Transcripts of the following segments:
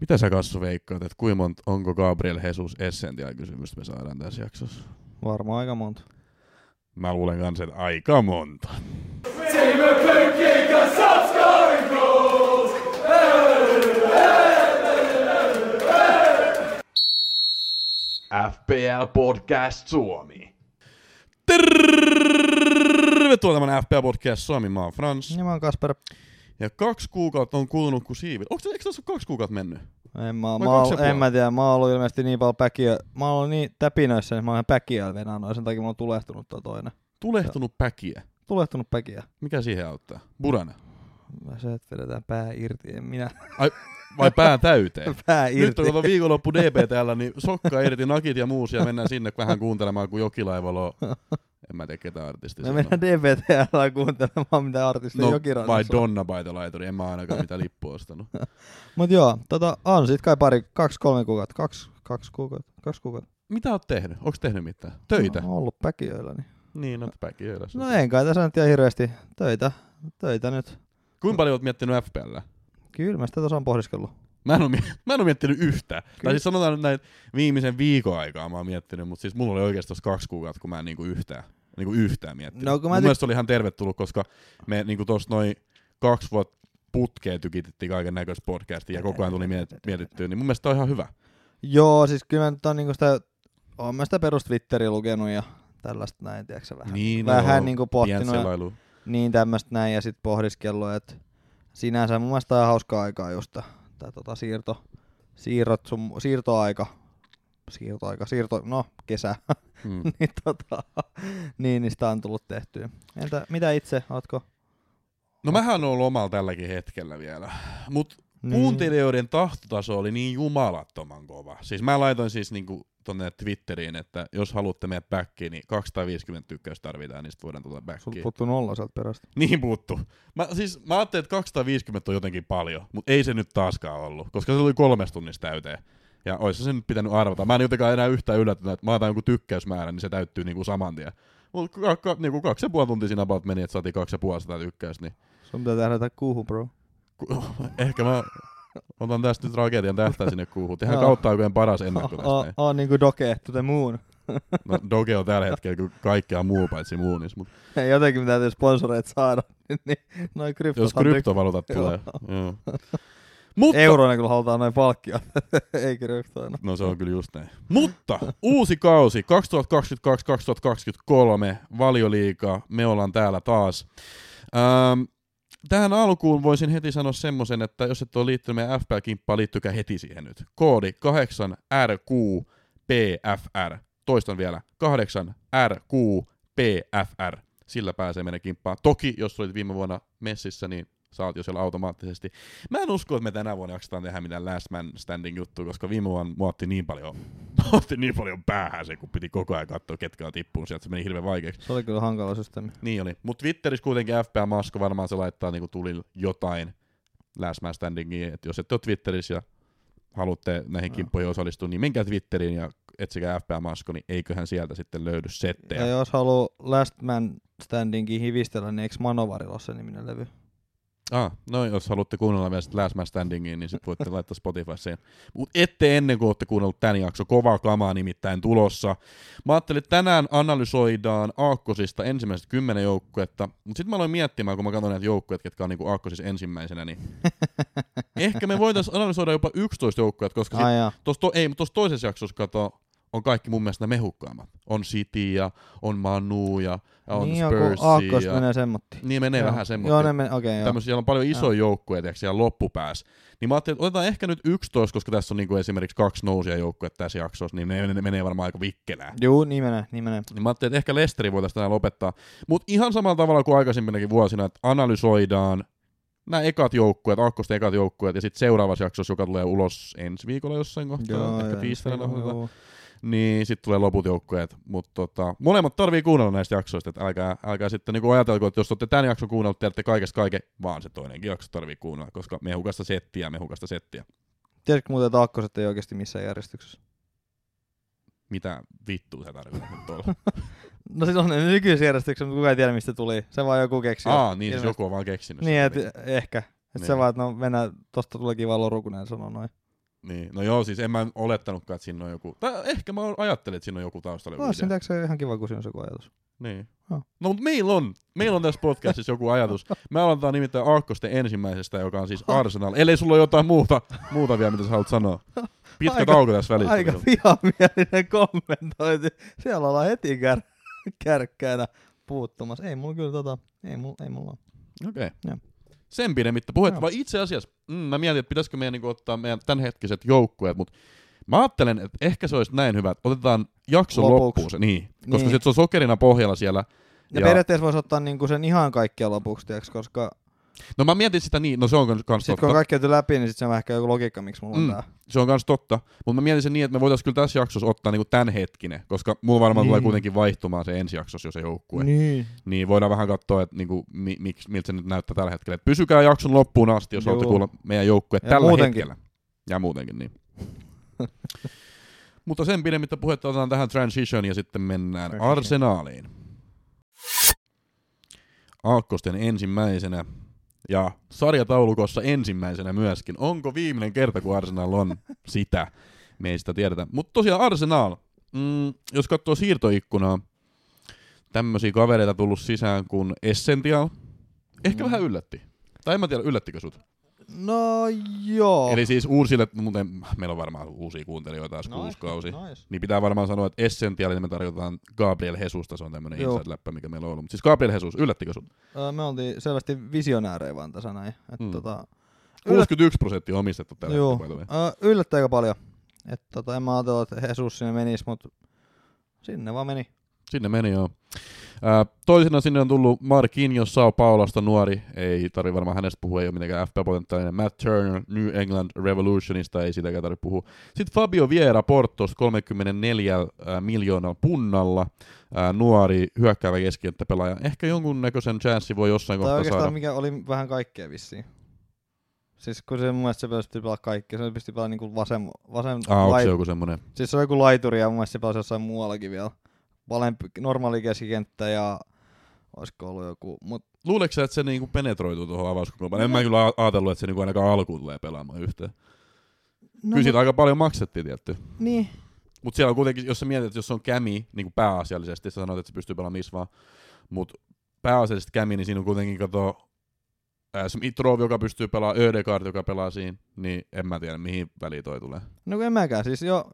Mitä sä Kassu veikkaat, että kuinka monta, onko Gabriel Jesus Essential kysymystä me saadaan tässä jaksossa? Varmaan aika monta. Mä luulen kanssa, että aika monta. FPL Podcast Suomi. Tervetuloa tämän FPL Podcast Suomi, mä oon Frans. Ja Niin mä oon Kasper. Ja kaksi kuukautta on kulunut kuin siivet. Onko eikö tässä ole kaksi kuukautta mennyt? En mä, Vai mä, kaksi ja oon- puoli? en mä tiedä, mä oon ollut ilmeisesti niin paljon päkiä, mä oon ollut niin täpinöissä, että mä oon ihan päkiä venannut, ja sen takia mulla on tulehtunut toi toinen. Tulehtunut päkiä. Tulehtunut päkiä. Mikä siihen auttaa? Burana. Mä se, että vedetään pää irti, en minä Vai pää täyteen? pää Nyt irti. on kato viikonloppu DP täällä, niin sokka irti, nakit ja muus, ja mennään sinne vähän kuuntelemaan, kun jokilaivalo En mä tiedä, ketä artisti Me on. mennään DVTL kuuntelemaan, mitä artisteja No, no, vai jokirannassa on. Donna by the Laituri, en mä ainakaan mitään lippua ostanut. Mut joo, tota, on sit kai pari, kaksi, kolme kuukautta, kaksi, kaksi kuukautta, kaksi kuukautta. Mitä oot tehnyt? Onko tehnyt mitään? Töitä? Mä oon ollut päkiöillä, niin. Niin, oot päkiöillä. No en kai tässä nyt ihan hirveästi töitä, töitä nyt. Kuinka paljon oot miettinyt FPL? Kyllä mä sitä tuossa on pohdiskellut. Mä en, oo, mi- mä en oo miettinyt yhtä. Tai siis sanotaan nyt näin, että viimeisen viikon aikaa mä oon miettinyt, mutta siis mulla oli oikeasti tossa kaksi kuukautta, kun mä en niinku yhtään, niinku yhtään miettinyt. No, kun mä Mun ty- mielestä se oli ihan tervetullut, koska me niinku tossa noin kaksi vuotta putkeen tykitittiin kaiken näköistä podcastia ja koko ajan tuli miet- mietittyä, niin mun mielestä tää on ihan hyvä. Joo, siis kyllä mä nyt on niinku sitä, oon mä sitä perus Twitteriä lukenut ja tällaista näin, tiedätkö sä, vähän, Niin, vähän niinku Pientä pohtinut ja selailu. niin tämmöistä näin ja sit pohdiskellut, että sinänsä mun mielestä tää on hauskaa aikaa just tää tota siirto, siirrot sun, siirtoaika, siirtoaika, siirto, no kesä, Mm. niin tota, niin, niin sitä on tullut tehtyä. Entä mitä itse, ootko? No mähän on lomalla tälläkin hetkellä vielä. Mut Niin. kuuntelijoiden tahtotaso oli niin jumalattoman kova. Siis mä laitoin siis niinku tonne Twitteriin, että jos haluatte meidän backiin, niin 250 tykkäystä tarvitaan, niin sit voidaan tulla Sulta backiin. puuttuu nolla sieltä perästä. Niin puuttu. Mä, siis, mä ajattelin, että 250 on jotenkin paljon, mutta ei se nyt taaskaan ollut, koska se oli kolmessa tunnissa täyteen. Ja olisi se nyt pitänyt arvata. Mä en jotenkaan enää yhtään yllätynyt, että mä otan jonkun tykkäysmäärän, niin se täyttyy niinku saman tien. Mutta ka- ka- niinku kaksi ja puoli tuntia siinä about meni, että saatiin kaksi ja puoli sataa tykkäystä, niin Sun pitää tehdä jotain kuuhun, bro. Ku- Ehkä mä otan tästä nyt raketian tähtää sinne kuuhun. Tehän Joo. kautta aikojen paras O- ennakko o- tästä. Oon niinku doke to the moon. No, Doge on tällä hetkellä kyllä kaikkea muu paitsi muunis. Mutta Jotenkin me täytyy sponsoreita saada. niin noin kryptot jos kryptovaluutat tulee. Joo. Mutta, Euroina kyllä halutaan noin palkkia. Ei kryptoina. no se on kyllä just näin. Mutta uusi kausi 2022-2023 valioliiga. Me ollaan täällä taas. Ähm, tähän alkuun voisin heti sanoa semmoisen, että jos et ole liittynyt meidän FPL-kimppaan, liittykää heti siihen nyt. Koodi 8RQPFR. Toistan vielä, 8RQPFR. Sillä pääsee meidän kimppaan. Toki, jos olit viime vuonna messissä, niin saat jo siellä automaattisesti. Mä en usko, että me tänä vuonna jaksetaan tehdä mitään last man standing juttu, koska viime vuonna mua otti niin paljon, otti niin paljon päähän se, kun piti koko ajan katsoa, ketkä on tippunut sieltä. Se meni hirveän vaikeaksi. Se oli kyllä hankala systeemi. Niin oli. Mutta Twitterissä kuitenkin FPA Masko varmaan se laittaa niinku tulin jotain last man standingiin. Että jos ette ole Twitterissä ja haluatte näihin Joo. kimppoihin osallistua, niin menkää Twitteriin ja etsikää FPA Masko, niin eiköhän sieltä sitten löydy Ja settejä. jos haluu Last Man Standingin hivistellä, niin eikö Manovarilla ole se niminen levy? Ah, no jos haluatte kuunnella vielä sit Last Man Standingiin, niin sitten voitte laittaa Spotify siihen. Mut ette ennen kuin olette kuunnellut tämän jakso, kovaa kamaa nimittäin tulossa. Mä ajattelin, että tänään analysoidaan Aakkosista ensimmäiset kymmenen joukkuetta, mutta sitten mä aloin miettimään, kun mä katson näitä joukkueet, ketkä on niinku Aakkosissa ensimmäisenä, niin ehkä me voitaisiin analysoida jopa 11 joukkuetta, koska sit Ai jaa. Tuossa, to, ei, mutta tuossa toisessa jaksossa kato, on kaikki mun mielestä nämä mehukkaammat. On City ja on Manu ja ja on Niin niin, on, kun Spurs. Aakkos Ja... menee semmotti. Niin menee Joo. vähän semmoista. Joo, ne menee, okei joo. Tämmöisiä, siellä on paljon isoja joukkueita tiedätkö, siellä loppupäässä. Niin mä ajattelin, että otetaan ehkä nyt 11, koska tässä on niinku esimerkiksi kaksi nousia joukkuetta tässä jaksossa, niin ne, ne, ne menee varmaan aika vikkelään. Juu, niin menee, niin menee. Niin mä ajattelin, että ehkä Lesteri voitaisiin tänään lopettaa. Mutta ihan samalla tavalla kuin aikaisempinakin vuosina, että analysoidaan nämä ekat joukkueet, akkosten ekat joukkueet, ja sitten seuraavassa jaksossa, joka tulee ulos ensi viikolla jossain kohtaa, ehkä joo, tiistaina no, joo, nauhoitetaan, joo. niin sitten tulee loput joukkueet. Mutta tota, molemmat tarvii kuunnella näistä jaksoista, että älkää, älkää sitten niinku ajatelko, että jos olette tämän jakson kuunnellut, teette kaikesta kaiken, vaan se toinenkin jakso tarvii kuunnella, koska mehukasta settiä, mehukasta settiä. Tiedätkö muuten, että Aakkoset ei oikeasti missään järjestyksessä? Mitä vittua sä tarkoitat nyt tuolla? No siis on ne nykyisjärjestyksessä, mutta kukaan ei tiedä mistä tuli. Se vaan joku keksi. Aa, niin siis Ilmeisesti. joku on vaan keksinyt. Niin, sen. et, ehkä. Et Niin. se vaan, että no mennään, tosta tulee kiva loru, kun hän sanoo noin. Niin. No joo, siis en mä olettanutkaan, että siinä on joku... Tai ehkä mä ajattelin, että siinä on joku taustalla. joku Ois idea. siinä se ihan kiva, kun siinä on se joku ajatus. Niin. Joo. No mutta meillä on, meillä on tässä podcastissa joku ajatus. Me aloitetaan nimittäin Aakkosten ensimmäisestä, joka on siis Arsenal. Ellei sulla ole jotain muuta, muuta vielä, mitä sä haluat sanoa. Pitkä Aika- tauko tässä välissä. Aika vihamielinen kommentointi. Siellä ollaan heti kär, kärkkäänä puuttumassa. Ei mulla kyllä tota, ei mulla, ei mulla. Okei. Joo. Okay. Sen pidemmittä puhetta, Joo. vaan itse asiassa mm, mä mietin, että pitäisikö meidän niinku ottaa meidän tämänhetkiset joukkueet, mutta mä ajattelen, että ehkä se olisi näin hyvä, että otetaan jakso Lopuksi. loppuun se, niin, koska Niin. niin. se on sokerina pohjalla siellä. Ja, Ja- ja periaatteessa voisi ottaa niinku sen ihan kaikkia lopuksi, tiiäks, koska No mä mietin sitä niin, no se on kans kans sit totta, kun on kaikki käyty läpi, niin sit se on ehkä joku logiikka, miksi mulla on Mm. mm. tää. se on kans totta, mutta mä mietin sen niin, että me voitaisiin kyllä tässä jaksossa ottaa niinku tämänhetkinen, koska mulla varmaan tulee Niin. kuitenkin vaihtumaan se ensi jaksossa jo se joukkue. Niin. Niin. niin voidaan vähän katsoa, että niinku, mi, miksi, miltä se nyt näyttää tällä hetkellä. Et pysykää jakson loppuun asti, jos Joo. haluatte kuulla meidän joukkue Ja tällä muutenkin. hetkellä. Ja muutenkin, niin. Mutta sen pidemmittä puhetta otetaan tähän transition ja sitten mennään Transition. arsenaaliin. Aakkosten ensimmäisenä ja sarjataulukossa ensimmäisenä myöskin. Onko viimeinen kerta, kun Arsenal on sitä? Me ei sitä tiedetä. Mutta tosiaan Arsenal, mm, jos katsoo siirtoikkunaa, tämmöisiä kavereita tullut sisään kuin Essential. Ehkä Mm. vähän yllätti. Tai en mä tiedä, yllättikö sut? No joo. Eli siis uusille, muuten meillä on varmaan uusia kuuntelijoita taas no, Nois, uusi kausi. No. nois. Niin pitää varmaan sanoa, että essentiaalinen me tarjotaan Gabriel Hesusta, se on tämmönen Joo. inside-läppä, mikä meillä on ollut. Mut siis Gabriel Jesus, yllättikö sut? Öö, me oltiin selvästi visionäärejä vaan tässä näin. Et Mm. mm. tota, Yllät- 61 prosenttia omistettu tällä Joo. hetkellä. by the way. Ö, yllätti aika paljon. Et tota, en mä ajatellut, että Jesus sinne menisi, mutta sinne vaan meni. Sinne meni joo. Ää, Toisena sinne on tullut Marquinhos Sao Paulasta nuori, ei tarvi varmaan hänestä puhua, ei ole mitenkään FP-potentiaalinen. Matt Turner New England Revolutionista, ei sitäkään tarvitse puhua. Sitten Fabio Viera Portosta 34 ää, miljoonalla punnalla, ää, nuori hyökkäävä keskikenttäpelaaja. Ehkä jonkunnäköisen chanssi voi jossain Tai kohtaa oikeastaan saada. mikä oli vähän kaikkea vissiin. Siis kun se mun mielestä se pystyi pelaamaan kaikkea, se pystyi pelaamaan niinku vasem, vasem Ah, onko lait- se joku semmonen? Siis se on joku laituri ja mun mielestä se pelasi jossain muuallakin vielä. Valempi, normaali keskikenttä ja olisiko ollut joku, mut Luuleeko sä, että se niinku penetroituu tuohon avauskokoonpanoon? En mä kyllä a- ajatellut, että se niinku ainakaan alkuun tulee pelaamaan yhtään. no, Kyllä siitä aika paljon maksettiin tietty. mut- niin. Mutta siellä on kuitenkin, jos sä mietit, että jos se on kämi niin kuin pääasiallisesti, sä sanoit, että se pystyy pelaamaan missä vaan, mutta pääasiallisesti kämi, niin siinä on kuitenkin kato ää, Smitrov, joka pystyy pelaamaan, Ödegaard, joka pelaa siinä, niin en mä tiedä, mihin väliin toi tulee. No kun en mäkään, siis jo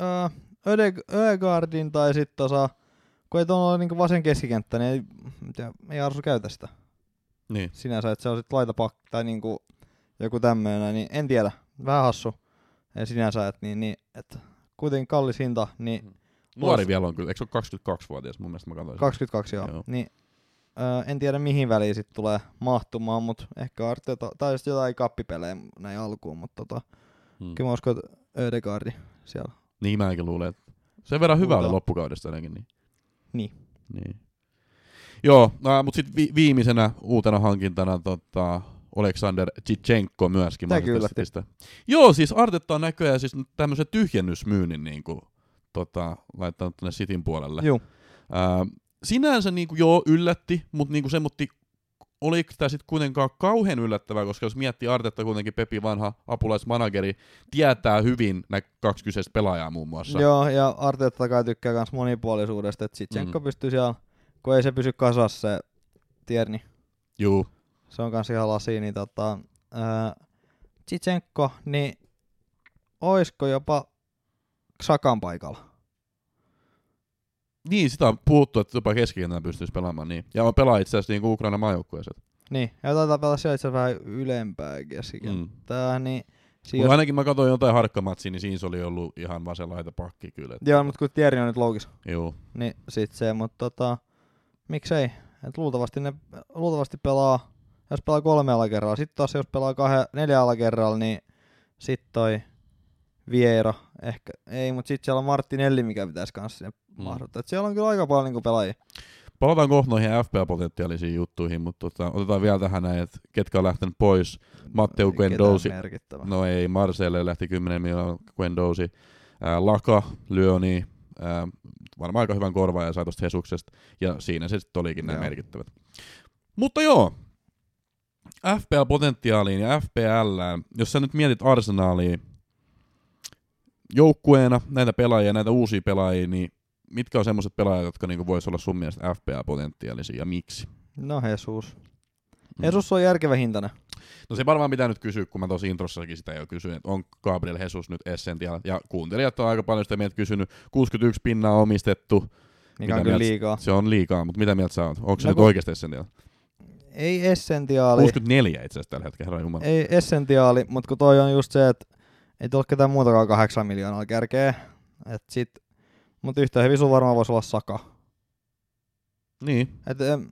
äh, Ödeg- Ödegardin tai sitten tuossa, kun ei tuolla ole niinku vasen keskikenttä, niin ei, en tiedä, ei Arsu käytä sitä Niin. sinänsä, että se on sitten laitapakki tai niinku joku tämmöinen, niin en tiedä, vähän hassu ei sinänsä, että niin, niin, et kuitenkin kallis hinta, niin Nuori Ois- vielä on kyllä, eikö se ole 22-vuotias mun mielestä mä katsoin. 22 joo. Joo. joo. Niin, öö, en tiedä mihin väliin sit tulee mahtumaan, mutta ehkä Arteta, tai just jotain kappipelejä näin alkuun, mutta tota, Hmm. kyllä mä uskon, että Ödegaardi siellä. Niin mäkin luulen, että sen verran hyvä Muuta. oli loppukaudesta ainakin. Niin. Niin. niin. Joo, äh, mutta sitten vi- viimeisenä uutena hankintana tota, Aleksander Chichenko myöskin. Tämäkin Manchester yllätti. Citystä. Joo, siis Artetta on näköjään siis nyt tämmöisen tyhjennysmyynnin niin kuin, tota, laittanut tänne Cityn puolelle. Juu. Ää, sinänsä niinku joo yllätti, mutta niinku semmoitti, oliko tämä sitten kuitenkaan kauhean yllättävää, koska jos miettii Artetta kuitenkin Pepi vanha apulaismanageri, tietää hyvin nämä kaksi kyseistä pelaajaa muun muassa. Joo, ja Arteta kai tykkää myös monipuolisuudesta, että Sitsenko Mm. mm. pystyy siellä, kun ei se pysy kasassa se Tierni, Juu. se on kans ihan lasi, niin tota, öö, Tsitsenko, niin oisko jopa Sakan paikalla? Niin, sitä on puhuttu, että jopa keskikentällä pystyisi pelaamaan niin. Ja pelaa itse asiassa niinku Ukraina maajoukkueeseen. Niin, ja taitaa pelata siellä itse asiassa vähän ylempää keskikenttää, Mm. niin siinä Mutta ainakin mä katsoin jotain harkkamatsia, niin siinä se oli ollut ihan vasen laita pakki kyllä. Et, Joo, mutta kun Tieri on nyt loukis, Joo. niin sit se, mutta tota, miksei? Et luultavasti ne luultavasti pelaa, jos pelaa kolmella kerralla, sitten taas jos pelaa kahden, neljällä kerralla, niin sit toi Viera, ehkä, ei, mutta sit siellä on Martinelli, mikä pitäisi kanssa sinne Mm. mm. mahdottaa. Et siellä on kyllä aika paljon niinku pelaajia. Palataan kohta noihin FPA-potentiaalisiin juttuihin, mutta tota, otetaan vielä tähän näin, että ketkä on lähtenyt pois. Matteo Ei ketään Guendouzi. Merkittävä. No ei, Marseille lähti 10 miljoonaa Guendouzi. Ää, Laka, Lyoni, ää, varmaan aika hyvän korvaajan ja sai tuosta Hesuksesta. Ja siinä se sitten olikin nämä Joo. merkittävät. Mutta joo, FPL-potentiaaliin ja FPL, jos sä nyt mietit arsenaalia, joukkueena näitä pelaajia, näitä uusia pelaajia, niin mitkä on semmoiset pelaajat, jotka niinku voisi olla sun mielestä FPA-potentiaalisia ja miksi? No Jesus. Mm. Jesus on järkevä hintana. No se varmaan pitää nyt kysyä, kun mä tuossa introssakin sitä jo kysyin, että on Gabriel Jesus nyt Essential, ja kuuntelijat on aika paljon sitä mieltä kysynyt, 61 pinnaa omistettu, Mikä on Mitä kyllä mieltä- liikaa. se on liikaa, mutta mitä mieltä sä oot? Onko se No nyt kun- oikeasti Essential? Ei essentiaali. 64 itse asiassa tällä hetkellä, herra jumala. Ei essentiaali, mutta kun toi on just se, että ei ole ketään muutakaan kahdeksan miljoonaa kärkeä. Et sit, mut yhtä hyvin sun varmaan voisi olla Saka. Niin, Et, ähm,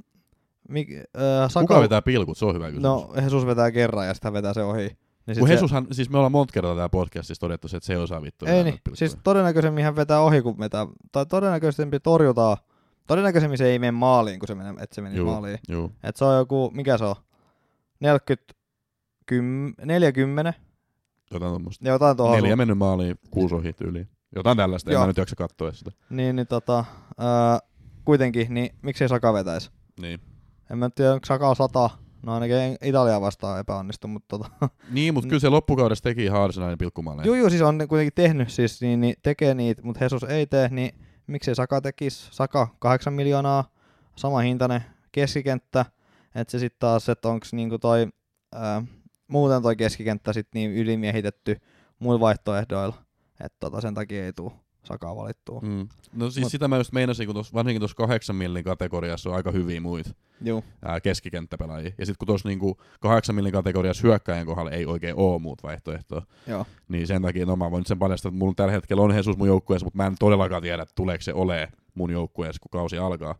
mik, äh, Saka kuka vetää pilkut? Se on hyvä kysymys. No, Jesus vetää kerran ja sitä vetää se ohi. Niin sit Kun se- Jesushan, siis me ollaan monta kertaa täällä podcastissa todettu se, että se ei osaa vittu. Ei niin, siis todennäköisemmin hän vetää ohi, kun vetää, tai todennäköisemmin torjutaan. Todennäköisemmin se ei mene maaliin, kun se menee, että se meni Juu. maaliin. Joo, Et se on joku, mikä se on? 40, 10, 40, jotain tuommoista. ja jotain tuohon. Neljä mennyt maaliin, kuusi ohi tyyliin. Jotain tällaista, en Joo. mä nyt jaksa katsoa sitä. Niin, niin tota, ää, kuitenkin, niin miksei Saka vetäisi? Niin, En mä tiedä, onko Saka 100, no ainakin Italiaa vastaan epäonnistu, mutta tota. niin mutta Mm. kyllä se loppukaudessa teki ihan Arsenalin pilkkumaaleja. Juu, juu, siis on kuitenkin tehnyt siis, niin, niin tekee niitä, mutta Jesus ei tee, niin miksei Saka tekisi? Saka 8 miljoonaa, sama hintainen keskikenttä, että se sitten taas, että onko niinku toi, ää, muuten toi keskikenttä sitten niin ylimiehitetty muilla vaihtoehdoilla, että tota, sen takia ei tuu Sakaa valittua. Mm. Mm. No siis Mut- sitä mä just meinasin, kun tos, varsinkin tuossa kahdeksan millin kategoriassa on aika hyviä muita Juu. ää, keskikenttäpelaajia. Ja sitten kun tuossa niinku kahdeksan millin kategoriassa hyökkäjän kohdalla ei oikein oo muut vaihtoehtoja, Joo. niin sen takia no mä voin nyt sen paljastaa, että mulla tällä hetkellä on Jesus mun joukkueessa, mutta mä en todellakaan tiedä, että tuleeko se olee mun joukkueessa, kun kausi alkaa.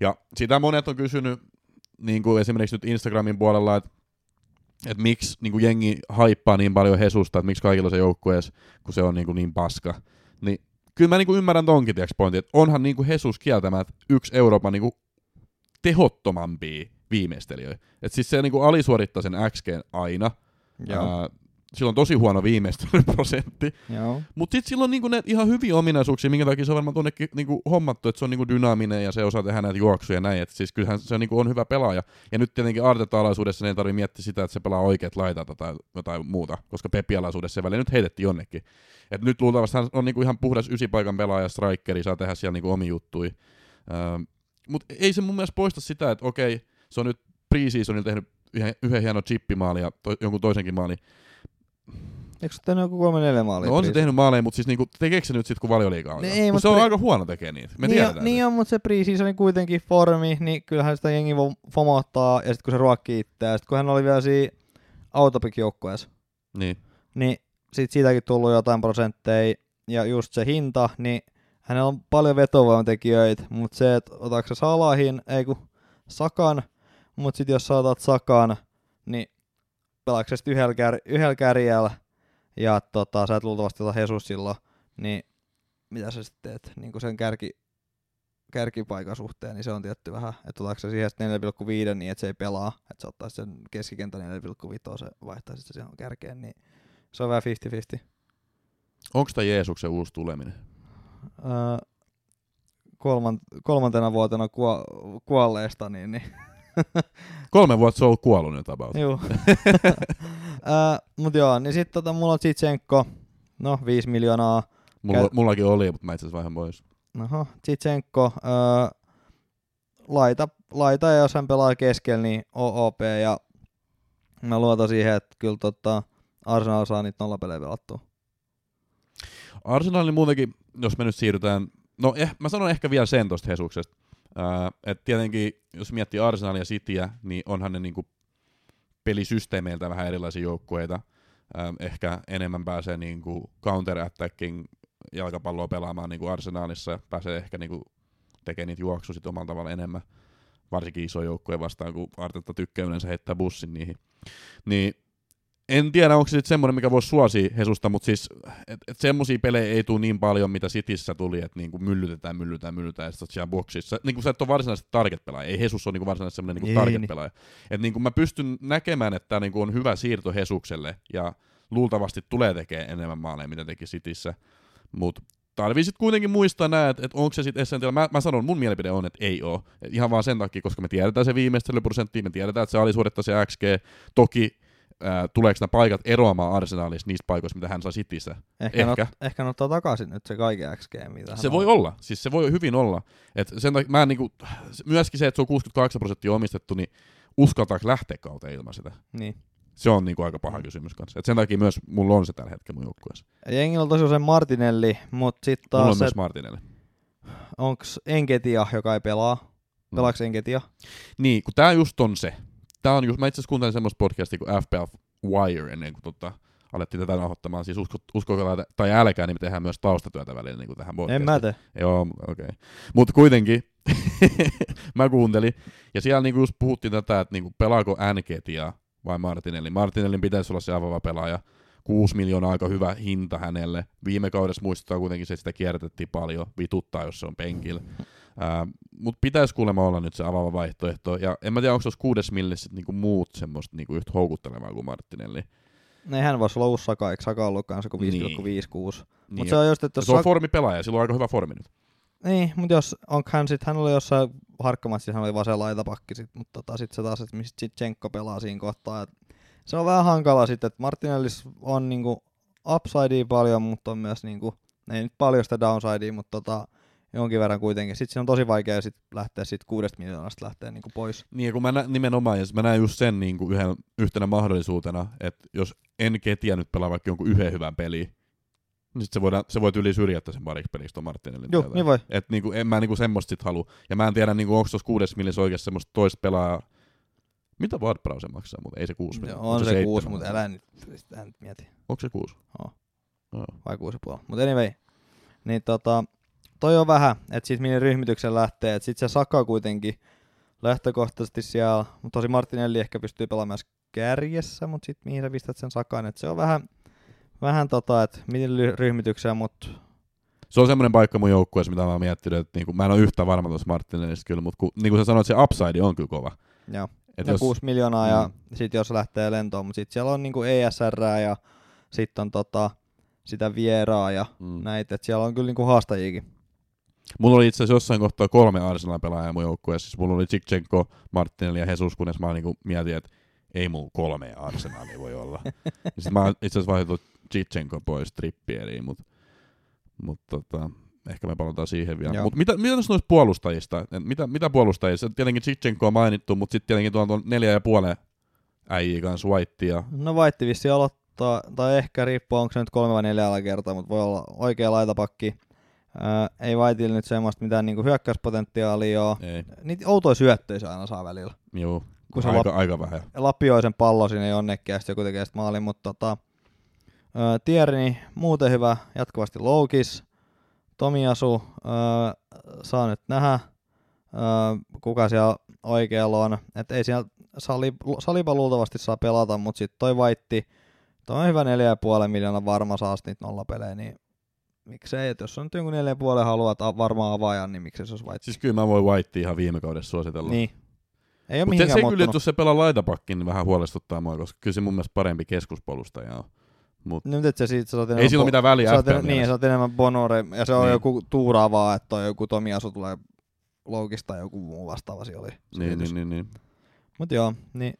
Ja sitä monet on kysynyt niin kuin esimerkiksi nyt Instagramin puolella, että että miksi niin kuin jengi haippaa niin paljon Hesusta, että miksi kaikilla on se joukkueessa, kun se on niin, kuin niin paska. Niin kyllä mä niin kuin ymmärrän tonkin tiiäks, pointin, että onhan niin kuin Hesus kieltämät yksi Euroopan niin kuin tehottomampia viimeistelijöitä. Että siis se niin kuin alisuorittaa sen XG aina, Joo. Ää, sillä on tosi huono viimeistelyprosentti, Joo. mutta sitten sillä on niinku ne ihan hyviä ominaisuuksia, minkä takia se on varmaan tuonnekin niinku hommattu, että se on niinku dynaaminen ja se osaa tehdä näitä juoksuja ja näin, että siis kyllähän se on niinku on hyvä pelaaja. Ja nyt tietenkin Arteta-alaisuudessa ne ei tarvitse miettiä sitä, että se pelaa oikeat laitat tai jotain muuta, koska Pepi-alaisuudessa se väliin nyt heitettiin jonnekin. Et nyt luultavasti hän on niinku ihan puhdas ysipaikan pelaaja, strikeri, saa tehdä siellä niinku omi juttui. Mutta ei se mun mielestä poista sitä, että okei, se on nyt preseasonilla tehnyt yhden, yhden hienon chippimaali ja to, jonkun toisenkin maali, Eikö se ole tehnyt joku kolme neljä maalia? No on se Priis? tehnyt maaleja, mutta siis niinku, tekeekö se nyt sitten, kun valioliiga on? No jo? ei, Kun mut se on pre- aika huono tekee niitä. Me niin, on, tiedetään niin on, mutta se preseasonin kuitenkin formi, niin kyllähän sitä jengi vo- fomottaa ja sitten kun se ruokkii itseään, sitten kun hän oli vielä siinä autopic joukkueessa se. Niin. niin sit siitäkin tullut jotain prosentteja ja just se hinta, niin hänellä on paljon vetovoimatekijöitä, mutta se, että otatko sä Salahin, ei kun Sakan, mutta sitten jos sä otat Sakan, niin pelaatko sä sit yhdellä, kär, yhdellä kärjellä ja tota, sä et luultavasti ota Jesus silloin, niin mitä sä sitten teet niin kun sen kärki, kärkipaikan suhteen, niin se on tietty vähän, että otatko sä siihen sit 4,5 niin, että se ei pelaa, että sä ottaisit sen keskikentän 4,5, se vaihtaisit se siihen kärkeen, niin se on vähän 50-50. Onko tämä Jeesuksen uusi tuleminen? Öö, kolman, kolmantena vuotena kuo, kuolleesta, niin... niin. Kolme vuotta se on ollut kuollut nyt about. Juu. öö, mut joo, niin sitten tota, mulla on Tsitsenko, no 5 miljoonaa. Mulla, Käy- mullakin oli, mutta mä itse asiassa vähän pois. Oho, Tsitsenko, öö, laita, laita ja jos hän pelaa keskellä, niin OOP ja mä luotan siihen, että kyllä tota, Arsenal saa niitä nollapelejä pelattua. Arsenalin muutenkin, jos me nyt siirrytään, no eh, mä sanon ehkä vielä sen tosta Hesuksesta, Ää, että tietenkin jos miettii Arsenalia ja Cityä, niin onhan ne niinku pelisysteemeiltä vähän erilaisia joukkueita. Ää, ehkä enemmän pääsee niinku counter-attacking jalkapalloa pelaamaan niinku Arsenalissa, pääsee ehkä niinku tekemään niitä juoksuja sit omalla tavalla enemmän, varsinkin iso joukkue vastaan, kun Artetta tykkää yleensä heittää bussin niihin. Niin en tiedä, onko se sitten semmoinen, mikä voisi suosia Hesusta, mutta siis et, et semmoisia pelejä ei tule niin paljon, mitä Cityssä tuli, että niinku myllytetään, myllytetään, myllytetään, ja sit sä oot siellä boksissa. Niinku sä et ole varsinaisesti target-pelaaja, ei Hesus ole niinku varsinaisesti semmoinen Ei, niinku niin. target-pelaaja. Et niinku mä pystyn näkemään, että tämä niinku on hyvä siirto Hesukselle, ja luultavasti tulee tekemään enemmän maaleja, mitä teki Cityssä. Mutta tarvii sitten kuitenkin muistaa nää, että et onko se sitten Essential. Mä, mä sanon, mun mielipide on, että ei ole. Ihan vaan sen takia, koska me tiedetään se viimeistelyprosentti, me tiedetään, että se alisuorittaa se XG. Toki ää, tuleeko nämä paikat eroamaan arsenaalissa niistä paikoista, mitä hän sai Cityssä. Ehkä, ehkä. Ne, Ehkä. ot- ehkä ne ottaa takaisin nyt se kaiken XG, mitä hän Se on. voi olla, siis se voi hyvin olla. Et sen takia, mä en niinku, myöskin se, että se on 68 prosenttia omistettu, niin uskaltaako lähteä kautta ilman sitä? Niin. Se on niinku aika Mm. paha kysymys kanssa. Et sen takia myös mulla on se tällä hetkellä mun joukkueessa. Jengillä on tosi usein Martinelli, mutta sitten Mulla on taas, on myös Martinelli. onks Enketia, joka ei pelaa? Mm. Pelaaks Enketia? Niin, kun tää just on se. Tää on just, mä itse asiassa kuuntelin semmoista podcastia kuin FPL Wire ennen kuin tota, alettiin tätä nauhoittamaan. Siis usko, uskokaa tai- tai älkää, niin me tehdään myös taustatyötä välillä niin kuin tähän En podcastiin. mä tee. Joo, okei. Okay. Mutta kuitenkin, mä kuuntelin. Ja siellä niinku just puhuttiin tätä, että niinku pelaako Nketia vai Martinelli. Martinellin pitäisi olla se avaava pelaaja. 6 miljoonaa aika hyvä hinta hänelle. Viime kaudessa muistuttaa kuitenkin se, että sitä kierrätettiin paljon. Vituttaa, jos se on penkillä. Mutta pitäisi kuulemma olla nyt se avaava vaihtoehto. Ja en mä tiedä, onko se kuudes millissä niinku muut semmoista niinku yhtä houkuttelevaa kuin Martinelli. No Eihän voisi olla uusi Saka, eikö Saka ollut kanssa kuin 5,56? Niin. Niin. Mutta se on just, että jos se on Saka... formipelaaja, sillä on aika hyvä formi nyt. Niin, mutta jos onko hän sitten, hän oli jossain harkkamatsissa, hän oli vasen laitapakki sit, mutta tota, sitten se taas, että mistä Chitchenko pelaa siinä kohtaa. Et se on vähän hankalaa sitten, että Martinellis on niinku upsidea paljon, mutta on myös niinku, ei nyt paljon sitä downsidea, mutta tota, jonkin verran kuitenkin. Sitten siinä on tosi vaikea sit lähteä siitä kuudesta miljoonasta lähteä niinku pois. Niin, ja kun mä nä, nimenomaan, ja mä näen just sen niin kuin yhden, yhtenä mahdollisuutena, että jos en ketiä nyt pelaa vaikka jonkun yhden hyvän peliin, niin sit se, voidaan, se voi yli syrjäyttää sen pariksi pelistä ton Martinellin. Joo, täältä. niin voi. Et niin kuin, en mä niin kuin semmoista sit halua. Ja mä en tiedä, niin kuin, onko tuossa kuudes millis oikeasti semmoista toista pelaa. Mitä Wardbrowse maksaa, mutta ei se kuusi. Joo, miljoonaa. No, On Onko se kuusi, seitsemän? mutta älä nyt, älä nyt mieti. Onko se kuusi? Oo. Joo. vai kuusi puoli. Mutta anyway, niin tota, toi on vähän, että sit minne ryhmityksen lähtee, että sit se Saka kuitenkin lähtökohtaisesti siellä, mutta tosi Martinelli ehkä pystyy pelaamaan myös kärjessä, mutta sit mihin sä pistät sen Sakan, että se on vähän, vähän tota, että miten ly- ryhmitykseen, mutta Se on semmoinen paikka mun joukkueessa, mitä mä oon miettinyt, että niin kuin, mä en ole yhtä varma tuossa Martinellista kyllä, mutta kun, niin kuin sä sanoit, se upside on kyllä kova. joo, Et no jos... 6 miljoonaa ja Mm. sit jos lähtee lentoon, mutta sit siellä on niinku ESR ja sit on tota, sitä vieraa ja mm. näitä, että siellä on kyllä niinku haastajiakin. Mulla oli itse asiassa jossain kohtaa kolme Arsenal pelaajaa mun joukkueessa. Siis mulla oli Chikchenko, Martinelli ja Jesus, kunnes mä niinku mietin, että ei mulla kolme Arsenalia voi olla. Sitten mä oon itse asiassa vaihdoin Chikchenko pois trippieriin, mutta mut tota, ehkä me palataan siihen vielä. Joo. Mut mitä, mitä tässä noista puolustajista? Et Mitä, mitä puolustajista? Tietenkin Chikchenko on mainittu, mutta sitten tietenkin tuolla on neljä ja puolen äijä kanssa White ja No Vaitti vissi aloittaa, tai ehkä riippuu, onko se nyt kolme vai neljällä kertaa, mutta voi olla oikea laitapakki. Ää, ei Vaitilla nyt semmoista mitään niinku hyökkäyspotentiaalia ole. ei, Niitä outoja syöttöjä se aina saa välillä. juu, Kun se aika, lap- aika vähän. lapioi sen pallo sinne jonnekin ja sitten joku tekee sit maalin, mutta tota, ää, Tierni muuten hyvä, jatkuvasti loukis. Tomiasu ää, saa nyt nähdä, ää, kuka siellä oikealla on. Et ei siellä sali, salipa luultavasti saa pelata, mutta sitten toi vaitti, toi on hyvä 4,5 miljoonaa varma saa sit niitä nollapelejä, niin miksei, että jos on nyt jonkun 4,5 haluat a- varmaan avaajan, niin miksei se olisi vaitti. Siis kyllä mä voin White ihan viime kaudessa suositella. Niin. Ei ole Mutta mihinkään se kyllä, muuttunut. että jos se pelaa laitapakkin, niin vähän huolestuttaa mua, koska kyllä se mun mielestä parempi keskuspuolustaja on. Mut Nyt et sä siitä sä oot ei enemmän sillä ole mitään väliä Sä oot, FPL en, niin, sä oot enemmän bonore, ja se on Niin. niin. joku tuuraavaa, että on joku Tomi Asu tulee loukista tai joku muu vastaava siellä oli. se niin, yritys. niin, niin, niin. Mut joo, niin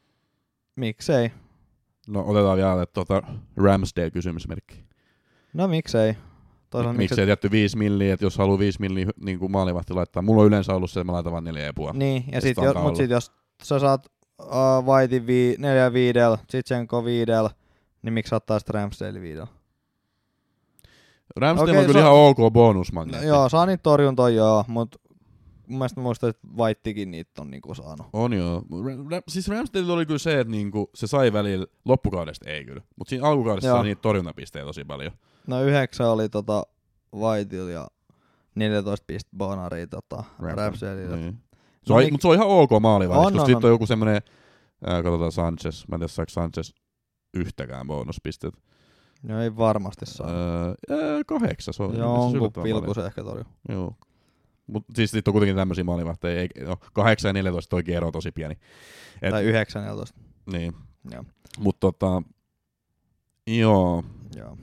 miksei? No otetaan vielä tuota Ramsdale-kysymysmerkki. No miksei? Toisaalta Miksi ei tietty 5 milliä, että jos haluaa 5 milliä niin kuin maalivahti laittaa. Mulla on yleensä ollut se, että mä laitan vaan 4,5. Niin, ja sit, sitä jo, antaa mut olla. sit jos sä saat uh, Vaitin vii, neljä viidel, Chichenko viidel, niin miksi sä ottaa sitten Ramsdale viidel? Ramsdale Okei, on kyllä se- ihan ok No, bonusmagneetti. joo, saa niitä torjuntoja joo, mut mun mielestä muistan, että Vaittikin niitä on niinku saanut. On joo. Ra- Ra- siis Ramsdale oli kyllä se, että niinku se sai välillä, loppukaudesta ei kyllä, mutta siinä alkukaudessa Joo. sai niitä torjuntapisteitä tosi paljon. No yhdeksän oli tota Vaitil ja 14 piste bonari tota Rapsdellillä. Niin. Se on, niin- mutta se on ihan ok maalivahti, On, kun on, sitten on. on joku semmoinen, ää, katsotaan Sanchez, mä en tiedä saako Sanchez yhtäkään bonuspistettä. No ei varmasti saa. Äh, Öö, ää, kahdeksan, se on. Jonkun yllättävän paljon. pilku se ehkä torjuu. Joo. Mutta siis sitten on kuitenkin tämmöisiä maalivahteja, ei, no, 8 ja 14 toi ero on tosi pieni. Et- Tai 9 14. Niin. Joo. Mutta tota, joo. Joo.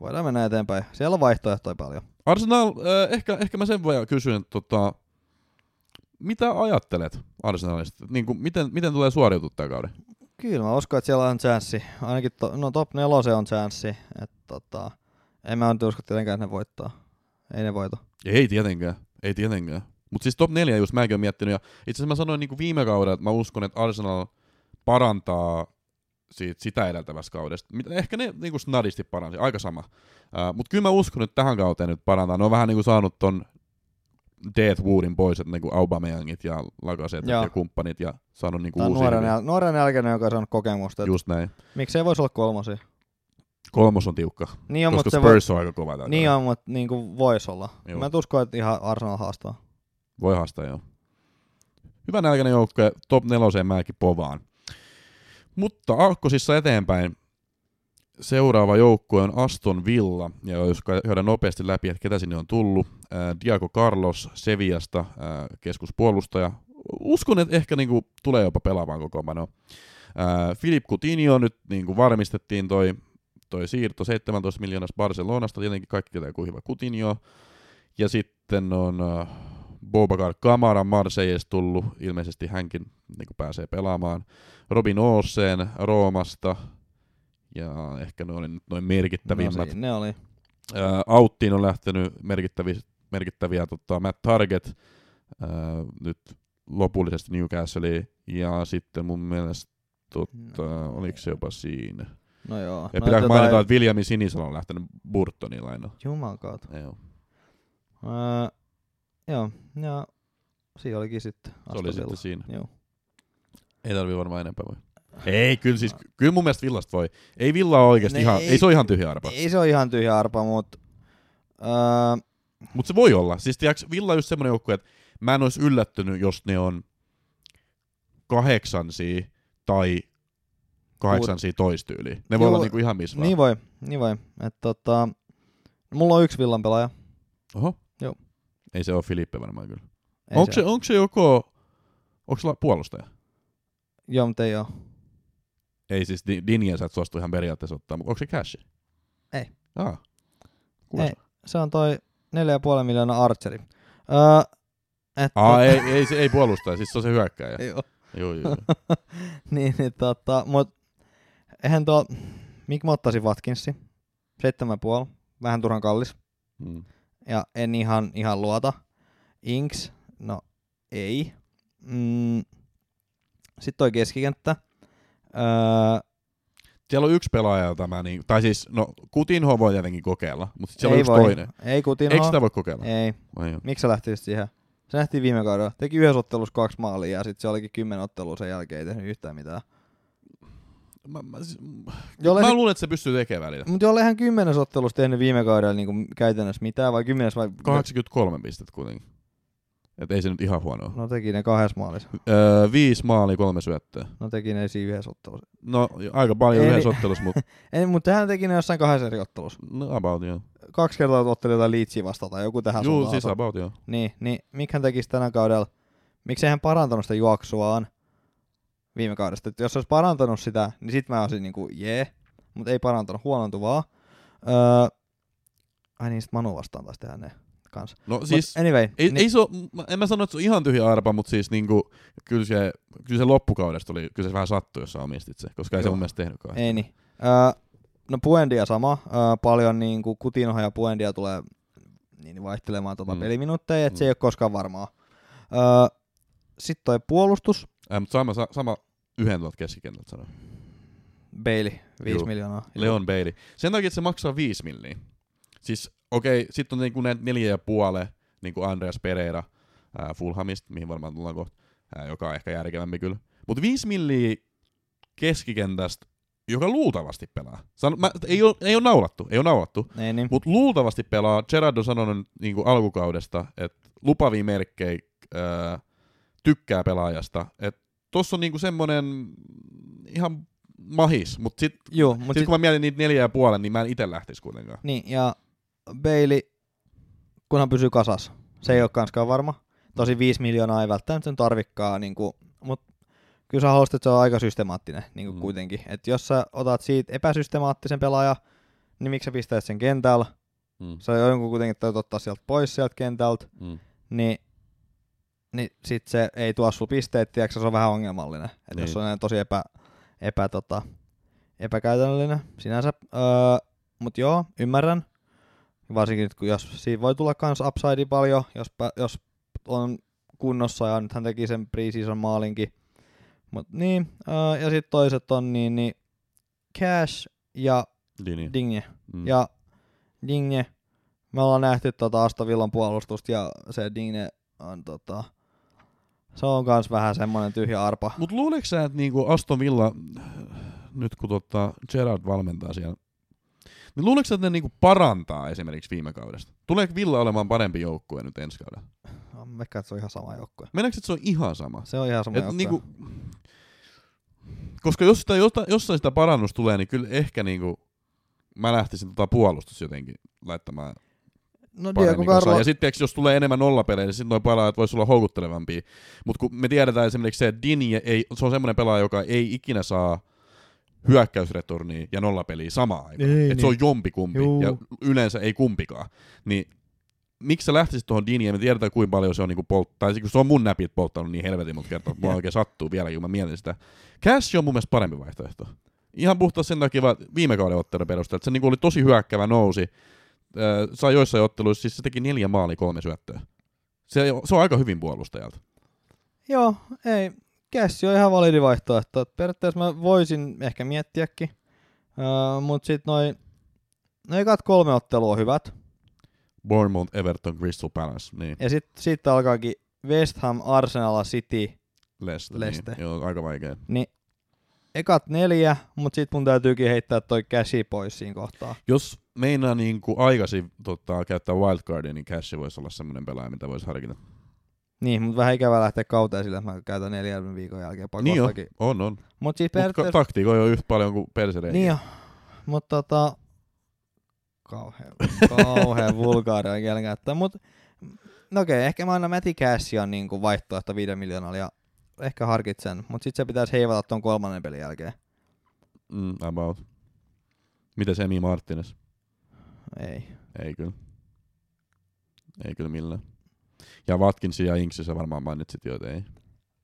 Voidaan mennä eteenpäin. Siellä on vaihtoehtoja paljon. Arsenal, äh, ehkä, ehkä mä sen voin kysyä, että tota, Niinku, mitä ajattelet Arsenalista? Niin kuin, miten, miten tulee suoriutua tämän kauden? Kyllä mä uskon, että siellä on chanssi. Ainakin to, no top nelose on chanssi. Et, tota, en mä nyt usko tietenkään, että ne voittaa. Ei ne voita. Ei tietenkään, ei tietenkään. Mutta siis top 4 just mäkin oon miettinyt, ja itse asiassa mä sanoin niinku viime kaudella, että mä uskon, että Arsenal parantaa siitä, sitä edeltävästä kaudesta. Mitä- Ehkä ne niinku snadisti paransi, aika sama. Uh, Mutta kyllä mä uskon, että tähän kauteen nyt parantaa. Ne on vähän niinku saanut ton Death Woodin pois, että niinku Aubameyangit ja Lakaset Joo. ja kumppanit ja saanut niinku Tämä on uusia. nuoren, hyviä. jäl- nuoren jälkeen, joka on saanut kokemusta. Et, Just näin. miksei voisi olla kolmosi? Kolmos on tiukka, Niin on, koska mutta se voi, Spurs on aika kova. tällä niin kaudella. on, mutta niin kuin voisi olla. Joo. Joo. Mä et usko, että ihan Arsenal haastaa. Voi haastaa, joo. Hyvän aikainen joukkue, top neloseen mäkin povaan. Mutta aakkosissa eteenpäin seuraava joukkue on Aston Villa, ja jos käydään nopeasti läpi, että ketä sinne on tullut. Ää, Diago Äh, Carlos Seviasta, ää, keskuspuolustaja. Uskon, että ehkä niinku tulee jopa pelaavaan kokoonpanoon. Ää, Filip Coutinho nyt niinku varmistettiin toi, toi siirto 17 miljoonasta Barcelonasta, tietenkin kaikki tietää kuin hyvä Coutinho. Ja sitten on äh, Bobakar Kamara Marseilles tullut, ilmeisesti hänkin niin pääsee pelaamaan. Robin Olsen Roomasta, ja ehkä ne oli nyt noin merkittävimmät. si- No ne oli. Ää, Auttiin on lähtenyt merkittäviä, merkittäviä tota, Matt Target ää, nyt lopullisesti Newcastle ja sitten mun mielestä No, tota, oliko se jopa siinä. no joo. Ja No, no, pitää et mainita, jotain- että Williamin Sinisalo on lähtenyt Burtonin lainalla. Jumalkaut. Joo. Öö, joo, ja siinä olikin sitten. Se oli sitten siinä. Joo. Ei tarvi varmaan enempää voi. Ei, kyllä siis, kyllä mun mielestä Villasta voi. Ei Villa ole oikeasti Ne ihan, ei, ei- ei se ole ihan tyhjä arpa. Ei se ole ihan tyhjä arpa, mutta öö, Mutta se voi olla. Siis tiiäks, Villa on just semmoinen joukkue, että mä en olisi yllättynyt, jos ne on kahdeksansia tai kahdeksansia toistyyliä. Ne voi Joo, olla niinku ihan missä niin vaan. voi, niin voi. Et, tota, mulla on yksi villan pelaaja. Oho. Joo. Ei se ole Filippe varmaan kyllä. Ei Onko se, onko se joko, onko se la- puolustaja? Joo, mutta ei oo. Ei siis Di- Dinjen sä et suostu ihan periaatteessa ottaa, mutta onko se Cash? Ei. Ah. Ei. Se on toi 4,5 miljoonaa archeri. Öö, et, tota- Ah, ei, ei, se ei puolustaja, siis se on se hyökkääjä. Joo. Joo, joo, joo. niin, niin tota, mut eihän tuo, mik mä ottaisin Watkinsi? 7,5, vähän turhan kallis. Mm. ja en ihan, ihan luota. Inks, no ei. Mm. Sitten toi keskikenttä. Öö, Siellä on yksi pelaaja, jota mä niin, tai siis, no Kutinho voi tietenkin kokeilla, mutta sitten siellä ei on yksi voi. toinen. Ei Kutinho. Eikö sitä voi kokeilla? Ei. Vai joo. Miksi sä lähtisit siihen? Se nähtiin viime kaudella. Teki yhdessä ottelussa kaksi maalia ja sitten se olikin kymmenen ottelua sen jälkeen, ei tehnyt yhtään mitään. Mä, mä, siis, Jolle mä se, luulen, että se pystyy tekemään välillä. mutta jolle hän kymmenes ottelussa tehnyt viime kaudella niin käytännössä mitään, vai kymmenes vai... 83 pistettä kuitenkin. Et ei se nyt ihan huonoa. No teki ne kahdessa maalissa. Öö, viisi maalia, kolme syöttöä. No teki ne siinä yhdessä ottelussa. No, aika paljon Eli- yhdessä ottelussa, mutta Ei, mutta hän teki ne jossain kahdessa eri ottelussa. no about joo. Kaksi kertaa otteli jotain liitsiä vastaan tai joku tähän Juu, suuntaan siis osui. about joo. Niin, niin miksi hän tekisi tänä kaudella, miksi hän parantanut sitä juoksuaan viime kaudesta? Et jos olisi parantanut sitä, niin sit mä olisin niinku jee, mutta ei parantanut, huonontuvaa. Öö, ai niin, sit Manu vastaan taas tehdään ne kanssa. No siis, Mut anyway, ei, niin, ei se oo, mä- en mä sano, että se on ihan tyhjä arpa, mutta siis niinku, kyllä se, kyllä se loppukaudesta oli, kyllä se vähän sattui, jos sä omistit se, koska ei se Joo. mun mielestä tehnytkään. ei niin. Öö, no Puendia sama, öö, paljon niinku Kutinoha ja Puendia tulee niin vaihtelemaan tota Mm. mm. peliminuutteja, että mm. se Mm. ei ole koskaan varmaa. Öö, sitten toi puolustus, Äh, mutta sama, sa- sama yhden tuolta keskikentältä sanoi. Bailey, 5 Juu. miljoonaa. Leon Bailey. Sen takia, että se maksaa 5 milliä. Siis okei, okay, sitten on niinku näitä neljä ja puole, niin kuin Andreas Pereira ää, Fulhamista, mihin varmaan tullaan kohta, ää, joka on ehkä järkevämpi kyllä. Mutta 5 milliä keskikentästä, joka luultavasti pelaa. San, mä, ei, ole, ei ole naulattu, ei ole naulattu. Ei niin. Mutta luultavasti pelaa. Gerard on sanonut niin kuin alkukaudesta, että lupavia merkkejä ää, tykkää pelaajasta. Että tossa on niin kuin semmonen ihan mahis, mutta sit, Joo, mutta mut sit, Siis kun mä mietin niitä neljä ja puolen, niin mä en itse lähtisi kuitenkaan. Niin, ja Bailey, kunhan pysyy kasas, se ei ole kanskaan varma. Tosi 5 miljoonaa ei välttämättä sen tarvikkaa, niin kuin, mutta kyllä sä haluaisit, että se on aika systemaattinen niin kuin Mm. mm. kuitenkin. Et jos sä otat siitä epäsystemaattisen pelaaja, niin miksi sä pistäisit sen kentällä? Mm. Sä jonkun kuitenkin täytyy ottaa sieltä pois sieltä kentältä, Mm. niin, niin sit se ei tuo sulla pisteet, tiedätkö, sä, se on vähän ongelmallinen. Et Niin. Jos se on näin tosi epä, epä, tota, epäkäytännöllinen sinänsä. Öö, Mutta joo, ymmärrän. Varsinkin nyt, kun jos siinä voi tulla kans upside paljon, jos, pä- jos on kunnossa ja nyt hän teki sen preseason maalinkin. Mut niin, öö, ja sitten toiset on niin, niin Cash ja Dini. Dinge. Mm. Ja Dinge, me ollaan nähty tota Astavillan puolustusta ja se Dinge on tota, se on kans vähän semmonen tyhjä arpa. Mutta luuleeko sä, että niinku Aston Villa, nyt kun tota Gerard valmentaa siellä, niin luuleeko sä, että ne niinku parantaa esimerkiksi viime kaudesta? Tuleeko Villa olemaan parempi joukkue nyt ensi kaudella? No, Me että se on ihan sama joukkue. Meneekö, että se on ihan sama? Se on ihan sama Et joukkue. niinku, koska jos sitä, jota, jossain sitä parannus tulee, niin kyllä ehkä niinku, mä lähtisin tota puolustus jotenkin laittamaan no Diego paremmin. Karlo... Carlo, Ja sitten jos tulee enemmän nollapelejä, niin sitten nuo pelaajat voisi olla houkuttelevampia. Mutta kun me tiedetään esimerkiksi se, että Dinje ei, se on semmoinen pelaaja, joka ei ikinä saa hyökkäysreturnia ja nollapeliä samaan aikaan. Ei, Et se niin. on jompikumpi Juu. ja yleensä ei kumpikaan. Niin miksi sä lähtisit tuohon Dinjeen? Me tiedetään, kuinka paljon se on niinku polt... tai kun se on mun näpit polttanut niin helvetin monta kertaa, että mua oikein sattuu vieläkin, kun mä mietin sitä. Cash on mun mielestä parempi vaihtoehto. Ihan puhtaasti sen takia, vaan viime kauden ottelun perusteella, että se niinku oli tosi hyökkävä nousi, Ö, sai joissain otteluissa, siis se teki neljä maalia kolme syöttöä. Se, ei oo- se on aika hyvin puolustajalta. joo, ei, Cassi on ihan validi vaihtoehto. Et Periaatteessa mä voisin ehkä miettiäkin, öö, mut sit noin, no ekat kolme ottelua on hyvät. Bournemouth, Everton, Crystal Palace, niin Ja sit, siitä alkaakin West Ham, Arsenal, City, Leste. Leste. Niin, joo, aika vaikea. Niin ekat neljä, mutta sit mun täytyykin heittää toi käsi pois siinä kohtaa. Jos meinaa niin kuin aikaisin tota, käyttää wildcardia, niin Cash voisi olla semmoinen pelaaja, mitä voisi harkita. Niin, mutta vähän ikävää lähteä kauteen sillä, että mä käytän neljän viikon jälkeen Niin on, pakostakin. Niin on, on. mutta siis Mutta periaatteessa... taktiikoi on yhtä paljon kuin persereikä. Niin on. Mutta tota... Kauhean, kauhean vulgaaria kielen käyttää. Mut, no okei, ehkä mä annan Mäti Cassion niin kuin vaihtoehto 5 miljoonalla ja ehkä harkitsen. Mutta sit se pitäisi heivata ton kolmannen pelin jälkeen. Mm, about. Miten Semi Martinez? Ei. Ei kyllä. Ei kyllä millään. Ja Watkinsia ja Inksia sä varmaan mainitsit jo, et ei.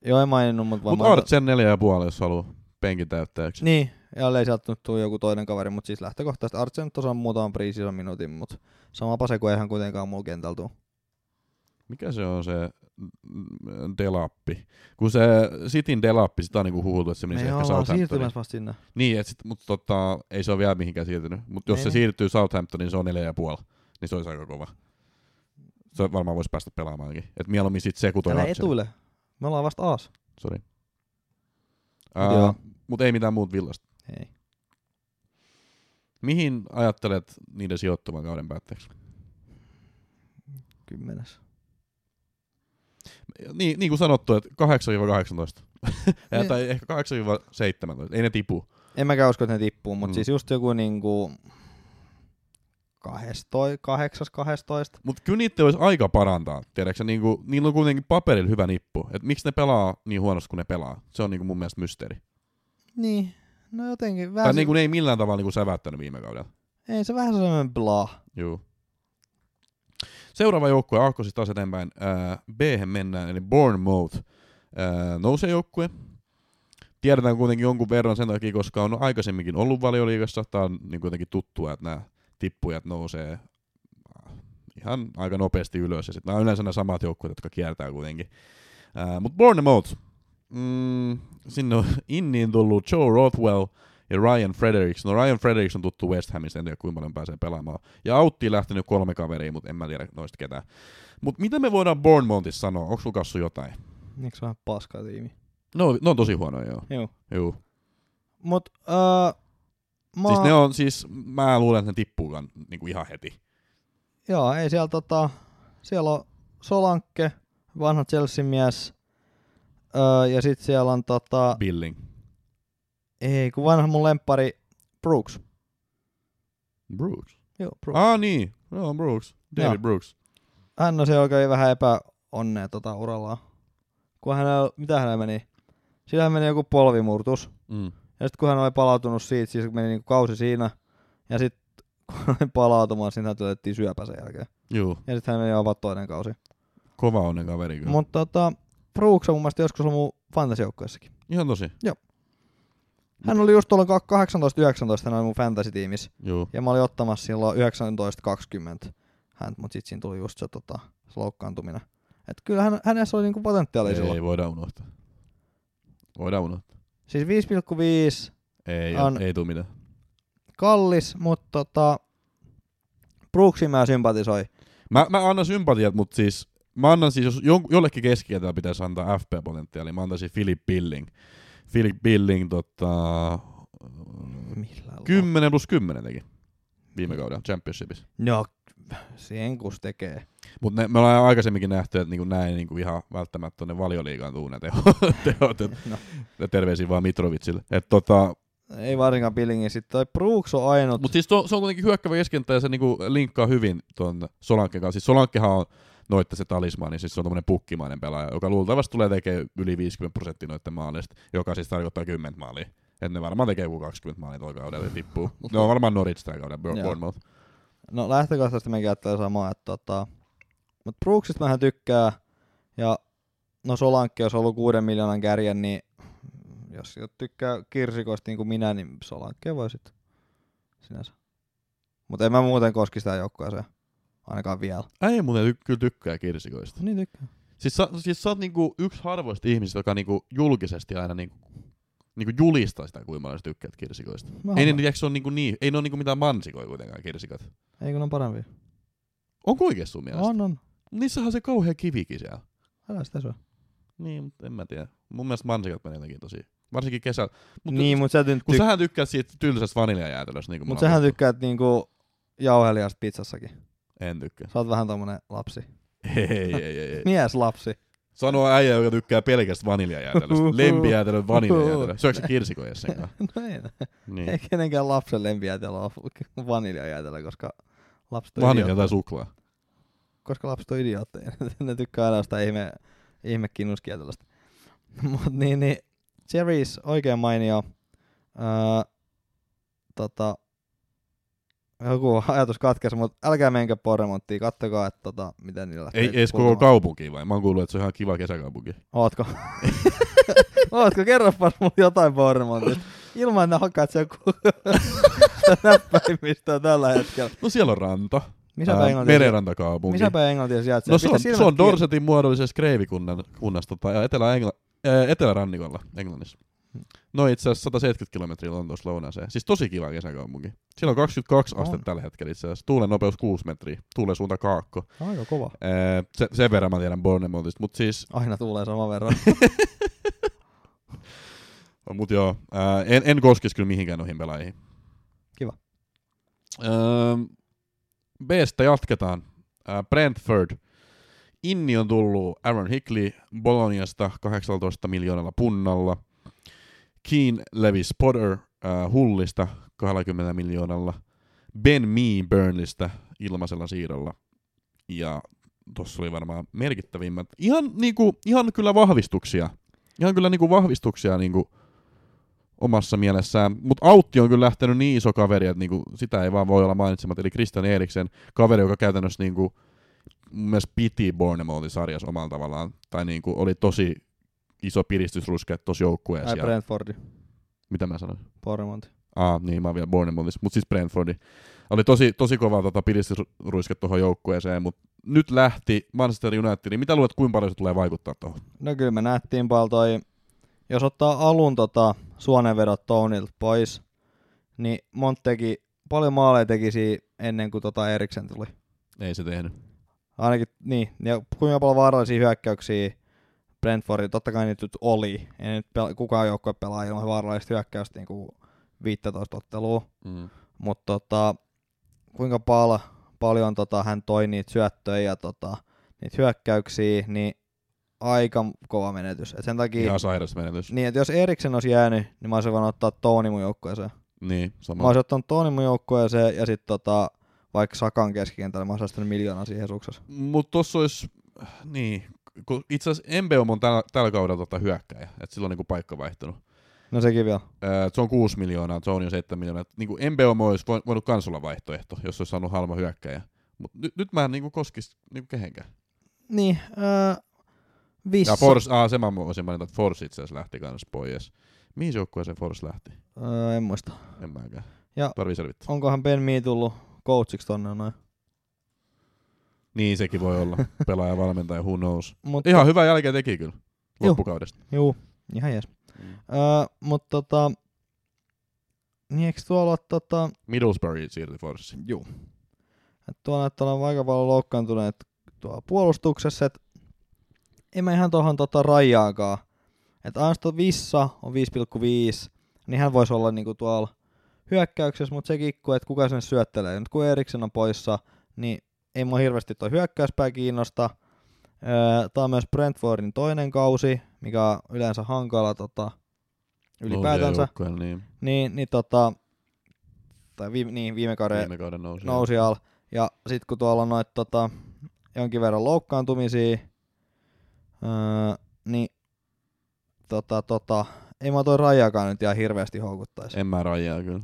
Joo, en maininnut, mutta Mutta Artsen neljä ja puoli, jos haluaa penkin täyttäjäksi. Niin, ja ei sieltä nyt tule joku toinen kaveri, mutta siis lähtökohtaisesti Artsen nyt osaa muutaman preseason minuutin, mutta samapa se kuin eihän kuitenkaan mulla kentällä tuu. Mikä se on se mm, Delappi? Kun se Sitin Delappi, sitä on niinku huhuttu, että se Me menisi ei ehkä ollaan Southamptoniin. siirtymässä vasta sinne. Niin, et sit, mut tota, ei se ole vielä mihinkään siirtynyt. Mutta jos Ei se niin. siirtyy Southamptoniin, se on neljä ja puoli. Niin se olisi aika kova. Se varmaan voisi päästä pelaamaankin. Et mieluummin sit se, kun toi Älä Artsen. etuille. Me ollaan vasta aas. Sori. Joo. Uh, Mutta ei mitään muut villasta. Ei. Mihin ajattelet niiden sijoittuvan kauden päätteeksi? Kymmenes. Niin, niin kuin sanottu, että 8-18. Ja, Niin. tai ehkä 8-17. Ei ne tipu. En mäkään usko, että ne tippuu, mutta Mm. mm. siis just joku niinku... 12, 8, 12. Mutta kyllä niitä olisi aika parantaa. Tiedätkö, niin kuin, niillä on kuitenkin paperilla hyvä nippu. Et miksi ne pelaa niin huonosti kuin ne pelaa? Se on niin kuin mun mielestä mysteeri. Niin, no jotenkin Tai vähän, niin kuin ne ei millään tavalla niin kuin säväyttänyt viime kaudella. se, ei se vähän sellainen bla. Juu. Seuraava joukkue Aakkosista taas eteenpäin. Äh, b mennään, eli Bournemouth. Ää, nousee joukkue. Tiedetään kuitenkin jonkun verran sen takia, koska on aikaisemminkin ollut valioliigassa. Tämä on niin kuitenkin tuttua, että nämä tippujat nousee äh, ihan aika nopeasti ylös. Ja sitten nämä on yleensä nämä samat joukkueet, jotka kiertää kuitenkin. Mutta Bournemouth. Mm, sinne on inniin tullut Joe Rothwell ja Ryan Fredericks. No Ryan Fredericks on tuttu West Hamista, en tiedä kuinka paljon pääsee pelaamaan. Ja Autti lähtenyt kolme kaveria, mutta en mä tiedä noista ketään. Mutta mitä me voidaan Bournemouthissa sanoa? Onko sulla Kassu, jotain? Eikö se vähän paska tiimi? No, ne on tosi huonoja, joo. Joo. Juu. Mut, öö, mä... Siis ne on siis, mä luulen, että ne tippuukaan niinku ihan heti. Joo, ei siellä tota, siellä on Solankke, vanha Chelsea-mies, öö, ja sit siellä on tota, Billing. ei kun vanha mun lemppari Brooks. Brooks. Joo, Brooks. Ah niin, no on Brooks. David Joo. Brooks. Hän on se, joka oli vähän epäonnea tota urallaan. Kun hänellä, mitä hänellä meni? Sillä hänellä meni joku polvimurtus. Mm. Ja sitten kun hän oli palautunut siitä, siis meni niinku kausi siinä, ja sitten kun hän oli palautumaan, niin hän löydettiin syöpä sen jälkeen. Juu, Ja sitten hän meni avaa toinen kausi. kova on ne kaveri kyllä. Mutta tota, Brooks on mun mielestä joskus ollut mun fantasijoukkoissakin. ihan tosi. Hän oli just tuolla 18-19, hän oli mun fantasy-tiimissä. Joo. Ja mä olin ottamassa silloin 19-20 häntä, mutta sitten siinä tuli just se, tota, se loukkaantuminen. Et kyllä hän, hänessä oli niinku potentiaalia Ei, silloin. ei voida unohtaa. Voidaan unohtaa. Siis 5,5 Ei, On- On... ei tuu mitään. kallis, mutta tota, Brooksin mä sympatisoi. Mä, mä annan sympatiat, mutta siis mä annan siis, jos jon, jollekin keskikentällä pitäisi antaa FP-potentiaali, mä antaisin Philip Billing. Philip Billing tota, Millään 10 plus 10 teki viime kaudella championshipissa. No, sen kus tekee. Mutta me ollaan aikaisemminkin nähty, että niinku näin niinku ihan välttämättä tonne valioliigaan tuu ne teho- tehot. Et- No, ja Terveisiä vaan Mitrovicille. Et tota, ei varsinkaan Billingin sit. Toi Brooks on ainut. Mutta siis to, se on kuitenkin hyökkävä keskentä ja se niinku linkkaa hyvin tuon Solanken kanssa. Siis Solankehan on noitta se talismani, siis se on tämmöinen pukkimainen pelaaja, joka luultavasti tulee tekemään yli 50 prosenttia noiden maaleista, joka siis tarkoittaa 10 maalia. Et ne varmaan tekee joku 20 maalia tuolla kaudella ja tippuu. ne on varmaan Norwich tällä kaudella, Bour- Joo. Bournemouth. No lähtökohtaisesti me käyttää samaa, että tota, mutta Brooksista mähän tykkää, ja no Solankki, jos on ollut kuuden miljoonan kärjen, niin jos jo tykkää kirsikoista niin kuin minä, niin Solankkea voi sitten sinänsä. Mutta en mä muuten koski sitä joukkueeseen, ainakaan vielä. Ei muuten ty- kyllä tykkää kirsikoista. No Niin tykkää. Siis sä, siis sä oot niinku yksi harvoista ihmisistä, joka niinku julkisesti aina niinku, niinku julistaa sitä, kuinka paljon sä tykkäät kirsikoista. Mä Ei, ne, haluan. tiedätkö, se on niinku niin, ei ne ole niinku mitään mansikoja kuitenkaan kirsikat. ei kun on parempi. Onko oikein sun mielestä? On, on. Niissähän on se kauhea kivikin siellä. Älä sitä syö. Niin, mutta en mä tiedä. Mun mielestä mansikat menee jotenkin tosi. Varsinkin kesällä. Mut, Niin, mutta sä, ty- kun ty- sähän tykkäät siitä tylsästä vaniljajäätelöstä. Niin mut sähän tykkäät niinku jauhelijasta pizzassakin. En tykkää. Sä oot vähän tommonen lapsi. Ei, ei, ei, Niin. ei. Mieslapsi. Sano äijä, joka tykkää pelkästä vaniljajäätelöstä. Lempijäätelö, vaniljajäätelö. Uhuhu. Syöksä kirsikoja sen kanssa? No ei. Ei Niin. kenenkään lapsen lempijäätelö ole vaniljajäätelö, koska lapset on Vanilja idiootteja. tai suklaa. Koska lapset on idiootteja. ne tykkää aina sitä ihme, ihme kinnuskietelystä. Mut niin, niin. Cherries, oikein mainio. Öö, tota, joku ajatus katkesi, mutta älkää menkö Porremonttiin, kattokaa, että tota, miten niillä lähtee Ei edes koko kulkemaan. kaupunki vai? Mä oon kuullut, että se on ihan kiva kesäkaupunki. Ootko? Ootko? Kerropas mulle jotain Bormontista. Ilman, että hakkaat sen ku- näppäimistä tällä hetkellä. No siellä on ranta. Missä Ää, päin Englantia, Merenrantakaupunki. missä päin Englantia sijaitsee? No se Pistä on, se silmät on kiinni. Dorsetin muodollisessa kreivikunnasta tai Etelä-Engla- ää, Etelärannikolla Englannissa. Hmm. No itse asiassa 170 kilometriä Lontoossa lounaaseen. Siis tosi kiva kesäkaupunki. Siellä on 22 On. astetta tällä hetkellä itse asiassa. Tuulen nopeus 6 metriä. Tuulen suunta kaakko. Aika kova. Ää, se, sen verran mä tiedän Bournemouthista, mutta siis, Aina tulee saman verran. No, mut joo, ää, en, en koskisi kyllä mihinkään noihin pelaajiin. Kiva. Öö, B-stä jatketaan. Ää, Brentford. Inni on tullut Aaron Hickley Boloniasta 18 miljoonalla punnalla. Keen Levis Potter ää, Hullista 20 miljoonalla. Ben Mee Burnleystä ilmaisella siirrolla. Ja tossa oli varmaan merkittävimmät. Ihan, niinku, ihan kyllä vahvistuksia. Ihan kyllä niinku vahvistuksia niinku omassa mielessään. Mutta Autti on kyllä lähtenyt niin iso kaveri, että niinku, sitä ei vaan voi olla mainitsematta. Eli Christian Eriksen kaveri, joka käytännössä niinku, mun mielestä piti Bournemouthin sarjassa omalla tavallaan. Tai niinku, oli tosi iso piristysruske tuossa joukkueessa. Ai ja- Brentfordi, Mitä mä sanoin? Pormont. Ah, niin, mä oon vielä Bournemouthissa, mutta siis Brentfordi. Oli tosi, tosi kova tota, piristysruiske tuohon joukkueeseen, mutta nyt lähti Manchester Unitediin. Mitä luulet, kuinka paljon se tulee vaikuttaa tuohon? No kyllä me nähtiin paljon toi, jos ottaa alun tota suonenvedot Tounilta pois, niin Mont teki, paljon maaleja teki siinä ennen kuin tota Eriksen tuli. Ei se tehnyt. Ainakin, niin. Ja kuinka paljon vaarallisia hyökkäyksiä Brentfordin, totta kai niitä nyt oli. Ei nyt pela, kukaan joukkue pelaa ilman vaarallista hyökkäystä niin kuin 15 ottelua. Mm. Mutta tota, kuinka pal- paljon tota, hän toi niitä syöttöjä ja tota, niitä hyökkäyksiä, niin aika kova menetys. Et sen takia, Ihan sairas menetys. niin, että jos Eriksen olisi jäänyt, niin mä olisin voinut ottaa Tooni mun joukkueeseen. Niin, Mä sama. olisin ottanut Tooni mun joukkueeseen ja sitten tota, vaikka Sakan keskikentällä, mä olisin säästänyt miljoonaa siihen suksessa. Mutta tossa olisi, niin, kun itse asiassa Embeom on tällä, tällä kaudella tota hyökkäjä, että sillä on niinku paikka vaihtunut. No sekin vielä. Öö, se on 6 miljoonaa, se on jo 7 miljoonaa. Et Niinku Embeom olisi vo- voinut kans olla vaihtoehto, jos olisi saanut halma hyökkäjä. Mutta nyt, nyt mä en niinku koskisi niinku kehenkään. Niin, öö, Vissa. Ja Force, ah, se mä voisin mainita, että Force itse asiassa lähti kans pois. Mihin se joukkueeseen Force lähti? Öö, en muista. En mäkään. Ja- Tarvii selvittää. Onkohan Ben Mee tullut coachiksi tonne noin? Niin sekin voi olla. Pelaaja, valmentaja, who knows. Mutta, Ihan hyvä jälkeä teki kyllä. Joo. Loppukaudesta. Juu, ihan jees. Öö, mutta tota, niin eikö tuolla ole tota, Middlesbrough siirtyi Forssiin. Juu. Et tuolla näyttää olevan aika paljon loukkaantuneet tuolla puolustuksessa, et en mä ihan tuohon tota rajaakaan. Että Anston Vissa on 5,5, niin hän voisi olla niinku tuolla hyökkäyksessä, mutta se kikku, että kuka sen syöttelee. Nyt kun Eriksen on poissa, niin ei mua hirveästi tuo hyökkäyspää kiinnosta. Tämä on myös Brentfordin toinen kausi, mikä on yleensä hankala tota, Oh, ylipäätänsä. Nousee joukkueella, Niin, Niin, niin tota, tai viime, niin, viime kauden viime kauden nousi. nousi al. Ja sit kun tuolla on noit tota, jonkin verran loukkaantumisia, öö, niin tota, tota, ei mä toi rajakaan nyt ihan hirveästi houkuttaisi. En mä rajaa kyllä.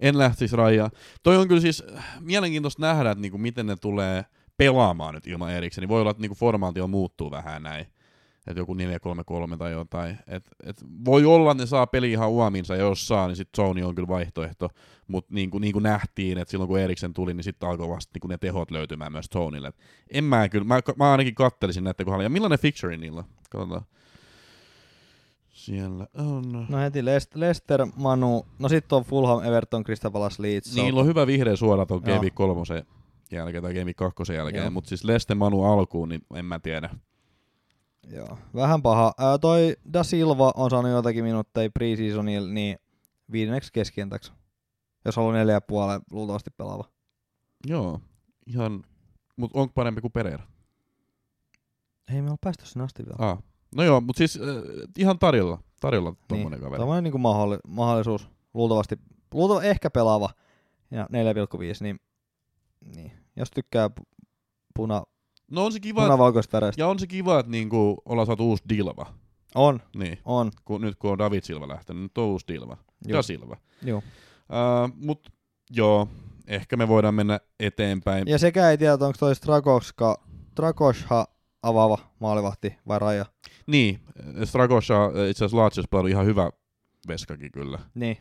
En lähtisi rajaa. Toi on kyllä siis äh, mielenkiintoista nähdä, että niinku miten ne tulee pelaamaan nyt ilman erikseen. Voi olla, että niinku formaatio muuttuu vähän näin. Että joku 4-3-3 tai jotain. Et, et voi olla, että ne saa peli ihan uominsa, ja jos saa, niin sitten Sony on kyllä vaihtoehto. Mutta niin kuin, niin kuin nähtiin, että silloin kun Eriksen tuli, niin sitten alkoi vasta niin kuin ne tehot löytymään myös Sonylle. Et En mä kyllä, mä, mä ainakin kattelisin näitä kohdalla. Ja millainen fixture niillä on? Katsotaan. Siellä on... No heti Lest- Lester, Manu, no sit on Fulham, Everton, Kristapalas, Leeds. Niin, Niillä on hyvä vihreä suora tuon Joo. Game Week kolmosen jälkeen tai Game Week kakkosen Joo. jälkeen, mutta siis Leste Manu alkuun, niin en mä tiedä. Joo, vähän paha. Ää, toi Da Silva on saanut joitakin minuutteja preseasonilla, niin viidenneksi keskientäksi. Jos on ollut neljä ja puoleen, luultavasti pelaava. Joo, ihan, mutta onko parempi kuin Pereira? Ei me olla päästy sinne asti vielä. Ah. No joo, mutta siis äh, ihan tarjolla, tarjolla tommonen kaveri. Tuommoinen niin mahdolli, mahdollisuus, luultavasti, luultavasti ehkä pelaava, ja 4,5, niin, niin jos tykkää pu- puna, No on se kiva, että, punavalkoista väreistä. ja on se kiva, että niinku ollaan saatu uusi Dilva. On, Niin, on. kun, nyt kun on David Silva lähtenyt, nyt on uusi Dilva. Joo. Ja Silva. Joo. Äh, mutta joo, ehkä me voidaan mennä eteenpäin. Ja sekä ei tiedä, onko toi Strakoska, Strakosha avaava maalivahti vai raja. Niin, Stragosha äh, itse asiassa Laatsiossa pelannut ihan hyvä veskakin kyllä. Niin.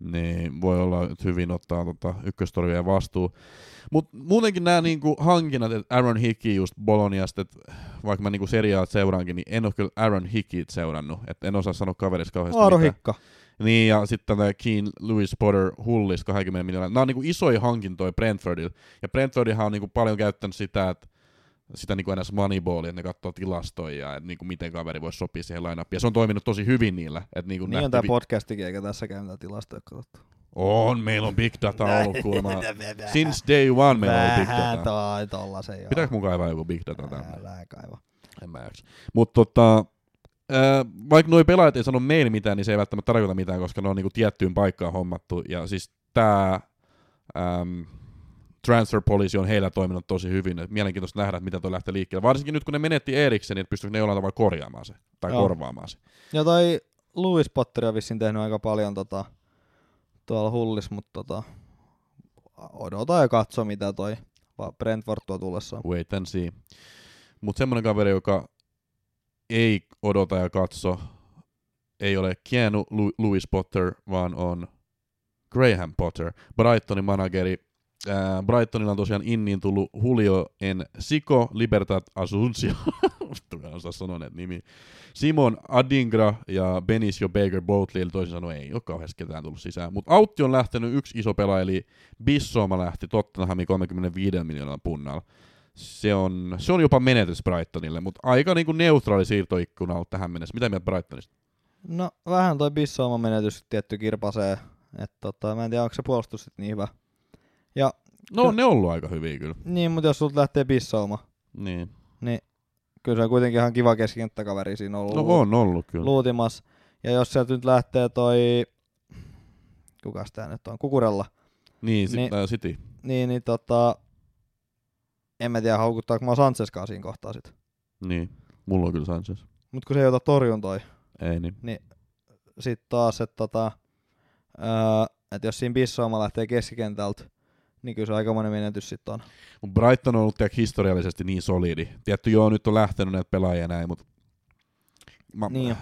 niin voi olla, että hyvin ottaa tota, ykköstorjujien vastuu. Mutta muutenkin nämä niinku, hankinnat, että Aaron Hickey just Boloniasta, että vaikka mä niinku seriaa seuraankin, niin en ole kyllä Aaron Hickey seurannut, että en osaa sanoa kaverista kauheasti Aaro mitään. Hikka. Niin, ja sitten tämä Keen Lewis Potter Hullis 20 miljoonaa. Nämä on niinku isoja hankintoja Brentfordilla. Ja Brentfordihan on niinku paljon käyttänyt sitä, että sitä niinku ns. moneyballia, että ne katsoo tilastoja, että niinku miten kaveri voisi sopia siihen lainappiin. Ja se on toiminut tosi hyvin niillä. Että niinku Niin on nähty tää vi- podcastikin, eikä tässä käy mitään tilastoja katsottu. on, meillä on big data ollut kuulemma. Since day one meillä on big Vähän data. tai tollasen joo. Pitääkö mun kaivaa joku big data tänne? Älä kaiva. En mä jaksa. Mut tota, ää, vaikka noi pelaajat ei sano meille mitään, niin se ei välttämättä tarkoita mitään, koska ne on niinku tiettyyn paikkaan hommattu. Ja siis tää äm, transfer policy on heillä toiminut tosi hyvin. Et Mielenkiintoista nähdä, että mitä toi lähtee liikkeelle. Varsinkin nyt kun ne menetti Eriksen, niin pystyykö ne jollain tavalla korjaamaan se tai Joo. korvaamaan se. Ja toi Louis Potter on vissiin tehnyt aika paljon tota, tuolla hullis, mutta tota, odota ja katso mitä toi va- Brentford tuo tullessaan. Wait and see. Mutta semmoinen kaveri, joka ei odota ja katso, ei ole Keanu Lu- Lewis Potter, vaan on Graham Potter, Brightonin manageri. Ää, Brightonilla on tosiaan inniin tullut Julio en Siko, Libertad Asuncio, Tulee osaa sanoa näitä nimiä. Simon Adingra ja Benicio Baker Boatley, eli toisin sanoen ei ole kauheasti ketään tullut sisään. Mutta Autti on lähtenyt yksi iso pelaaja, eli Bissoma lähti Tottenhamin 35 miljoonan punnalla se on, se on jopa menetys Brightonille, mutta aika niinku neutraali siirtoikkuna on ollut tähän mennessä. Mitä mieltä Brightonista? No vähän toi Bissooma menetys tietty kirpasee. Et tota, mä en tiedä onko se puolustus sit niin hyvä. No on ne ollut aika hyviä kyllä. Niin, mutta jos sulta lähtee Bissooma, Niin. kyllä se on kuitenkin ihan kiva keskikenttäkaveri siinä ollut. No on ollut kyllä. Luutimas. Ja jos sieltä nyt lähtee toi, kukas tää nyt on, Kukurella, Niin, sit, Ne- ää, City. niin, niin tota, en mä tiedä haukuttaako mä Sanchezkaan siinä kohtaa sit. Niin. Mulla on kyllä Sanchez. Mut kun se ei ota torjuntoi, Ei niin. sitten taas, että tota, ää, et jos siinä Bissooma lähtee keskikentältä, niin kyllä se aikamoinen menetys sitten on. Mut Brighton on ollut tiedäkö, historiallisesti niin solidi. Tietty joo, nyt on lähtenyt näitä pelaajia ja näin, mutta... Mä, Niin jo.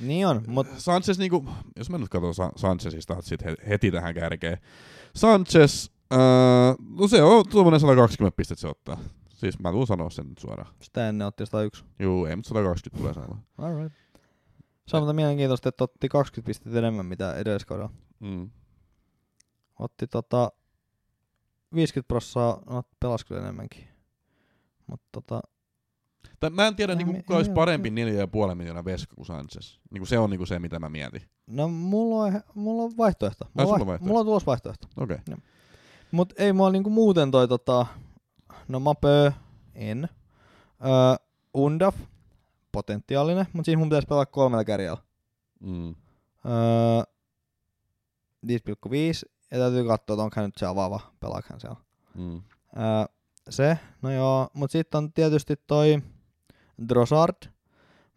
Niin on, mutta Sanchez, niinku, jos mä nyt katson Sa- Sanchezista sit he- heti tähän kärkeen. Sanchez, öö, no se on tuommoinen 120 pistettä se ottaa. Siis mä tuun sanoa sen nyt suoraan. sitä ennen otti 101. Juu, ei, mutta 120 tulee saamaan. Alright. Samalta mielenkiintoista, että otti 20 pistettä enemmän mitä edelliskaudella. Mm. Otti tota 50 prossaa, no pelasi kyllä enemmänkin. Mutta tota, Tai mä en tiedä, Ei niinku, me- kuka ei olisi oo parempi 4,5 miljoonaa veska kuin Sanchez. Niinku se on niinku se, mitä mä mietin. no mulla on, mulla on vaihtoehto. Mulla, Ai, sulla on vaihtoehto. vaihtoehto. mulla on tulossa vaihtoehto. Okei. Mut ei mua niinku muuten toi tota, no Mapö, en. Öö, Undaf, potentiaalinen, mutta siis mun pitäisi pelaa kolmella kärjellä. Mm. Öö, 5,5 ja täytyy katsoa, että onko hän nyt se avaava, pelaako hän siellä. Mm. Öö, se, no joo, mut sitten on tietysti toi Drossard,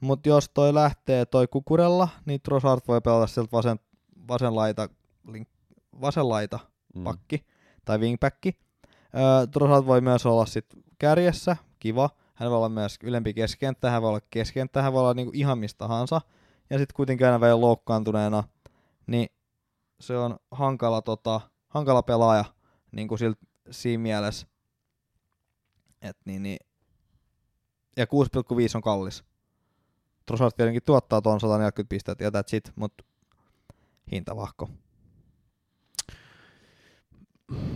mut jos toi lähtee toi kukurella, niin Drossard voi pelata sieltä vasen, vasen laita, link, vasen laita Mm. pakki tai wingbacki. Öö, Trossard voi myös olla sit kärjessä, kiva. Hän voi olla myös ylempi keskenttä, hän voi olla keskenttä, hän voi olla niinku ihan mistä tahansa. Ja sitten kuitenkin aina vielä loukkaantuneena, niin se on hankala, tota, hankala pelaaja niinku silt, siinä mielessä. Et niin, niin. Ja 6,5 on kallis. Trossard tietenkin tuottaa tuon 140 pistettä ja that's it, mutta hintavahko.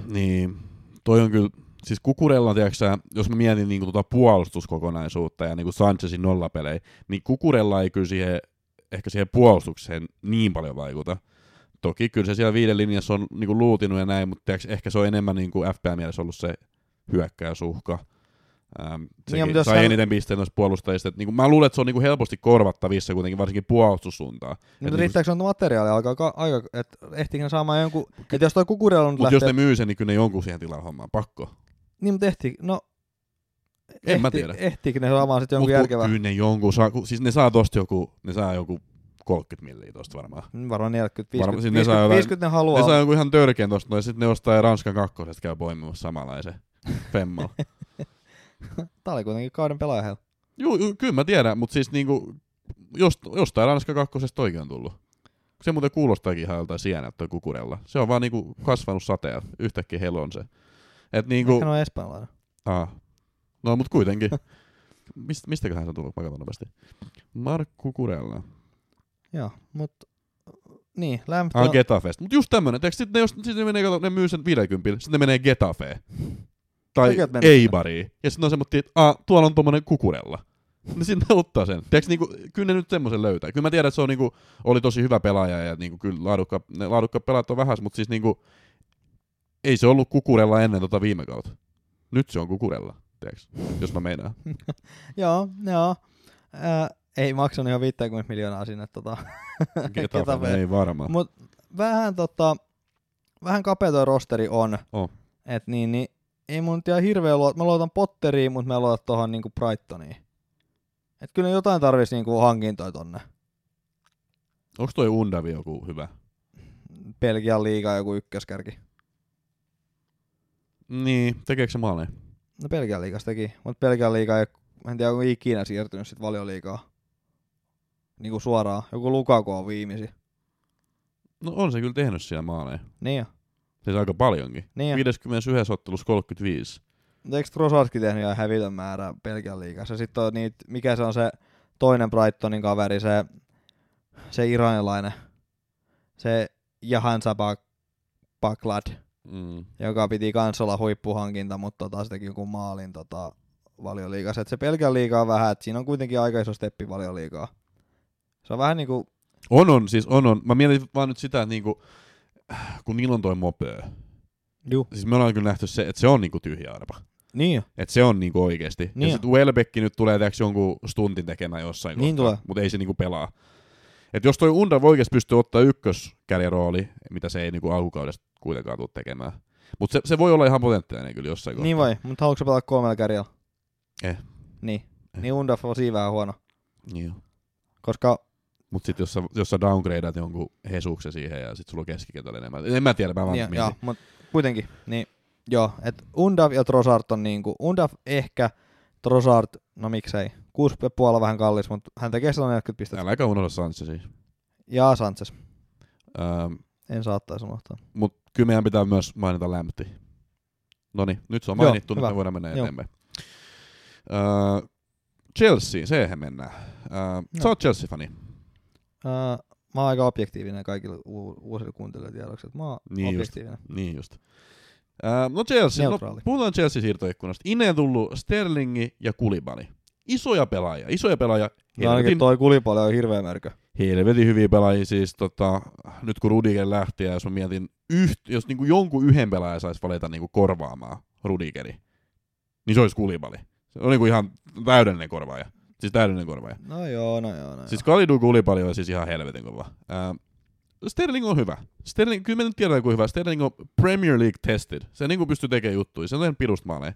Niin, toi on kyllä, siis Kukurella, tiedätkö, sä, jos mä mietin niin tuota puolustuskokonaisuutta ja niin kuin Sanchezin nollapelejä, niin Kukurella ei kyllä siihen, ehkä siihen puolustukseen niin paljon vaikuta. Toki kyllä se siellä viiden linjassa on niin kuin luutinut ja näin, mutta tiedätkö, ehkä se on enemmän niin kuin FPA-mielessä ollut se hyökkäysuhka. Ähm, sekin mutta jos sai hän- eniten pisteitä noista puolustajista. Et, niin kuin, mä luulen, että se on niin kuin helposti korvattavissa kuitenkin, varsinkin puolustussuuntaan. Mutta niinku- riittääkö niinku... materiaalia alkaa ka- aika, että ehtiikö ne saamaan jonkun, että jos toi kukurella nyt Mutta lähtee, jos ne myy sen, niin kyllä ne jonkun siihen tilaan hommaan, pakko. niin mutta ehti, no, En mä tiedä. Ehtiikö ne saamaan sitten jonkun Mut ku- järkevän, Kyllä ne jonkun saa, ku- siis ne saa tosta joku, ne saa joku 30 milliä tosta varmaan. Mm, varmaan 40, Varma- 50, siis ne saa 50, jotain- 50 ne haluaa, Ne saa joku ihan törkeän tosta, noin, ja sitten ne ostaa ja Ranskan kakkosesta käy poimimassa samanlaisen femmal. tää oli kuitenkin kauden pelaaja heillä. Juu, juu, kyllä mä tiedän, mutta siis niinku, jos, jostain Ranska kakkosesta oikein on tullut. Se muuten kuulostaakin ihan joltain sieneltä toi kukurella. Se on vaan niinku kasvanut sateella, yhtäkkiä heillä on se. Et niinku, Hän on espanjalainen. Ah. No, mutta kuitenkin. Mist, mistäköhän se on tullut? Mä katson nopeasti. Markku Kurella. Joo, mutta niin, lämpö. Ah, Getafesta. Mutta just tämmönen. Tiedätkö, sit ne, jos, sit ne, menee, kato, ne myy sen 50, sitten ne menee Getafeen. Tai Tekijät menee Eibariin. Ja sitten on semmoinen, että ah, tuolla on tuommoinen kukurella. Niin sitten ne ottaa sen. Tiedätkö, niinku, kyllä ne nyt semmoisen löytää. Kyllä mä tiedän, että se on, niinku, oli tosi hyvä pelaaja ja niinku, kyllä laadukka, ne laadukkaat pelaajat on vähäs, mutta siis niinku, ei se ollut kukurella ennen tota viime kautta. Nyt se on kukurella, tiedätkö, jos mä meinaan. joo, joo. Ää, ei maksanut ihan 50 miljoonaa sinne tota. Getafe, Getafe. ei varmaan. Mut vähän tota, vähän kapea toi rosteri on. On. Et niin, niin ei mun nyt ihan hirveä luot. Mä luotan Potteriin, mutta mä en luota tohon niinku Brightoniin. Et kyllä ne jotain tarvis niinku hankintoja tonne. Onko toi Undavi joku hyvä? Belgian liiga joku ykköskärki. Niin, tekeekö se maaleja? No Belgian liigas teki, mutta Belgian liiga ei, mä en tiedä onko ikinä siirtynyt sit valioliigaa. Niinku suoraan. Joku Lukaku on viimeisin. No on se kyllä tehnyt siellä maaleja. Niin jo, Siis aika paljonkin. niin jo. 51 ottelussa 35. Mut Eikö Trossardkin No tehnyt ihan hävitön määrä Belgian liigassa? Sitten on niitä, mikä se on se toinen Brightonin kaveri, se, se iranilainen, se Jahan Sabak- Baklad, Mm. joka piti kans olla huippuhankinta, mutta tota, se teki joku maalin tota, valioliigassa. Et se Belgian liiga on vähän, että siinä on kuitenkin aika iso steppi valioliigaa. Se on vähän niinku, On on, siis on on. Mä mietin vaan nyt sitä, että niinku, kun niillä on toi mopö. Juh. Siis me ollaan kyllä nähty se, että se on niinku tyhjä arpa. niin jo. Että se on niinku oikeesti. Niin ja on. sit Welbeck nyt tulee tehdäksi jonkun stuntin tekemään jossain Niin kohtaa, tulee. mutta ei se niinku pelaa. Et jos toi Unda oikeasti pystyy ottaa ykköskärjerooli, mitä se ei niinku alkukaudesta kuitenkaan tule tekemään. Mutta se, se, voi olla ihan potentiaalinen kyllä jossain kohtaa. Niin voi, mutta haluatko sä pelata kolmella kärjellä? Eh. Niin. Eh. Niin Undaf on siinä vähän huono, Niin koska Mutta sitten jos, sä- jos sä downgradeat jonkun hesuksen siihen ja sitten sulla on keskikentällä enemmän. En mä tiedä, mä vaan Niin, mietin. joo, mutta kuitenkin, niin joo, et Undav ja Trossard on niinku, Undav ehkä, Trossard, no miksei, 6 ja puolella vähän kallis, mutta hän tekee 140 pistettä. Älä eikä unohda Sanchez siis. Ja Sanchez. Ähm, En saattaisi unohtaa. Mutta kyllä meidän pitää myös mainita lämpti. No niin, nyt se on Joo, mainittu, nyt hyvä. me voidaan mennä Joo. eteenpäin. Öö, Chelsea, sehän mennään. Öö, sä Joo. oot Chelsea-fani. Ää, mä oon aika objektiivinen kaikille u- uusille kuuntelijoille tiedoksi, että mä oon Niin just. objektiivinen. Niin just. Öö, no Chelsea, no, Neutraali. puhutaan Chelsea-siirtoikkunasta. Ineen tullut Sterlingi ja Kulibali. Isoja pelaajia, isoja pelaajia. No ainakin Helvetin, toi kulipali on hirveä mörkö. helvetin hyviä pelaajia siis, tota, nyt kun Rudiger lähti ja jos mä mietin, yht, jos niinku jonkun yhden pelaajan saisi valita niinku korvaamaan Rudigeri, niin se olisi Kulibali. Se on niinku ihan täydellinen korvaaja. Siis täydellinen korvaaja. No joo, no joo, no Siis Kalidu Kulibali on siis ihan helvetin kova. Ää, Sterling on hyvä. Sterling, kyllä me nyt tiedetään, kuinka hyvä. Sterling on Premier League tested. Se niinku pystyy tekemään juttuja. Se on tehnyt pirusta maaleja.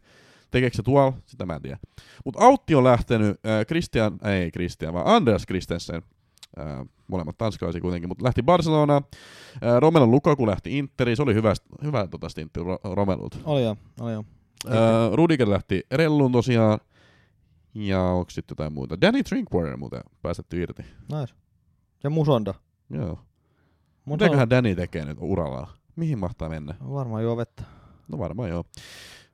Tekeekö se tuolla? Sitä mä en tiedä. Mutta Autti on lähtenyt, äh, Christian, ei Christian, vaan Andreas Christensen, äh, molemmat tanskalaisia kuitenkin, mutta lähti Barcelonaan. Äh, Romelu Lukaku lähti Interiin, se oli hyvä, hyvä tota stintti Ro- Romelulta. joo. Oli joo, oli joo. Äh, Rudiger lähti Relluun tosiaan, ja onko sitten jotain muuta? Danny Drinkwater muuten päästetty irti. Nice. Ja Musonda. Joo. Musonda Mitäköhän Danny tekee nyt urallaan? Mihin mahtaa mennä? varmaan juo vettä. No varmaan joo.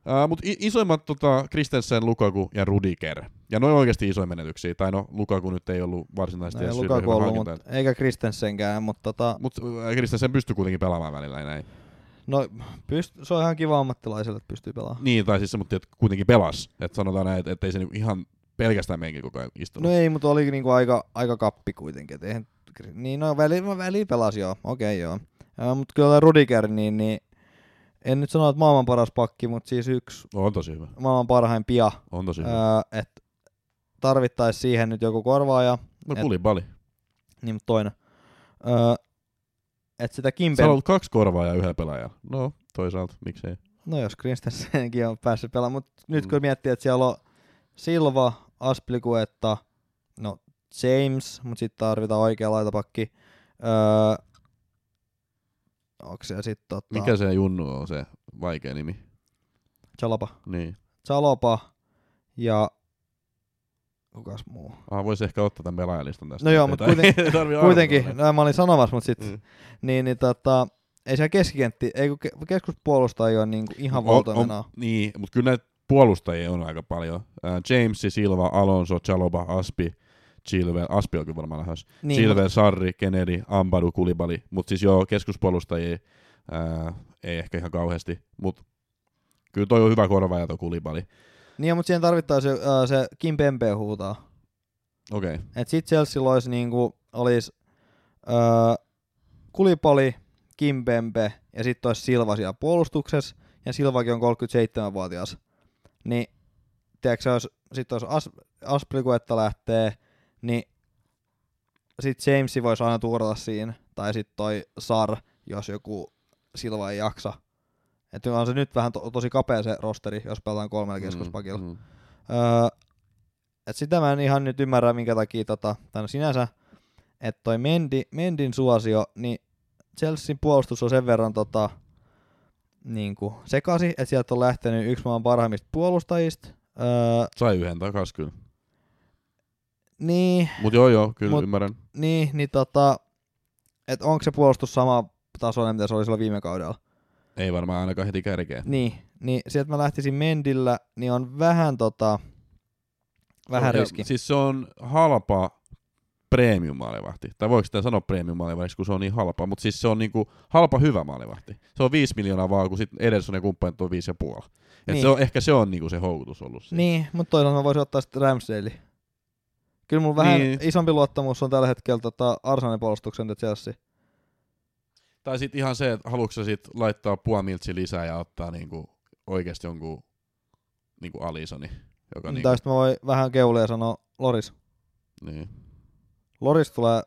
Uh, Mutta isoimmat tota, Kristensen, Lukaku ja Rudiger. Ja noin oikeasti isoja menetyksiä. Tai no, Lukaku nyt ei ollut varsinaisesti Näin edes No Lukaku hyvä ollut, hankinta. mutta eikä Kristensenkään, mutta tota, Mutta Kristensen pystyy kuitenkin pelaamaan välillä ja näin. no, pyst, se on ihan kiva ammattilaiselle, että pystyy pelaamaan. Niin, tai siis se, mutta kuitenkin pelas. Että sanotaan näin, että ei se niinku ihan pelkästään meinkin koko ajan istunut. No ei, mutta oli niinku aika, aika kappi kuitenkin. Et eihän, niin no väliin, mä väliin pelasi joo, okei joo. Äh, mutta kyllä Rudiger, niin, niin en nyt sano, että maailman paras pakki, mutta siis yksi No, on tosi hyvä. maailman parhaimpia. On tosi hyvä. Öö, että tarvittaisi siihen nyt joku korvaaja, no et- kuli bali. niin mut toinen. Öö, että sitä Sä Kimpen... on ollut kaksi korvaa ja yhden pelaajan. No, toisaalta, miksei. No jos Kristensenkin on päässyt pelaamaan, mutta nyt Mm. kun miettii, että siellä on Silva, Aspilikuetta, no James, mutta sitten tarvitaan oikea laitapakki. Öö, onko siellä sitten tota, Mikä se Junnu on se vaikea nimi? Chalapa? Niin. Chalopa ja kukas muu? Ah, voisi ehkä ottaa tämän pelaajalistan tästä. No joo, Ei mut tar- kuiten- ei tarvii Kuitenkin, arvata. no, mä olin sanomassa, mutta sitten, Mm. mm. niin, niin tota, ei siellä keskikentti, ei kun ke- keskuspuolustajia on niinku ihan On- on- valtavana. Niin, mutta kyllä näitä puolustajia on aika paljon. Äh, James, Silva, Alonso, Chaloba, Aspi, Chilwell, Aspi on kyllä varmaan lähes. Niin, Niin, Chilwell, Sarri, Kennedy, Ambadu, Kulibali. Mutta siis joo, keskuspuolustajia äh, ei ehkä ihan kauheasti, mutta kyllä toi on hyvä korvaaja toi Kulibali. niin mutta siihen tarvittaisi öö, se Kim Pempe huutaa. Okei, okay. Et sit Chelsea olisi niinku, olis öö, Kulipoli, Kimpempe ja sitten olisi Silva siellä puolustuksessa ja Silvakin on 37-vuotias. Niin tiedätkö, jos sitten olisi As, Asplikuetta lähtee, niin sitten James voisi aina tuurata siinä, tai sitten toi Sar, jos joku Silva ei jaksa. Että on se nyt vähän to- tosi kapea se rosteri, jos pelataan kolmella keskuspakilla. Mm, mm. Öö, et sitä mä en ihan nyt ymmärrä, minkä takia tota, tai no sinänsä, että toi Mendi, Mendin suosio, niin Chelsean puolustus on sen verran tota, niin kuin sekasi, että sieltä on lähtenyt yksi maan parhaimmista puolustajista. Öö, Sai yhden takas kyllä. niin, Mutta joo joo, kyllä Mut- ymmärrän. niin, niin tota, että onko se puolustus sama tasoinen, mitä se oli silloin viime kaudella. Ei varmaan ainakaan heti kärkeä. Niin, niin sieltä mä lähtisin Mendillä, niin on vähän tota, vähän Ja riski. Siis se on halpa premium maalivahti. Tai voiko sitä sanoa premium maalivahdiksi, kun se on niin halpa, mutta siis se on niinku halpa hyvä maalivahti. Se on 5 miljoonaa vaan, kun sitten Ederson ja kumppanit on 5,5. Et Niin. se on, ehkä se on niinku se houkutus ollut. siinä. Niin, mutta toisaalta mä voisin ottaa sitten Ramsdale. Kyllä mulla vähän Niin. niin. isompi luottamus on tällä hetkellä tota Arsenalin puolustuksen kuin Chelsea. Tai sitten ihan se, että haluatko sä sit laittaa puomiltsi lisää ja ottaa niinku oikeasti jonkun niinku Alisoni, joka Niin. niinku, Tai sitten mä voin vähän keulia sanoa Loris. niin, Loris tulee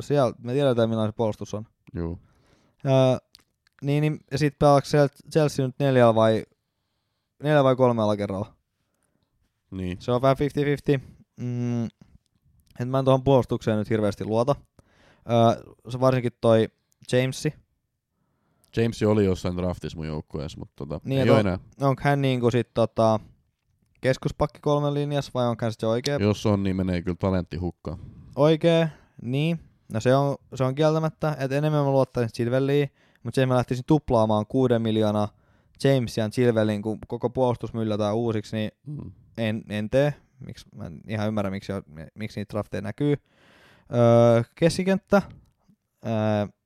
siellä, me tiedetään millainen se puolustus on. juu. Öö, niin, niin ja sitten pelaako Chel- Chelsea nyt neljällä vai, neljällä vai kolmella kerralla? Niin. Se on vähän 50-50. Mm, et mä en tuohon puolustukseen nyt hirveästi luota. Öö, se varsinkin toi Jamesi. James oli jossain draftissa mun joukkueessa, mutta tota, Niin, ei ja ole to- enää. onko hän niinku sit tota, keskuspakki kolmen linjassa vai onko se oikea? Jos on, niin menee kyllä talentti hukkaan. Oikea, niin. No se on, se on kieltämättä, että enemmän mä luottaisin Silveliin, mutta sen mä lähtisin tuplaamaan kuuden miljoonaa James ja Silvelin, kun koko puolustus myllätään uusiksi, niin Mm. en, en tee. Miks, mä en ihan ymmärrä, miksi, on- miksi niitä drafteja näkyy. Öö, keskikenttä. Öö,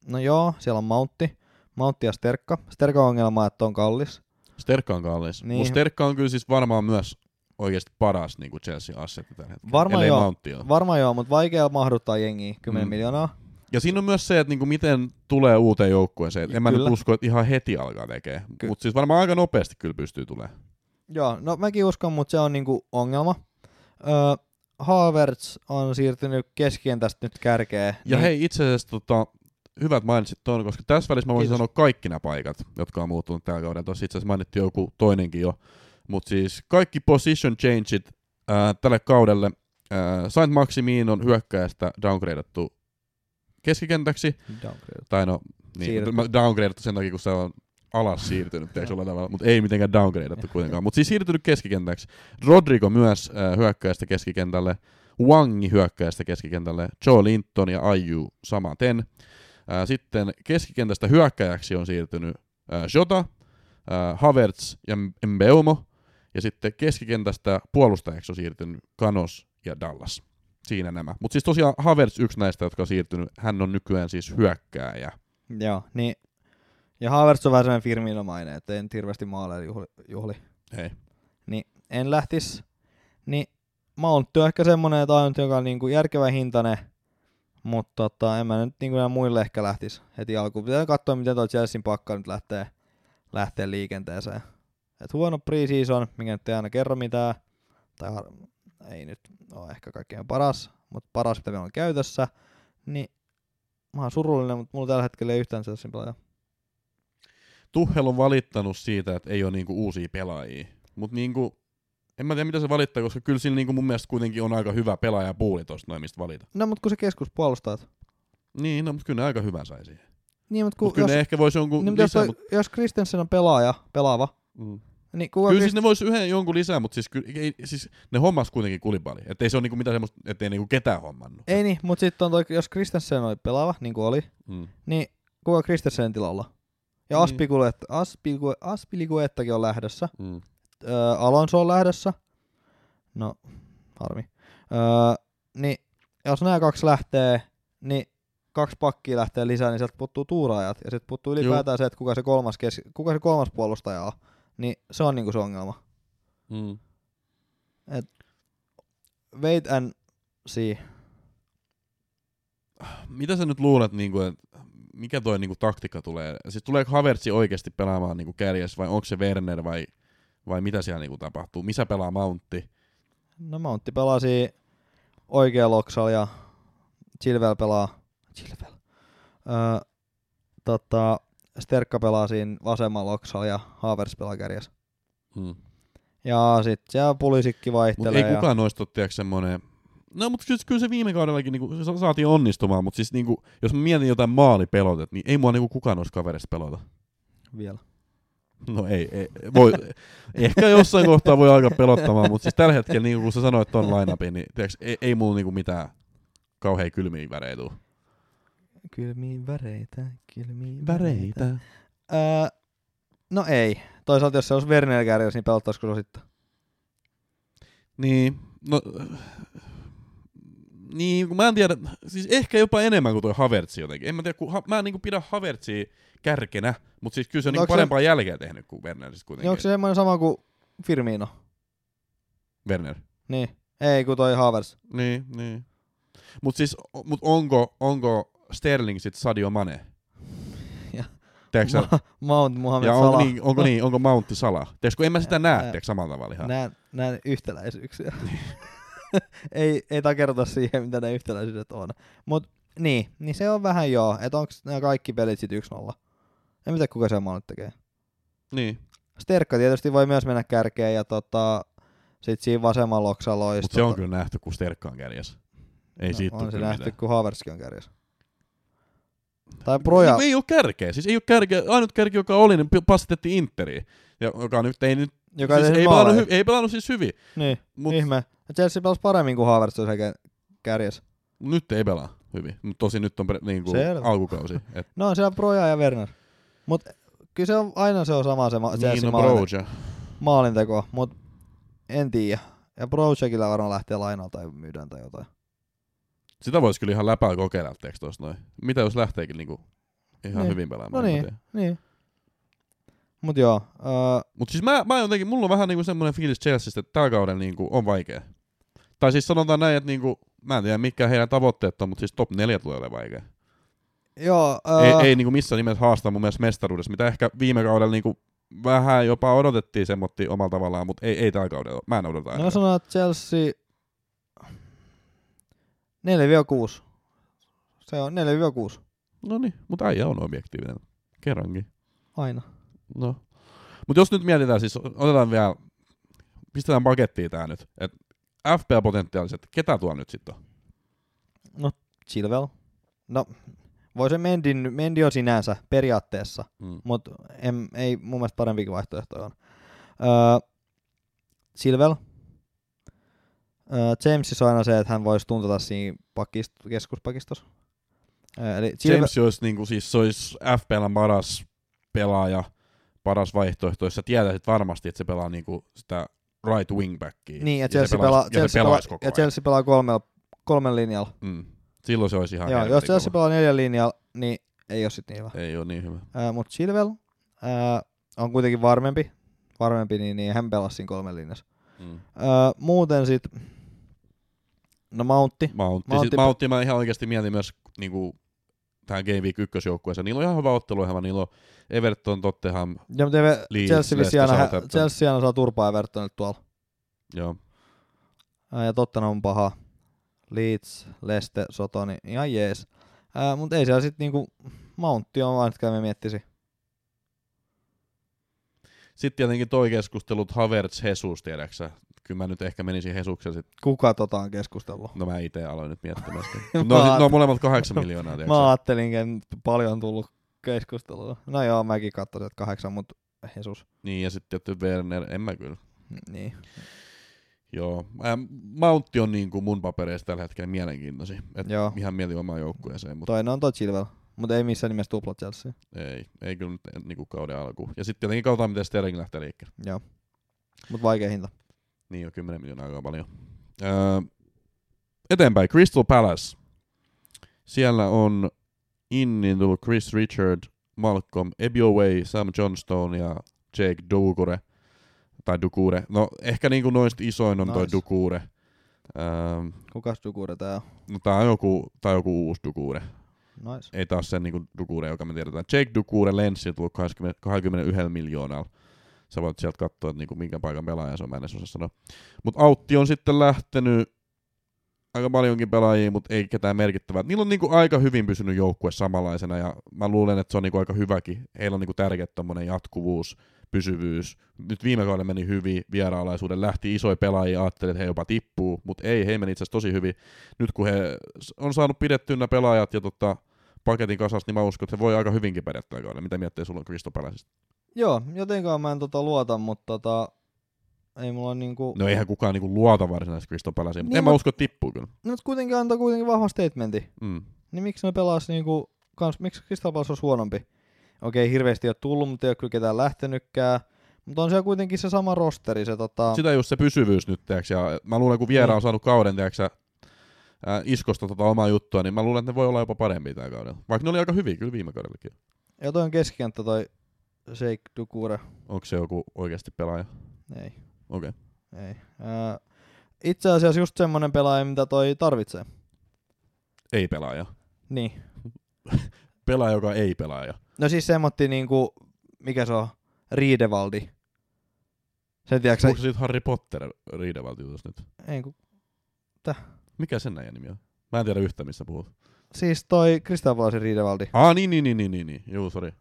no joo, siellä on Mountti. Mountti ja Sterkka. Sterkka on ongelma, että on kallis. Sterkka on kallis. Niin. Niin. Mutta Sterkka on kyllä siis varmaan myös oikeasti paras niin kuin Chelsea assetti tällä hetkellä. Varmaan ellei joo. Mountti ole. Varmaan joo, mutta vaikea mahduttaa jengiä 10 Mm. mm. miljoonaa. Ja siinä on myös se, että niinku miten tulee uuteen joukkueeseen. En mä Kyllä. nyt usko, että ihan heti alkaa tekee. Ky- Mutta siis varmaan aika nopeasti kyllä pystyy tulemaan. Joo, no mäkin uskon, mutta se on niinku ongelma. Öö, Havertz on siirtynyt keskientästä nyt kärkeen. Ja niin, hei, itse asiassa tota, hyvät mainitsit tuon, koska tässä välissä mä voisin Kiitos. sanoa kaikki nämä paikat, jotka on muuttunut tällä kaudella. Tuossa itse asiassa mainittiin joku toinenkin jo. Mutta siis kaikki position changeit ää, tälle kaudelle. Ää, Saint Maximin on hyökkäjästä downgradeattu keskikentäksi. downgrade. tai no, niin, Siirretty. mä downgradeattu sen takia, kun se on alas siirtynyt, tiedätkö olla tavalla, mutta ei mitenkään downgradeattu kuitenkaan. Mutta siis siirtynyt keskikentäksi. Rodrigo myös äh, hyökkäistä keskikentälle, Wangi hyökkäistä keskikentälle, Joe Linton ja Ayu samaten. Äh, sitten keskikentästä hyökkäjäksi on siirtynyt äh, Jota, äh, Havertz ja M- Mbeumo, ja sitten keskikentästä puolustajaksi on siirtynyt Kanos ja Dallas. Siinä nämä. Mutta siis tosiaan Havertz yksi näistä, jotka on siirtynyt, hän on nykyään siis hyökkääjä. Joo, niin. Ja Havertz on vähän sellainen firminomainen, että en hirveästi maaleja juhli. juhli. Ei. Niin en lähtis. Niin Mount on ehkä semmonen, että ainut, joka on niinku järkevä hintainen, mutta tota, en mä nyt niinku enää muille ehkä lähtis heti alkuun. Pitää katsoa, miten toi Chelsean pakka nyt lähtee, lähtee liikenteeseen. Et huono preseason, mikä nyt ei aina kerro mitään, tai har- ei nyt ole ehkä kaikkein paras, mutta paras, mitä meillä on käytössä, niin mä oon surullinen, mutta mulla tällä hetkellä ei yhtään Chelsean pelaajaa. Tuhel on valittanut siitä, että ei ole niinku uusia pelaajia. Mutta niinku, en mä tiedä mitä se valittaa, koska kyllä sillä niinku mun mielestä kuitenkin on aika hyvä pelaajapuuli tosta noin, mistä valita. No, mutta kun se keskus puolustaa. Niin, no, mutta kyllä ne aika hyvän sai siihen. Niin, mutta kun Mut kyllä jos, ne ehkä voisi jonkun niin, niin, mutta jos, lisää, toi, mut, jos Kristensen on pelaaja, pelaava, mm. Niin, kuka Kyllä Kyllä, siis ne vois yhden jonkun lisää, mutta siis, kyllä, ei, siis ne hommas kuitenkin kulipali. Että ei se ole niinku mitään semmoista, ettei niinku ketään hommannut. Ei niin, mutta sitten on toi, jos Kristensen oli pelaava, niin kuin oli, Mm. niin kuka Kristensen tilalla? Ja Niin. Aspiguet, Aspigu, Aspiliguettakin on lähdössä. Mm. Öö, Alonso on lähdössä. No, harmi. Öö, niin, jos nämä kaksi lähtee, niin kaksi pakkia lähtee lisää, niin sieltä puuttuu tuuraajat. Ja sitten puuttuu ylipäätään se, että kuka se kolmas, kes, kuka se kolmas puolustaja on. Niin se on niinku se ongelma. Mm. Wait and see. Mitä sä nyt luulet, niinku, että mikä toi niinku, taktiikka tulee? Siis tuleeko Havertzi oikeasti pelaamaan niinku, kärjessä vai onko se Werner vai, vai mitä siellä niinku, tapahtuu? Missä pelaa Mountti? No Mountti pelasi oikea loksalla ja Chilwell pelaa. Chilwell. Öö, tota, Sterkka pelaa siinä vasemmalla loksalla ja Haavers pelaa kärjessä. Mm. Ja sit siellä pulisikki Mut vaihtelee. ei ja... kukaan noista ole tiedätkö, semmoinen... No, mutta kyllä, kyllä se viime kaudellakin niinku, se saatiin onnistumaan, mutta siis niinku, jos mä mietin jotain maalipelotet, niin ei mua niinku, kukaan noista kavereista pelota. Vielä. No ei, ei voi, ehkä jossain kohtaa voi alkaa pelottamaan, mutta siis tällä hetkellä, niin kun sä sanoit ton lainapin, niin tiiäks, ei, ei mulla niinku mitään kauhean kylmiä väreitä tuu. Kylmiin väreitä, kylmiin Öö, no ei. Toisaalta jos se olisi Werner kärjessä, niin pelottaisiko se sitten? Niin, no, niin, kun mä en tiedä, siis ehkä jopa enemmän kuin toi Havertzi jotenkin. En mä tiedä, kun ha, mä en niinku pidä Havertzia kärkenä, mutta siis kyllä se on No niinku onks se- parempaa jälkeä tehnyt kuin Werner siis kuitenkin. Niin onko se semmoinen sama kuin Firmino? Werner. Niin. Ei, kun toi Haavers. Niin, niin. Mutta siis, o- mut onko, onko Sterling sit Sadio Mane? Ja- Tiedätkö sä- Ma- Mount Muhammed Ja onko, Salah. niin, onko, niin, onko Mountti Sala? Tiedätkö, kun en mä sitä näe, Ää, tiedätkö, samalla tavalla ihan. Nää, nää yhtäläisyyksiä. ei, ei takerrota siihen, mitä ne yhtäläisyydet on. Mut niin, niin se on vähän joo, että onko nämä kaikki pelit sit 1-0. En mitä kuka se maalit tekee. Niin. Sterkka tietysti voi myös mennä kärkeen ja tota, sit siinä vasemmalla oksalla olisi Mutta se on tota- kyllä nähty, kun Sterkka on kärjessä. Ei no, no, siitä On tule se kyllä nähty, mitään. kun Haverski on kärjessä. Tai Proja, Niin, Ei ole kärkeä. Siis ei ole kärkeä. Ainut kärki, joka oli, niin pi- passitettiin Interiin. Ja joka nyt ei nyt Joka siis tehnyt ei, pelannut maaleja. hy- ei pelannut siis hyvin, Niin, mut- Mut... ihme. Ja Chelsea pelasi paremmin kuin Havertz tuossa kä- kärjessä. nyt ei pelaa hyvin. Mut tosi nyt on pre- niin kuin Selvä. alkukausi. Et, No, siellä on Proja ja Werner. Mut kyllä se on aina se on sama se ma- niin Chelsea on maalin, Broja. maalinteko, mut en tiedä. Ja Projekilla varmaan lähtee lainalta tai myydään tai jotain. Sitä voisi kyllä ihan läpää kokeilla tekstoissa noin. Mitä jos lähteekin niinku ihan Niin. hyvin pelaamaan? No en mä niin. tiedä. Niin. Mut joo, öö, Mut siis mä, mä jotenkin, mulla on vähän niinku semmoinen fiilis Chelseasta, että tää kauden niinku on vaikea. Tai siis sanotaan näin, että niinku, mä en tiedä mitkä heidän tavoitteet on, mutta siis top 4 tulee olemaan vaikea. joo, öö, Ei, ei niinku missään nimessä haastaa mun mielestä mestaruudessa, mitä ehkä viime kaudella niinku vähän jopa odotettiin semmotti omalla tavallaan, mutta ei, ei tällä kaudella. Mä en odota No ainakaan. sanoo että Chelsea 4-6. Se on 4-6 No niin, mutta äijä on objektiivinen. Kerrankin. aina. No. Mutta jos nyt mietitään, siis otetaan vielä, pistetään pakettiin tää nyt. Et FPL-potentiaaliset, ketä tuo nyt sitten on? Chilwell. No, voi se Mendy, Mendy on sinänsä periaatteessa, Mm. mutta ei mun mielestä parempikin vaihtoehto on. Öö, Silvel. Öö, James on aina se, että hän voisi tuntata siinä pakist- keskuspakistossa. Öö, eli Chilwell, James olisi, niinku, siis, se olisi FPLn paras pelaaja, paras vaihtoehto, jos sä tietäisit varmasti, että se pelaa niinku sitä right wingbackia. niin, ja se Chelsea pelaisi- pelaa, ja se Chelsea pelaa, pelaisi koko ja ajan. Chelsea pelaa kolmella, kolmen linjalla. Mm. Silloin se olisi ihan Joo, jos helvetin Chelsea kova. pelaa neljän linjalla, niin ei ole sitten niin hyvä. Ei ole niin hyvä. Ää, mut Chilwell ää, on kuitenkin varmempi, varmempi niin, niin hän pelasi siinä kolmen linjassa. Mm. Ää, muuten sit, no Mountti, Mountti, Mountti- Mountti, Mountti siis mä ihan oikeasti mietin myös niinku, tähän Game Week 1 joukkueeseen. Niillä on ihan hyvä ottelu, niillä on Everton, Tottenham, ja mutta TV, Leeds, Chelsea vissiin Leicester, aina, hä- Southampton. Chelsea aina saa turpaa Evertonille tuolla. joo. Ää, ja Tottenham on paha. Leeds, Leste, Sotoni, ihan jees. Ää, mut ei siellä sit niinku, Mountti on vaan, että me miettisi. Sitten tietenkin toi keskustelut Havertz Jesus, tiedäksä. Kyllä mä nyt ehkä menisin Hesuksen sit. Kuka tota on keskustellut? No mä itse aloin nyt miettimään sitä. Mä No, sit, aat- no molemmat kahdeksan miljoonaa, tiedäksä. Mä ajattelinkin, että paljon on tullut keskustelua. No joo, mäkin katsoin, että kahdeksan, mutta Jesus. Niin, ja sitten tietty Werner, en mä kyllä. Niin. Joo. Ähm, Mountti on niin kuin mun papereissa tällä hetkellä mielenkiintoisin. Et Joo. ihan mieli omaan joukkueeseen, mutta Toinen on toi Chilwell, mutta ei missään nimessä tupla Chelsea. ei, ei kyllä nyt niin kuin kauden alkuun. Ja sitten tietenkin katsotaan, miten Sterling lähtee liikkeelle. Joo. Mutta vaikea hinta. Niin jo 10 miljoonaa aika paljon. Öö, eteenpäin, Crystal Palace. Siellä on Innin tullut Chris Richard, Malcolm Ebioway, Sam Johnstone ja Jake Dugure. Tai Dukure. No ehkä niinku noista isoin on nice. toi Nice. Dukure. Öö, Kukas Dukure tää on? no tää on joku, tää on joku uusi Dukure. Nice. Ei taas sen niinku Dukure, joka me tiedetään. Jake Dukure Lensi on tullut 20, 21 miljoonalla. Sä voit sieltä katsoa, että niinku minkä paikan pelaaja se on, mä en edes osaa sanoa. Mutta Autti on sitten lähtenyt aika paljonkin pelaajia, mutta ei ketään merkittävää. Niillä on niinku aika hyvin pysynyt joukkue samanlaisena ja mä luulen, että se on niinku aika hyväkin. Heillä on niinku tärkeä tommonen jatkuvuus, pysyvyys. Nyt viime kaudella meni hyvin vieraalaisuuden, lähti isoja pelaajia, ajattelin, että he jopa tippuu, mutta ei, he meni itse asiassa tosi hyvin. Nyt kun he s- on saanut pidettyä nämä pelaajat ja tota, paketin kasasta, niin mä uskon, että se voi aika hyvinkin pärjätä tällä kaudella. Mitä miettii sulla Kristopäläisistä? Joo, jotenkaan mä en tota luota, mutta tota, ei mulla on niinku... No eihän kukaan niinku luota varsinaisesti Kristopäläisiin, mutta Niin, en mä mut- usko, että tippuu kyllä. No, mut kuitenkin antaa kuitenkin vahvan statementin. Mm. Niin miksi ne pelas niinku... Kans, miksi Crystal Palace on huonompi? Okei, hirveästi ei ole tullut, mutta ei ole kyllä ketään lähtenytkään. Mutta on siellä kuitenkin se sama rosteri, se tota... Sitä just se pysyvyys nyt, tiiäks, ja mä luulen, kun Viera Niin. on saanut kauden, tiiäks, ää, iskosta tota omaa juttua, niin mä luulen, että ne voi olla jopa parempia tällä kaudella. Vaikka ne oli aika hyviä kyllä viime kaudellakin. Ja toi on keskikenttä toi Sheikh Dukure. Onko se joku oikeasti pelaaja? Ei, Okei. Okay. ei. Ää, itse asiassa just semmonen pelaaja, mitä toi tarvitsee. Ei pelaaja. Niin. Pelaaja, joka ei pelaaja. No siis semmotti niinku, mikä se on, Riidevaldi. Sen tiedätkö Onko sä, se siitä Harry Potter riidevaltiutus nyt? ei, kun, Mikä sen näin nimi on? Mä en tiedä yhtä, missä puhut. siis toi Kristapalaisen Riidevaldi. Ah, niin, niin, niin, niin, niin, niin. Juu, sori.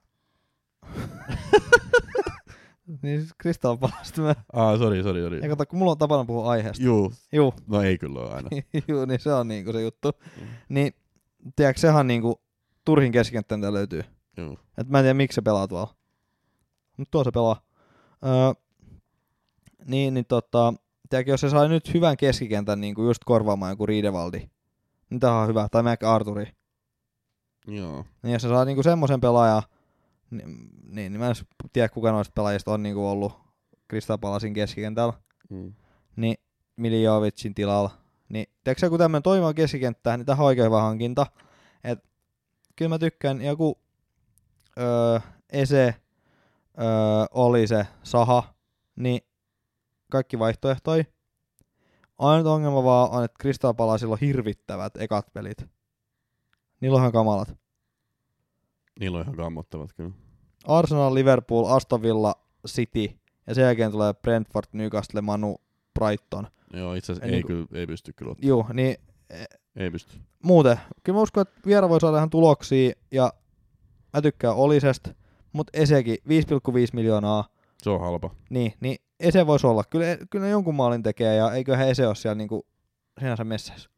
Niin siis Kristapalaista mä, Ah, sori, sori, sori. ja kato, kun mulla on tapana puhua aiheesta. Juu, Juu, no ei kyllä ole aina. juu, niin se on niinku se juttu. Mm. Niin, tiedätkö, sehän niinku turhin keskikenttään tää löytyy. Juu. Et mä en tiedä, miksi se pelaa tuolla. Mut tuossa se pelaa. Öö, Niin, niin tota, tiedätkö, jos se sai nyt hyvän keskikentän niin kuin just korvaamaan joku Riidevaldi, niin tämähän on hyvä, tai McArthuri. Joo. Niin jos se saa niinku semmoisen pelaajan, niin, niin, niin mä en edes tiedä kuka noista pelaajista on niinku ollut Kristapalasin keskikentällä, Mm. niin Miljovicin tilalla. Niin, tiedätkö sä, kun tämmöinen toimiva keskikenttä, niin tähän on oikein hyvä hankinta. Et, kyllä mä tykkään joku öö, Ese, öö, oli se Saha, niin kaikki vaihtoehtoja. Ainut ongelma vaan on, että Kristapalasilla on hirvittävät ekat pelit. Niillä on ihan kamalat. Niillä on ihan kammottavat kyllä. Arsenal, Liverpool, Aston Villa, City ja sen jälkeen tulee Brentford, Newcastle, Manu, Brighton. Joo, itse asiassa Ei ei, ei, niinku- kyllä, ei pysty kyllä ottaa. Juu, niin Ei pysty. muuten, kyllä mä uskon, että Viera voi saada ihan tuloksia ja mä tykkään Olisesta, mutta Esekin 5,5 miljoonaa, Se on halpa. niin, niin Ese voisi olla. Kyllä, kyllä ne jonkun maalin tekee ja eiköhän Ese ole siellä niinku sinänsä messissä.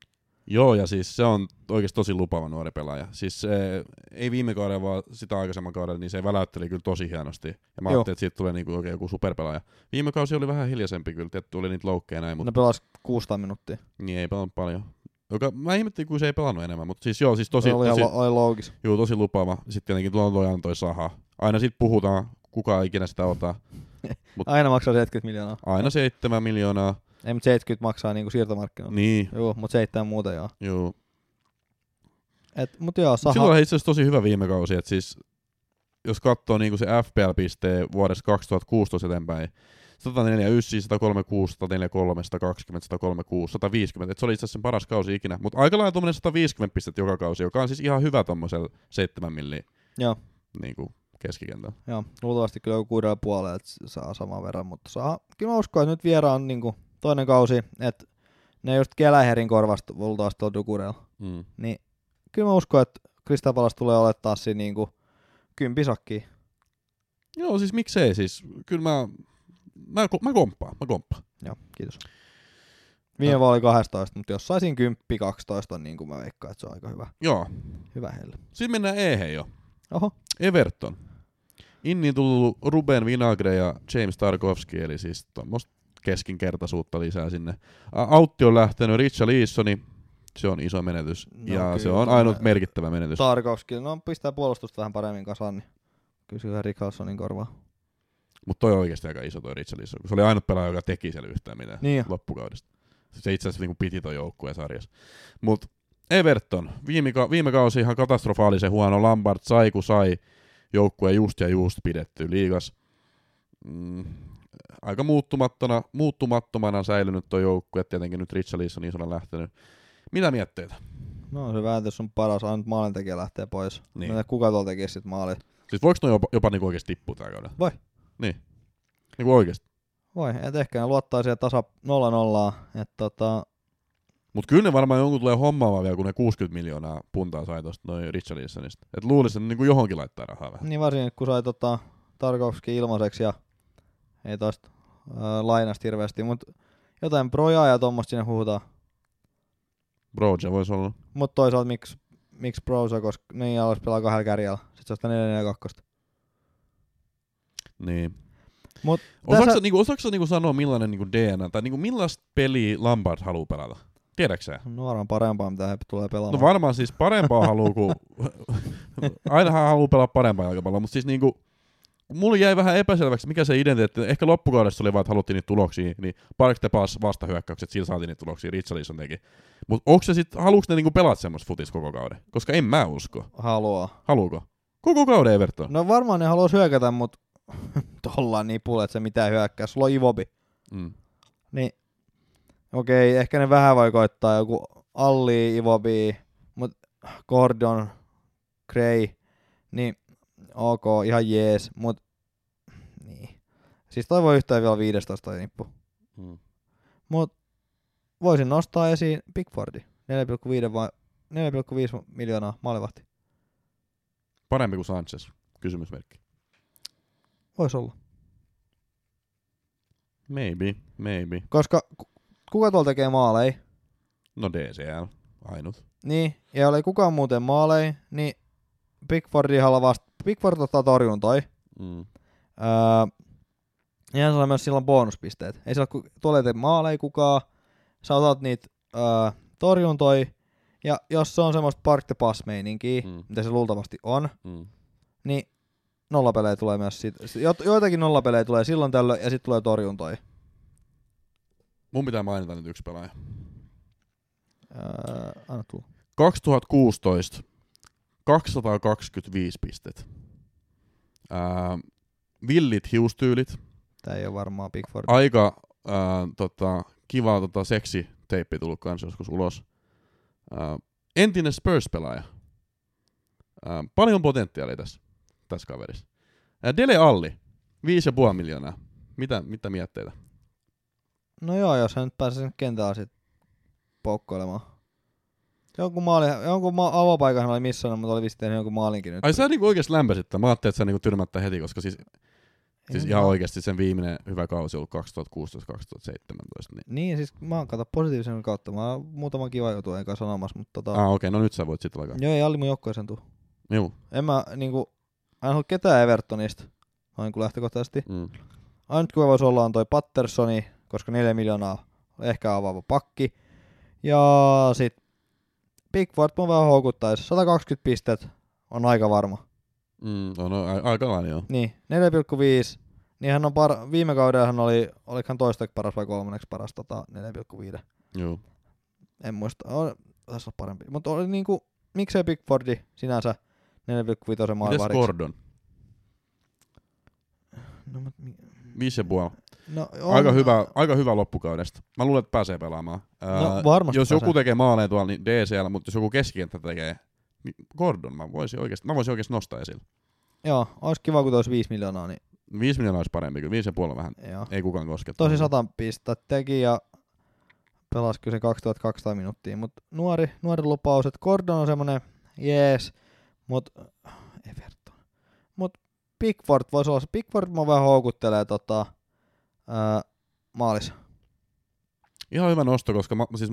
Joo, ja siis se on oikeasti tosi lupaava nuori pelaaja. Siis eh, ei viime kaudella, vaan sitä aikaisemman kaudella, niin se väläytteli kyllä tosi hienosti. Ja mä Joo. ajattelin, että siitä tulee niinku oikein joku superpelaaja. Viime kausi oli vähän hiljaisempi kyllä, että tuli niitä loukkeja ja näin, mutta Ne pelas 600 minuuttia. niin ei pelannut paljon. Joka, mä ihmettelin, kun se ei pelannut enemmän, mutta siis joo, siis tosi, Se oli, tosi, ihan, lo- oli loogis. Joo, tosi lupaava. Sitten tietenkin Lontoja antoi saha. Aina sit puhutaan, kuka ikinä sitä ottaa. Aina maksaa 70 miljoonaa. Aina 7 miljoonaa. Ei, mutta 70 maksaa niinku siirtomarkkinoilla. Niin, Joo, mutta 7 muuta joo. joo. Et, mut joo, Saha. Silloin oli itse asiassa tosi hyvä viime kausi, että siis jos katsoo niin se FPL-pisteen vuodesta 2016 eteenpäin, 149, 136, 143, 120, 136, 150, et se oli itse asiassa sen paras kausi ikinä, mutta aika lailla tuommoinen 150 pistettä joka kausi, joka on siis ihan hyvä tuommoisella 7 milliä Joo. niin kuin keskikentällä. Joo, luultavasti kyllä joku kuudella puolella, että saa saman verran, mutta saa. Kyllä mä uskon, että nyt vieraan on niin toinen kausi, että ne just Keläherin korvasta luultavasti tuolla Dukurella. Mm. Niin kyllä mä uskon, että Kristapalas tulee olemaan taas siinä niin kuin kympisakkiin. Joo, siis miksei siis. Kyllä mä, mä, ko- mä komppaan, mä komppaan. Joo, kiitos. Viime vuonna oli 12, mutta jos saisin 10 12, on niin kuin mä veikkaan, että se on aika hyvä, Joo. hyvä heille. Sitten mennään eihän jo. Oho, Everton. Inni tullut Ruben Vinagre ja James Tarkovski, eli siis tuommoista keskinkertaisuutta lisää sinne. Ä, Autti on lähtenyt Richa Leesoni, se on iso menetys. No No, ja kyllä. se on ainut merkittävä menetys. Ta- Tarkovski, no pistää puolustusta vähän paremmin kasaan, niin kysyhän Rickardsonin korvaa. Mutta toi on oikeasti aika iso toi Richa Leeson, kun se oli ainut pelaaja, joka teki siellä yhtään mitään Niin jo. loppukaudesta. Se itse asiassa niinku piti toi joukkueen sarjassa. Mut Everton, viime, ka- viime kausi ihan katastrofaalisen huono. Lampard sai kun sai joukkue just ja just pidetty liigas. Mm, aika muuttumattona, muuttumattomana säilynyt tuo joukkue, tietenkin nyt Richarlison isona lähtenyt. Mitä mietteitä? No se vääntö on paras, ainut maalintekijä lähtee pois. Niin. Niin. Mä en tiedä, kuka tuolla tekee sitten maalit. Siis voiko noin jopa, jopa niinku oikeasti tippua tällä kaudella? Voi. Niin. Niinku oikeasti. Voi, et ehkä ne luottaa siihen tasa 0 nollaa. Et tota, Mut kyllä ne varmaan jonkun tulee hommaamaan vielä, kun ne 60 miljoonaa puntaa sai tosta noin Richarlisonista. Et luulisin, että niinku johonkin laittaa rahaa vähän. niin varsinkin kun sai tota, Tarkovski ilmaiseksi ja ei toista ää, lainasta hirveästi, mut jotain projaa ja tommosta sinne huhutaan. Broja voisi olla. Mut toisaalta miksi miksi Brosa, koska ne alas pelaa kahdella kärjellä. Sitten se on sitä 442. Niin. Mut osaatko, tässä- sä, niinku, osaatko sä niinku sanoa millainen niinku DNA, tai niinku millaista peliä Lampard haluaa pelata? Tiedätkö sä? No varmaan parempaa, mitä he tulee No pelaamaan. varmaan siis parempaa haluaa kuin... Ainahan haluaa pelaa parempaa jalkapalloa, mutta siis niinku... Mulla jäi vähän epäselväksi, mikä se identiteetti, ehkä loppukaudessa oli vaan, että haluttiin niitä tuloksia, niin Park de Pass vastahyökkäykset, sillä saatiin niitä tuloksia, Richarlison teki. Mutta onko se sit, haluuks ne niinku pelata semmoista futis koko kauden? Koska en mä usko. Haluaa. Haluuko? Koko kauden Everton. No varmaan ne haluaa hyökätä, mut tuolla nipulla, että se mitään hyökkää. Sulla on Ivobi. Mm. Niin. Okei, ehkä ne vähän voi koittaa joku Alli, Ivobi, mut Gordon, Gray, niin ok, ihan jees, mut niin. Siis toi voi yhtään vielä 15 toi nippu. Mm. Mut voisin nostaa esiin Pickfordi. 4,5 vai 4,5 miljoonaa maalivahti. Parempi kuin Sanchez, kysymysmerkki. Vois olla. Maybe, maybe. Koska ku- kuka tuolla tekee maaleja? No DCL, ainut. Niin, ja jollei kukaan muuten maaleja, niin Pickfordi haluaa vasta... Pickford ottaa torjuntoi. Mm. Öö, Ihan saa myös silloin bonuspisteet. Ei sillä ku- tuolla ei tee maaleja kukaan, sä otat niitä öö, torjuntoi, ja jos se on semmoista park the pass meininkiä, Mm. mm. mitä se luultavasti on, Mm. niin nollapelejä tulee myös siitä. Jo- Joitakin nollapelejä tulee silloin tällöin, ja sitten tulee torjuntoi. Mun pitää mainita nyt yksi pelaaja. Öö, anna tulla. 2016 225 pistettä. Ää, villit hiustyylit, Tää ei ole varmaan Pickford. aika ää, tota, kiva tota, seksiteippi tullut kanssa joskus ulos. Ää, entinen Spurs-pelaaja. Ää, paljon potentiaalia tässä, tässä kaverissa. Ää, Dele Alli, 5,5 miljoonaa. Mitä, mitä mietteitä? No joo, jos hän nyt pääsee sinne kentällä sit poukkoilemaan. Jonkun, maali, jonkun ma- avopaikan hän oli missannut, mutta oli vissi tehnyt jonkun maalinkin nyt. Ai sä niinku oikeesti lämpösit tämän. Mä ajattelin, että sä niinku tyrmättä heti, koska siis, siis En ihan mä- oikeesti sen viimeinen hyvä kausi on ollut 2016-2017. Niin. Niin, siis mä oon kato positiivisen kautta. Mä oon muutama kiva juttu enkä sanomassa, mutta tota... Ah, okei, okay, no nyt sä voit sitten alkaa. Joo, ei Alli mun joukkoisen tuu. Joo. En mä niinku... Mä en halua ketään Evertonista. Noin kuin lähtökohtaisesti. Mm. Ainut kuva voisi olla on toi Pattersoni, koska 4 miljoonaa ehkä avaava pakki. Ja sit Pickford mun vähän houkuttaisi. 120 pistet on aika varma. Mm, no, no, a- aika lailla joo. Niin, 4,5. Niin hän on par- viime kaudella hän oli, olikohan toista paras vai kolmanneksi paras tota 4,5. Joo. En muista, on, taisi olla parempi. Mutta oli niinku, miksei Pickfordi sinänsä 4,5 Mites maalivariksi. Gordon? No, mut mi- 5,5. no, on, Aika hyvä, aika hyvä loppukaudesta. Mä luulen, että pääsee pelaamaan. Ää, No varmasti jos joku pääsee. tekee maaleja tuolla, niin DCL, mutta jos joku keskikenttä tekee, niin Gordon mä voisin oikeasti, mä voisin oikeasti nostaa esille. Joo, olisi kiva kun tois 5 miljoonaa, niin 5 miljoonaa olisi parempi, kyllä 5,5 on vähän. joo. Ei kukaan koske. Tosi satan pistettä teki ja pelasi kyllä sen 2200 minuuttia, mutta nuori, nuori lupaus, että Gordon on semmonen jees, mut Everton. Mut Pickford voisi olla se, Pickford mä vähän houkuttelee tota, ää, maalissa. Ihan hyvä nosto, koska mä, siis,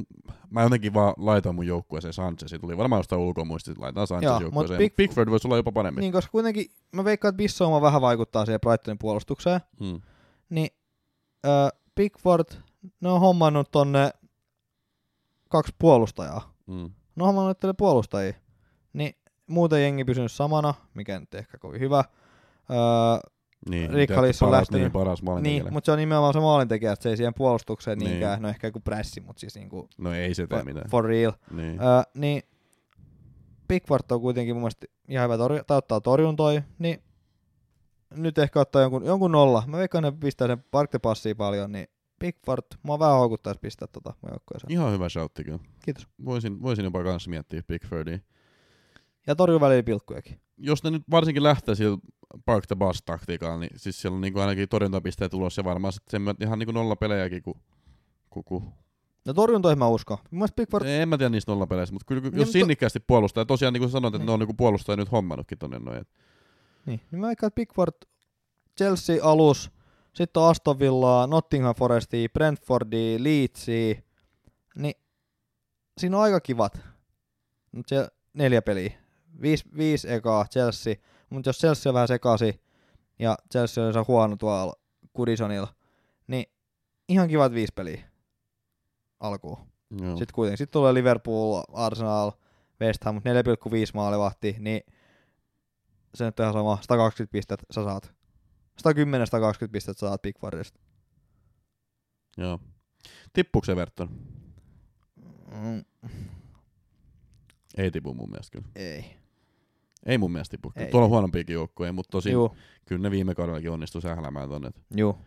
mä jotenkin vaan laitoin mun joukkueeseen Sanchezin. Tuli varmaan jostain ulkomuista, sit laitetaan Sanchez Joo, mut joukkueeseen. Pick- Pick... Pickford voisi olla jopa paremmin. Niin, koska kuitenkin mä veikkaan, että Bissouma vähän vaikuttaa siihen Brightonin puolustukseen, Mm. niin ää, Pickford, ne on hommannut tonne kaksi puolustajaa. Mm. No mä ajattelin puolustajia. Niin muuten jengi pysynyt samana, mikä nyt ei ehkä kovin hyvä. Öö, Niin, Rick tiedätkö, Hallis on paras, lähtenyt. Niin, paras maalintekijä. niin, mutta se on nimenomaan se maalintekijä, että se ei siihen puolustukseen Niin. niinkään, no ehkä joku prässi, mutta siis niinku No ei se tee for, mitään. for real. Niin. Öö, niin Pickford on kuitenkin mun mielestä ihan hyvä torju- tai ottaa torjuntoi, niin nyt ehkä ottaa jonkun, jonkun nolla. Mä veikkaan, että ne pistää sen parktepassia paljon, niin Pickford, mua vähän houkuttaisi pistää tota mun joukkueeseen. Ihan hyvä shoutti kyllä. Kiitos. Voisin, voisin jopa kanssa miettiä Pickfordia. Ja torjuu välillä pilkkujakin. jos ne nyt varsinkin lähtee sillä Park the Bus taktiikalla, niin siis siellä on niin ainakin torjuntapisteet tulossa ja varmaan sitten sen myötä ihan niin kuin nolla pelejäkin kuin kuku. No torjuntoihin mä uskon. Mun mielestä Pickford En mä tiedä niistä nollapeleistä, mutta kyllä Niin, jos mutta- sinnikkäästi puolustaa, ja tosiaan niin kuin sanoit, että Niin. ne on niin kuin puolustaja nyt hommannutkin tonne noin. et- Niin, niin mä veikkaan, että Pickford, Chelsea alus, sitten on Aston Villaa, Nottingham Forestia, Brentfordia, Leedsia, niin siinä on aika kivat. Mut se neljä peliä. Viisi, viisi ekaa Chelsea, mutta jos Chelsea on vähän sekasi ja Chelsea on se huono tuolla Goodisonilla, niin ihan kivat viisi peliä alkuun. Joo. Sitten kuitenkin sitten tulee Liverpool, Arsenal, West Ham, 4,5 maalivahti, niin se nyt on ihan sama, 120 pistettä sä saat. 110-120 pistettä sä saat Pickfordista. Joo. Tippuuko Everton? Mm, Ei tipu mun mielestä kyllä. ei. Ei mun mielestä tipu. Kyllä Ei. Tuolla on huonompiakin joukkueja, mutta tosi Juu, kyllä ne viime kaudellakin onnistui sählämään tonne. et juu.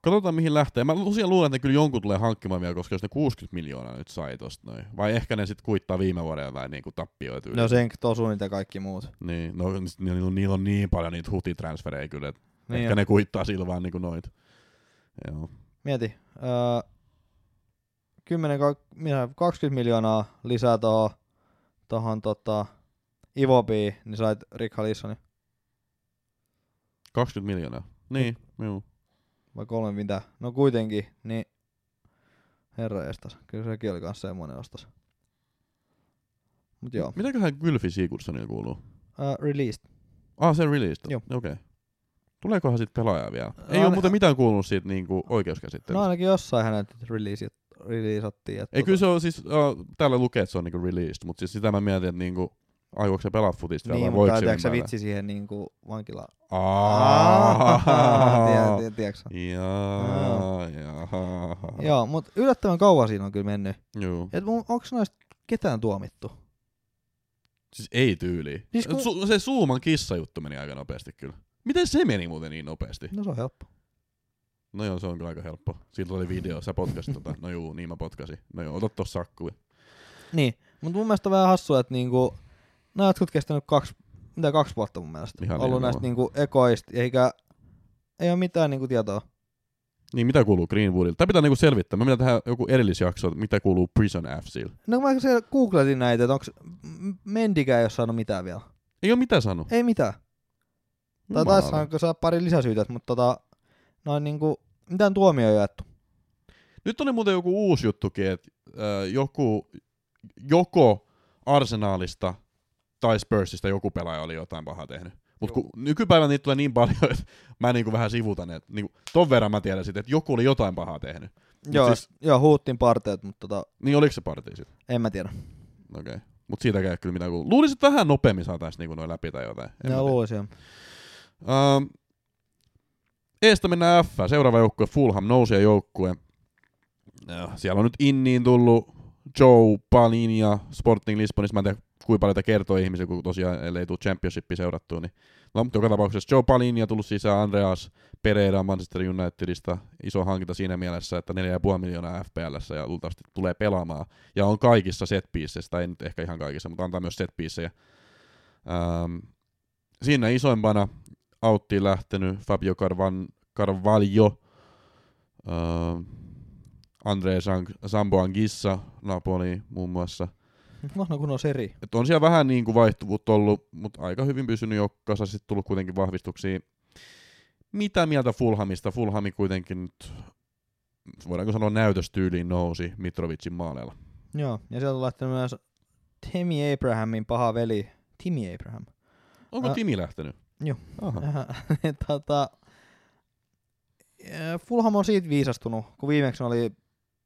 Katsotaan mihin lähtee. Mä tosiaan luulen, että ne kyllä jonkun tulee hankkimaan vielä, koska jos ne 60 miljoonaa nyt sai tosta noin. Vai ehkä ne sitten kuittaa viime vuoden jotain niin kuin tappioita. yli. No sen tosunit ja kaikki muut. Niin, no ni- ni- ni- niillä on niin paljon niitä hutitransfereja kyllä, että Niin ehkä jo. ne kuittaa sillä vaan niinku noit. Joo. Mieti. Öö, 10, kak- mitä, 20 miljoonaa lisää tuohon tohon, tota, Ivobiin, niin sait Rick Hallissonin. 20 miljoonaa. Niin, joo. vai kolme mitä, no kuitenkin, niin herra estas, kyllä sekin oli kans semmonen ostos. Mut joo, Mitäköhän Gylfi Sigurdssonilla kuuluu? uh, released. Ah, se released. Joo. Okei. Okay. Tuleekohan siitä pelaajaa vielä? Ei No, ole ne- mitään mitään kuulunut siitä niinku oikeuskäsittelystä. No ainakin jossain hänet nyt releasi- releasattiin. että Ei kyllä tota- se on siis, uh, täällä lukee, että se on niinku released, mutta siis sitä mä mietin, että niinku, aikooko se pelaa futista vielä Niin, vai mutta voiko tiedätkö sä se vitsi siihen niinku vankilaan? Tiedä- Aaaa. tiedä- tiedätkö sä? Jaa, jaa. Joo, mutta yllättävän kauan siinä on kyllä mennyt. Juu. Et mun- onks noista ketään tuomittu? Siis ei tyyli. Siis Siis kun- kun... Su- se Suuman kissajuttu meni aika nopeasti kyllä. Miten se meni muuten niin nopeasti? No se on helppo. No joo, se on kyllä aika helppo. Siitä oli video, sä potkasit tota. No juu, niin mä potkasin. No joo, ota tossa sakkuja. Niin, mutta mun mielestä on vähän hassua, että niinku, nämä jotkut kestänyt kaksi, mitä kaksi vuotta mun mielestä. Ihan ollut niin, näistä joo. niinku ekoista, eikä ei ole mitään niinku tietoa. Niin, mitä kuuluu Greenwoodilta? Tää pitää niinku selvittää. Mä pitää tehdä joku erillisjakso, että mitä kuuluu Prison FClle. No kun mä siellä googletin näitä, että onko Mendikä ei ole saanut mitään vielä. Ei oo mitään sanonut. Ei mitään. No Tai Jumala. taas saanko saa pari lisäsyytä, mutta tota, noin niinku, mitään tuomio ei jaettu. Nyt oli muuten joku uusi juttukin, että äh, joku, joko Arsenaalista tai Spursista joku pelaaja oli jotain pahaa tehnyt. Mutta kun nykypäivänä niitä tulee niin paljon, että mä niinku vähän sivutan, että niinku, ton verran mä tiedän sitten, että joku oli jotain pahaa tehnyt. Mut Joo, siis- siis... joo, huuttiin parteet, mutta tota, Niin oliko se parti sitten? en mä tiedä. Okei. Okay. Mutta siitäkään ei kyllä mitään kuulu. Luulisin, että vähän nopeammin saataisiin niinku noin läpi tai jotain. En mä Ne tiedä. luulisi jo. Ähm, Eestä mennään F. Seuraava joukkue, Fulham, nousee joukkue. Äh, Siellä on nyt Inniin tullut Joe Palinia Sporting Lisbonista. Mä en tiedä, kuinka paljon tätä kertoo ihmisiä, kun tosiaan ellei tule championshippi seurattua. Niin. No, mutta joka tapauksessa Joe Palinia tullut sisään Andreas Pereira Manchester Unitedista. Iso hankinta siinä mielessä, että 4,5 miljoonaa FPLssä ja luultavasti tulee pelaamaan. Ja on kaikissa setpiisseissä, tai ei nyt ehkä ihan kaikissa, mutta antaa myös setpiissejä. Ähm, siinä isoimpana Autti lähtenyt, Fabio Carvan, Carvalho, öö, Andre Sang, Sambo Angissa, Napoli muun muassa. No, no kun on seri. Et on siellä vähän niin kuin vaihtuvuutta ollut, mutta aika hyvin pysynyt joukkansa, sitten tullut kuitenkin vahvistuksia. Mitä mieltä Fulhamista? Fulhami kuitenkin nyt, voidaanko sanoa näytöstyyliin nousi Mitrovicin maaleilla. Joo, ja sieltä on lähtenyt myös Timmy Abrahamin paha veli. Timmy Abraham. Onko Ä- Timi lähtenyt? Joo. Aha. Äh, tota, äh, Fulham on siitä viisastunut, kun viimeksi oli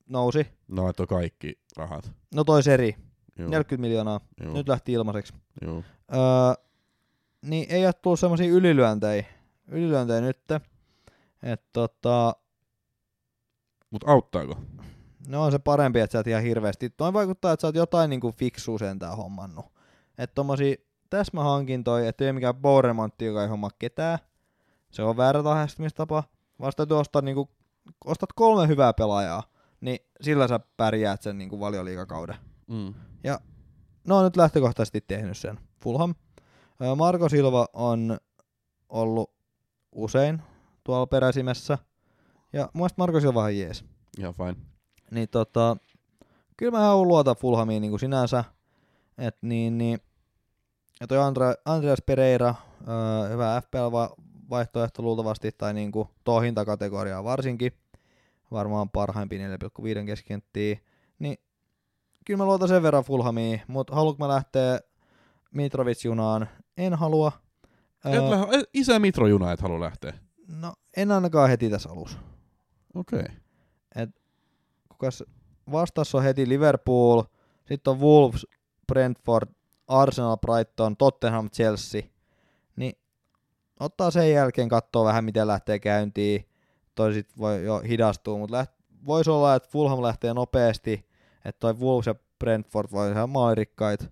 nousi. No, että on kaikki rahat. No toi seri, Joo, 40 miljoonaa. joo, Nyt lähti ilmaiseksi. joo. Öö, niin ei ole tullut semmoisia ylilyöntejä, ylilyöntejä nyt. Että tota, Mutta auttaako? no on se parempi, että sä et ihan hirveästi. Toi vaikuttaa, että sä oot jotain niinku fiksua sentään hommannut. Että tommosia täsmähankintoja, että ei ole mikään Boremontti, joka ei homma ketään. Se on väärä lähestymistapa. Vasta täytyy ostaa niinku, ostat kolme hyvää pelaajaa, niin sillä sä pärjäät sen niinku valioliikakauden. Mm. No on nyt lähtökohtaisesti tehnyt sen. Fulham. Ö, Marko Silva on ollut usein tuolla peräsimessä. Ja mun mielestä Marko Silva on jees. Ihan fine. Niin tota, kyllä mä haluan luota Fulhamiin niin kuin sinänsä. Et niin, niin. Ja toi Andra, Andreas Pereira, öö, hyvä FPL-vaihtoehto luultavasti, tai niin kuin tohintakategoriaa varsinkin. Varmaan parhaimpi 4,5 keskenttiä. Niin kyllä mä luotan sen verran Fulhamiin, mutta haluanko mä lähteä Mitrovic-junaan? En halua. Et Öö, lähe, et- isä Mitrojuna et halua lähteä. no, en ainakaan heti tässä alussa. Okei. kukas vastassa on heti Liverpool, sitten on Wolves, Brentford, Arsenal, Brighton, Tottenham, Chelsea. Niin ottaa sen jälkeen katsoa vähän miten lähtee käyntiin. Toi sit voi jo hidastua, mutta läht- voisi olla, että Fulham lähtee nopeasti, että toi Wolves ja Brentford voi olla ihan maalirikkaita.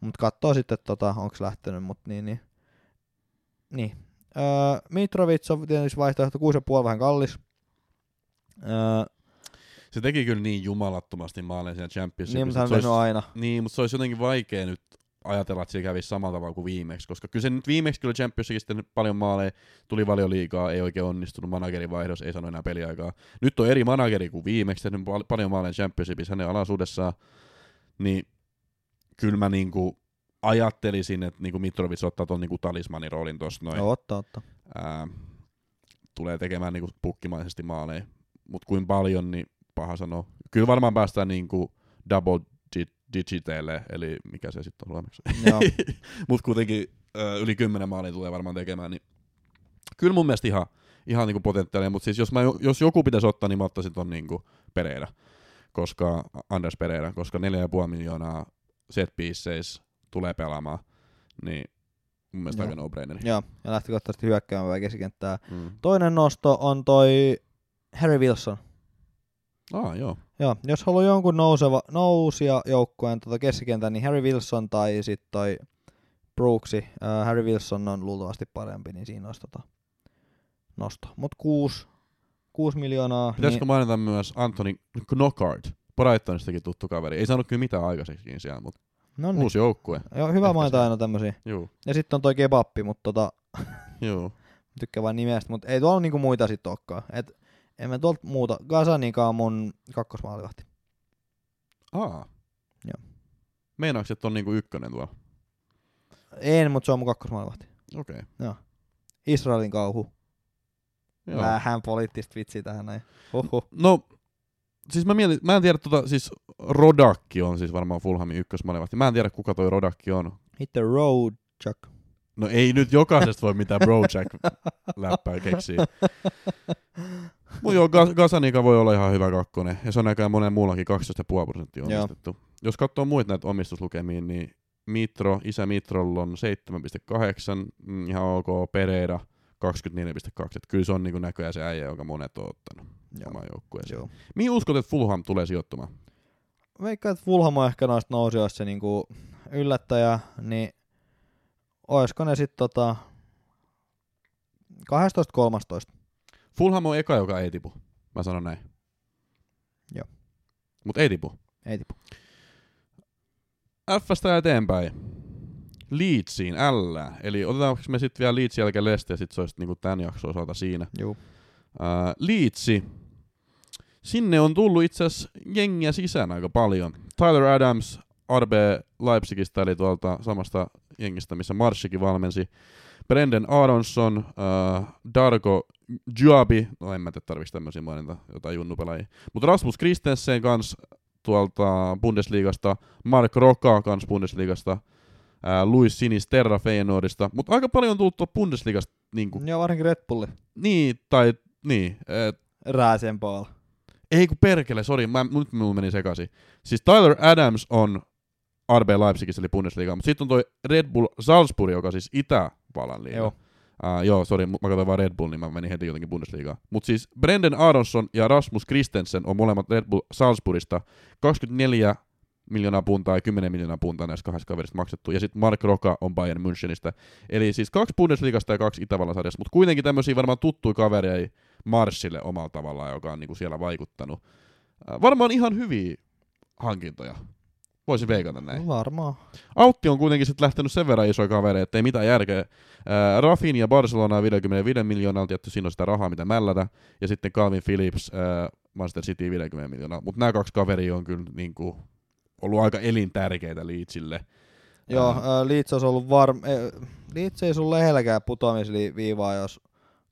Mutta katsoo sitten, tota, onko lähtenyt, mutta niin, niin. niin. Öö, Mitrovic on tietysti vaihtoehto 6,5 vähän kallis. Öö, Se teki kyllä niin jumalattomasti maaleja siinä championshipissa. Niin, mutta hän on että se tehnyt olisi, aina. niin, mutta se olisi jotenkin vaikea nyt ajatella, että se kävisi samalla tavalla kuin viimeksi, koska kyllä se nyt viimeksi kyllä Championshipissa tehnyt paljon maaleja, tuli paljon liikaa, ei oikein onnistunut, managerin vaihdos, ei sano enää peliaikaa. Nyt on eri manageri kuin viimeksi, tehnyt pal- paljon maaleja Championshipissa hänen alaisuudessaan, niin kyllä mä niinku ajattelisin, että niinku Mitrovic ottaa ton niinku talismanin roolin tosta noin. No, ottaa, ottaa. ää, tulee tekemään niinku pukkimaisesti maaleja. Mutta kuin paljon, niin paha sanoa. Kyllä varmaan päästään niinku double di- digiteille, eli mikä se No. sitten on suomeksi. Joo. Mutta kuitenkin ää, yli 10 maalia tulee varmaan tekemään, niin Kyllä mun mielestä ihan, ihan niinku potentiaalia, mutta siis jos, mä, jo- jos joku pitäisi ottaa, niin mä ottaisin ton niinku Pereira, koska, Anders Pereira, koska 4,5 miljoonaa set tulee pelaamaan, niin mun mielestä Joo. aika no-braineri. Joo, ja lähtökohtaisesti hyökkäämään keskikenttää. Mm. Toinen nosto on toi Harry Wilson. Ah, joo. Joo, jos haluaa jonkun nouseva, nousia joukkueen tuota keskikentän, niin Harry Wilson tai sitten toi Brooksi. Äh, Harry Wilson on luultavasti parempi, niin siinä olisi tota nosto. Mut kuusi, kuusi miljoonaa. Pitäisikö niin, mainita myös Anthony Knockart? Brightonistakin tuttu kaveri. Ei saanut kyllä mitään aikaiseksi niin siellä, mutta no niin. uusi joukkue. Joo, hyvä ehkä se- mainita aina tämmösiä. Joo, Ja sitten on toi kebappi, mutta tota, joo. tykkään vain nimestä, mutta ei tuolla niinku muita sit olekaan. Et, en mä tuolta muuta. Gazanikaan on mun kakkosmaalivahti. Aa. Joo. Meinaatko, että on niinku ykkönen tuolla? En, mutta se on mun kakkosmaalivahti. Okei. Okay. Israelin kauhu. Joo. Vähän poliittista vitsiä tähän näin. Oho. No, siis mä, mietin, mä en tiedä, tota, siis Rodakki on siis varmaan Fulhamin ykkösmaalivahti. Mä en tiedä, kuka toi Rodakki on. Hit the road, Chuck. No ei nyt jokaisesta voi mitään Brojack-läppää keksiä. Mutta joo, Gas- Gasanika voi olla ihan hyvä kakkonen. Ja se on näköjään monen muullakin 12,5 prosenttia Joo. omistettu. Jos katsoo muita näitä omistuslukemia, niin Mitro, isä Mitrolla on 7,8, mm, ihan ok, Pereira 24,2. Et kyllä se on niin näköjään se äijä, jonka monet on ottanut Joo. omaan joukkueeseen. Joo. Mihin uskot, että Fulham tulee sijoittumaan? Veikkaan, että Fulham on ehkä noista nousijoista se niinku yllättäjä, niin oisko ne sitten tota 12-13? Fulham on eka, joka ei tipu. Mä sanon näin. Joo. Mut ei tipu. Ei tipu. Fstä eteenpäin. Leedsiin, L. Eli otetaanko me sitten vielä Leedsin jälkeen Leste, ja sitten se olisi niinku tämän jakson osalta siinä. Juu. Ää, Leedsi. Sinne on tullut itse asiassa jengiä sisään aika paljon. Tyler Adams, RB Leipzigistä, eli tuolta samasta jengistä, missä Marshikin valmensi. Brendan Aronson, äh, Darko Juabi, no en mä tiedä tarviks tämmöisiä mainita, jotain junnupelaajia. Mutta Rasmus Kristensen kanssa tuolta Bundesliigasta, Mark Roka kanssa Bundesliigasta, äh, Luis Sinisterra Feyenoordista, mutta aika paljon on tullut tuolta Bundesliigasta niinku Joo, varsinkin Red Bulli. niin, tai niin. Et, Rääsen paal. ei kun perkele, sori, mä, nyt mulla meni sekaisin. Siis Tyler Adams on RB Leipzigissä, eli Bundesliga, mutta sitten on toi Red Bull Salzburg, joka siis Itävallan liiga. Joo. Uh, joo, sori, mä katsoin vaan Red Bull, niin mä menin heti jotenkin Bundesligaan. Mutta siis Brendan Aronson ja Rasmus Kristensen on molemmat Red Bull Salzburgista. 24 miljoonaa puntaa ja 10 miljoonaa puntaa näistä kahdesta kaverista maksettu. Ja sitten Mark Roka on Bayern Münchenistä. Eli siis kaksi Bundesliigasta ja kaksi Itävallan sarjasta, mutta kuitenkin tämmöisiä varmaan tuttuja kavereja Marsille omalla tavallaan, joka on niinku siellä vaikuttanut. Ää, Varmaan ihan hyviä hankintoja. Voisin veikata näin. Varmaan. Autti on kuitenkin sitten lähtenyt sen verran isoja kavereita, ettei mitään järkeä. Ää, Rafin ja Barcelonaa 55 miljoonaa, tietty siinä on sitä rahaa, mitä mällätä. Ja sitten Calvin Phillips, ää, Manchester City 50 miljoonaa. Mutta nämä kaksi kaveria on kyllä niinku, ollut aika elintärkeitä Leedsille. Joo, Ää, äh, Leeds olisi ollut varm... eh, Leeds ei sun lähelläkään putoamisviivaa, jos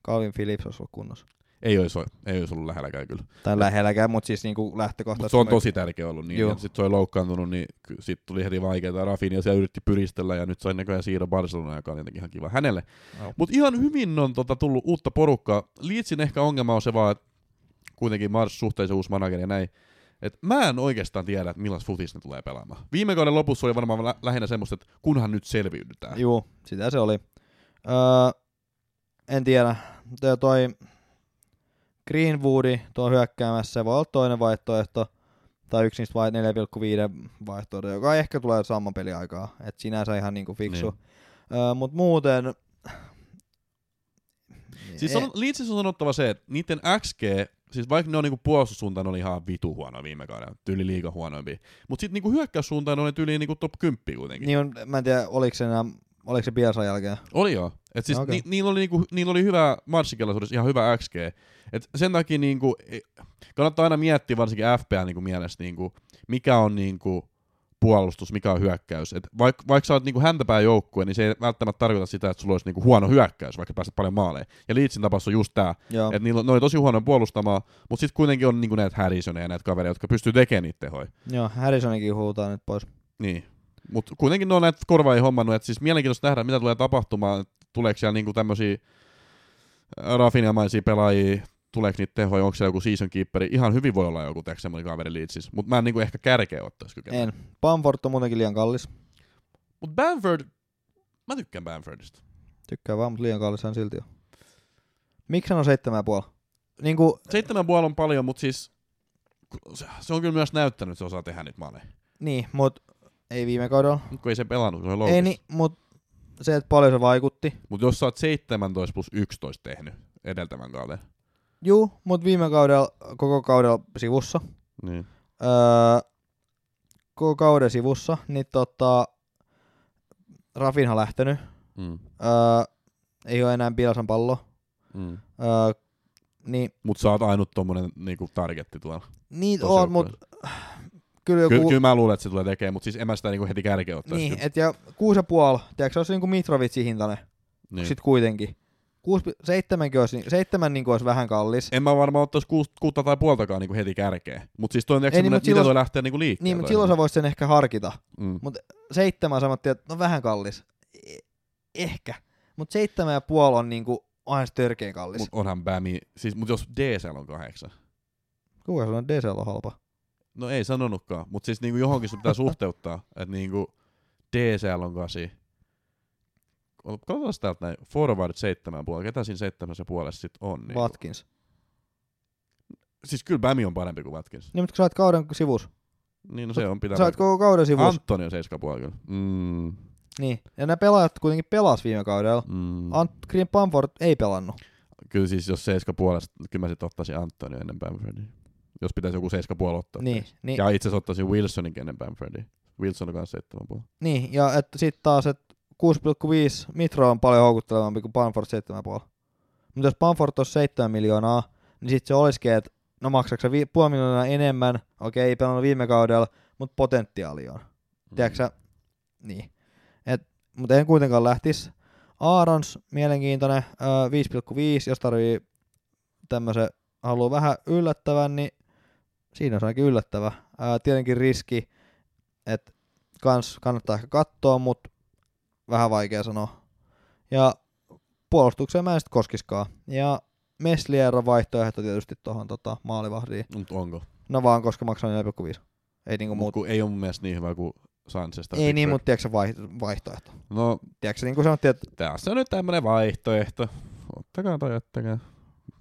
Calvin Phillips olisi ollut kunnossa. ei olisi, ei olisi ollut lähelläkään kyllä. Tai lähelläkään, mutta siis niinku Mutta lähtökohtaisesti. se on mä- tosi tärkeä ollut. Niin. Joo. Ja sitten se oli loukkaantunut, niin sitten tuli heti vaikeaa. Rafin ja se yritti pyristellä ja nyt sai näköjään siirron Barcelonaan, joka on jotenkin ihan kiva hänelle. Joo. Mutta ihan hyvin on tota, tullut uutta porukkaa. Leedsin ehkä ongelma on se vaan, että kuitenkin Mars suhteellisen uusi manageri ja näin. Et mä en oikeastaan tiedä, että millaista futis ne tulee pelaamaan. Viime kauden lopussa oli varmaan lä- lähinnä semmoista, että kunhan nyt selviydytään. Juu, sitä se oli. Öö, en tiedä. Toi, toi Greenwoodi tuo hyökkäämässä se voi olla toinen vaihtoehto. Tai yksi niistä vai- 4,5 vaihtoehto, joka ehkä tulee saman peliaikaa. Et sinänsä ihan niinku fiksu. Niin. Öö, mut muuten... Siis E- on, Leedsissä on sanottava se, että niiden XG, siis vaikka ne on niinku puolustussuuntaan, ne oli ihan vitu huono viime kaudella, tyyli liiga huonoimpia. Mutta sitten niinku hyökkäyssuuntaan ne oli tyyli niinku top 10 kuitenkin. niin on, mä en tiedä, oliko se enää, oliko se Bielsan jälkeen. Oli joo. Et siis okay. Okei. ni, niillä, oli niinku, niillä oli hyvä marssikelpoisuudessa, ihan hyvä XG. Et sen takia niinku, e- kannattaa aina miettiä varsinkin FPL niinku mielessä, niinku, mikä on niinku puolustus, mikä on hyökkäys. Et vaikka vaik sä oot niinku häntäpää joukkue, niin se ei välttämättä tarkoita sitä, että sulla olisi niinku huono hyökkäys, vaikka pääset paljon maaleja. Ja Leedsin tapauksessa on just tää, Joo. että niillä on, ne oli tosi huono puolustamaan, mutta sitten kuitenkin on niinku näitä härisoneja ja näitä kavereita, jotka pystyy tekemään niitä tehoja. Joo, Harrisonikin huutaa nyt pois. Niin. Mutta kuitenkin ne on näitä korvaa ei hommannut, että siis mielenkiintoista nähdä, mitä tulee tapahtumaan, että tuleeko siellä niinku tämmöisiä Rafinha maisia pelaajia, tuleeko niitä tehoja, onko se joku season keeperi, ihan hyvin voi olla joku teeksi semmoinen kaveri Leedsissä, mutta mä en niinku ehkä kärkeä ottaisi kyllä. En. Bamford on muutenkin liian kallis. Mutta Bamford, mä tykkään Bamfordista. Tykkää vaan, mutta liian kallis hän silti on. Miksi hän on seitsemän ja puoli? Niinku, Seitsemän puoli on paljon, mutta siis se- se on kyllä myös näyttänyt, että se osaa tehdä niitä maaleja. niin, mut ei viime kaudella. Mut kun ei se pelannut, se oli Ei loukis. niin, mut se, että paljon se vaikutti. Mutta jos sä oot 17 plus 11 tehnyt edeltävän kauden, Juu, mut viime kaudella, koko kaudella sivussa. niin öö, koko kauden sivussa, niin tota, Rafinha lähtenyt. mm. Öö, ei ole enää Bielsan pallo. Mm. Öö, niin, Mut sä oot ainut tommonen niinku targetti tuolla. niin tuossa on, mut joukkueessa. kyllä Ky- joku... kyllä mä luulen, että se tulee tekemään, mutta siis en mä sitä niinku heti kärkeä ottaisi. niin, kyllä. et ja kuusi ja puoli, tiedätkö, se olisi niinku Mitrovicin hintainen, niin. sit kuitenkin. Kuusi, pi- seitsemänkin olisi, niin- seitsemän niinku olisi vähän kallis. En mä varmaan ottaisi kuus, kuutta tai puoltakaan niinku heti kärkeä. Mut siis toi on tiiäks Ei niin, semmonen, mut että silloin- miten toi lähtee niinku liikkeelle. niin, mutta silloin sä voisit sen ehkä harkita. Mm. Seitsemän sanottiin, että no vähän kallis. E- ehkä. Mutta seitsemän ja puoli on niinku, onhan se törkeen kallis. Mut onhan Bämi, siis, mut jos DSL on kahdeksan. Kuinka se on DCL on halpa? No ei sanonutkaan, mutta siis niinku johonkin se pitää suhteuttaa, että niinku DCL on 8. Katsotaan täältä näin, forward 7,5, ketä siinä 7,5 sit on? Niinku. Watkins. Siis kyllä Bämi on parempi kuin Watkins. Niin, mutta kun sä oot kauden sivus. Niin no se on pitää. Sä oot koko kauden sivus. Ant- Antoni on 7,5 kyllä. Mm, niin. Ja nämä pelaajat kuitenkin pelas viime kaudella. mm. Ant Green Bamford ei pelannut. kyllä siis jos 7,5, kyllä mä sit ottaisin Antonio ennen Bamfordia. Jos pitäisi joku 7,5 ottaa. Niin, niin, ja. Ja itse asiassa ottaisin Wilsonin ennen Bamfordia. Wilson on kanssa 7,5. niin, ja että sit taas, että 6,5 Mitro on paljon houkuttelevampi kuin Bamford 7,5. Mutta jos Bamford olisi 7 miljoonaa, niin sit se olisikin, että no maksatko sä vi- puoli miljoonaa enemmän, okei, ei pelannut viime kaudella, mutta potentiaali on. Mm. Tiedätkö sä? Niin. Et, mutta en kuitenkaan lähtisi. Aarons, mielenkiintoinen, öö, 5,5, jos tarvii tämmöisen, haluaa vähän yllättävän, niin siinä on ainakin yllättävä. Öö, tietenkin riski, että kans kannattaa ehkä katsoa, mutta vähän vaikea sanoa. Ja puolustukseen mä en sit koskiskaan. Ja Meslier on vaihtoehto tietysti tuohon tota, maalivahdiin. Mm. Mut onko? No vaan, koska maksaa 4,5. Ei niinku Mut muuta. kun ei ole mun mielestä niin hyvä kuin Sanchez tai Ei niin, Pickford. mutta tiedätkö sä vaihto- vaihtoehto? No, tiedätkö, niin kuin sanottiin, että tässä on nyt tämmönen vaihtoehto. Ottakaa tai jättäkää.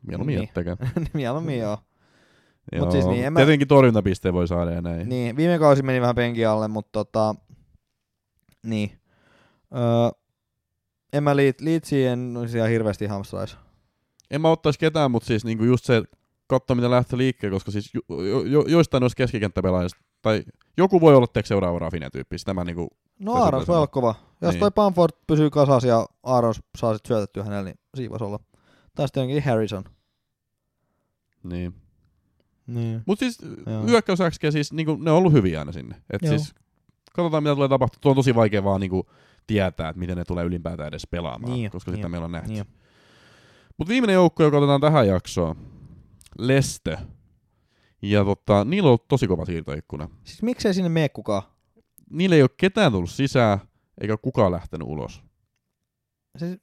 Mieluummin Niin. niin. jättäkää. mieluummin joo. Joo, siis niin, en mä- Tietenkin torjuntapisteen voi saada ja näin. Niin, viime kausi meni vähän penkin alle, mutta tota, niin. Öö, en mä liit, liitsiä, en olisi ihan hirveästi hamstrais. En mä ottaisi ketään, mutta siis niinku just se, katso mitä lähtee liikkeelle, koska siis jo, jo, jo, joistain noista keskikenttäpelaajista, tai joku voi olla teeksi seuraava Rafinha-tyyppi, sitä mä niinku, No Tässä Aarons tulee voi olla kova. Jos Niin. toi Bamford pysyy kasas ja Aarons saa sit syötettyä hänelle, niin siivas olla. Tai sitten jotenkin Harrison. niin. Niin. Mut siis Joo. hyökkäys XG, siis niinku, ne on ollut hyviä aina sinne. Et Joo. siis, katsotaan mitä tulee tapahtumaan. Tuo on tosi vaikea vaan niinku tietää, että miten ne tulee ylipäätään edes pelaamaan, Niin jo, koska niin sitä jo, meillä on nähty. Niin. Mutta viimeinen joukko, joka otetaan tähän jaksoon, Leste. Ja tota, niillä on ollut tosi kova siirtoikkuna. Siis miksei sinne mene kukaan? Niillä ei ole ketään tullut sisään, eikä kukaan lähtenyt ulos. Siis,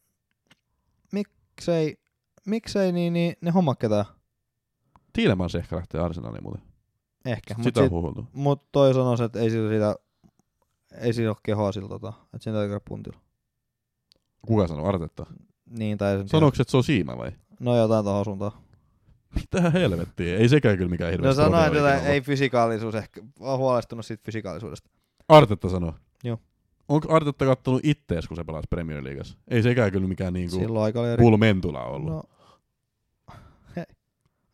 miksei, miksei niin, niin ne homma ketään? Tiilemans ehkä lähtee Arsenaliin muuten. Ehkä. mut siis Sitä sit- on huhultu. Mutta toi sanoisi, että ei sillä, sitä, ei sillä ole kehoa sillä, tota, että sen täytyy käydä puntilla. Kuka sanoo? Artetta. Niin, tai sen Sanoiko, että se on siinä vai? No jotain tuohon suuntaan. Mitä helvettiä? Ei sekään kyllä mikään hirveä No strobe sanoin, ole että ikinä ei fysikaalisuus ehkä. Olen huolestunut siitä fysikaalisuudesta. ollut. Artetta sanoo. Joo. Onko Artetta kattonut ittees, kun se pelasi Premier Leagueassa? Ei sekään kyllä mikään niinku Silloin aika oli eri. pulmentula ollut. No. Hei.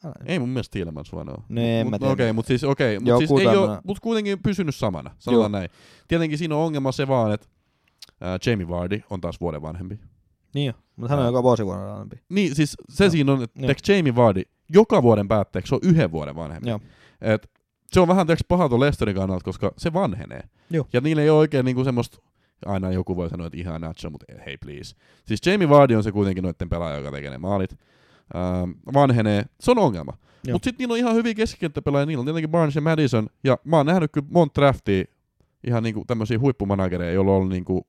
Älä nyt. Ei mun mielestä Tiilemans huono. No en mut, mä mut- tiedä. Okei, mutta siis, okei, mut Joku siis ei tämmönen. oo, mut kuitenkin pysynyt samana, sanotaan näin. Tietenkin siinä on ongelma se vaan, että äh, Jamie Vardy on taas vuoden vanhempi. Niin jo, mutta hän on joka vuosi vuonna alempi. Niin, siis se Joo. siinä on, että Joo. teks Jamie Vardy joka vuoden päätteeksi se on yhden vuoden vanhempi. Joo. Et se on vähän teks paha tuon Lesterin kannalta, koska se vanhenee. Joo. Ja niillä ei ole oikein niinku semmoista, aina joku voi sanoa, että ihan nacho, mutta hei please. Siis Jamie Vardy on se kuitenkin noiden pelaaja, joka tekee ne maalit. Ähm, vanhenee, se on ongelma. Joo. Mutta sitten niillä on ihan hyviä keskikenttäpelaajia, niillä on tietenkin Barnes ja Madison, ja mä oon nähnyt kyllä monta draftia ihan niinku tämmöisiä huippumanagereja, joilla on ollut niinku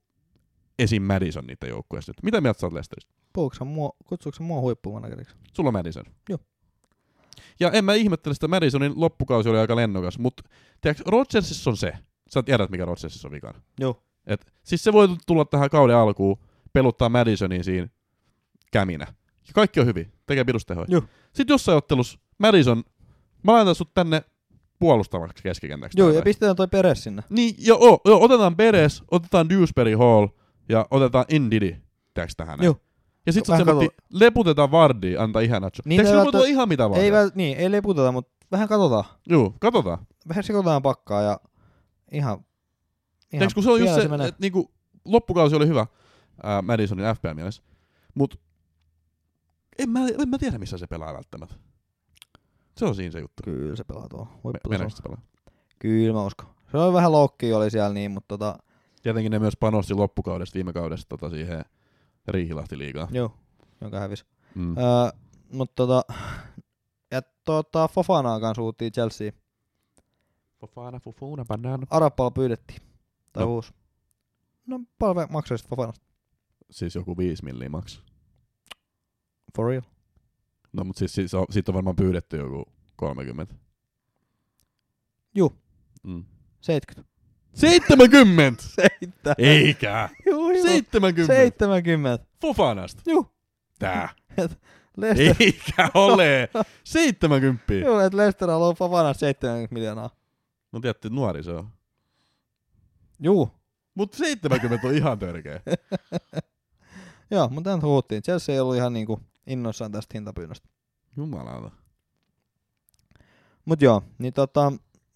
esim. Madison niitä joukkueessa nyt. Mitä mieltä sä oot Lesteristä? Puhuuko sä mua, kutsuuko sä mua huippumanageriksi? Sulla on Madison. Joo. Ja en mä ihmettele sitä, Madisonin loppukausi oli aika lennokas, mutta tiedätkö, Rodgersissa on se. Sä tiedät, mikä Rodgersissa on vikana. Joo. Et, siis se voi tulla tähän kauden alkuun, peluttaa Madisonin siinä käminä. Ja kaikki on hyvin, tekee pidustehoja. Joo. Sitten jossain ottelussa Madison, mä laitan sut tänne puolustavaksi keskikentäksi. Joo, tai ja näin. pistetään toi Peres sinne. Niin, joo, joo, otetaan Beres, otetaan Dewsbury Hall ja otetaan Indidi, tiedätkö tähän näin? Joo. Ja sit sä No, Vähän semmoitti, leputetaan Vardi, antaa ihan nacho. Niin, Niin, Tiedätkö, ei sillä voi tulla välttämättä- ihan mitä vaan. Ei, väl, niin, ei leputeta, mutta vähän katsotaan. Joo, katsotaan. Vähän sekoitetaan pakkaa ja ihan... ihan Tiedätkö, kun se on just vielä se, menee. että niinku, loppukausi oli hyvä ää, Madisonin FPL mielessä, mut en mä, en mä tiedä, missä se pelaa välttämättä. Se on siinä se juttu. Kyllä se pelaa tuo. Me- Huipputasolla. Meneekö se pelaa? Kyllä mä uskon. Se oli vähän loukki oli siellä niin, mutta tota, Tietenkin ne myös panosti loppukaudesta, viime kaudesta tota siihen Riihilahti-liigaan. joo, jonka hävis. Mm. Öö, mutta tota, ja tota, Fofanaa kanssa uuttiin Chelsea. Fofana, fufuna, banana. Arapalla pyydettiin. Tai No. no. uusi. No palve maksoi sit Fofanasta. Siis joku 5 milliä maksaa. For real. No mut siis, siis on, siitä on varmaan pyydetty joku 30. Juu. Mm. 70. 70! Seittä. Eikä! Juu, juu. 70! 70. Fofanasta! Juu. Tää! Leicester. Eikä ole! 70! Juu, että Leicester haluaa Fofanasta 70 miljoonaa. No tiedätte, nuori se on. Juu. Mut 70 on ihan törkeä. Joo, mutta tämän huuttiin. Chelsea ei ollut ihan niinku innoissaan tästä hintapyynnöstä. Jumalauta. Mut joo, niin tota,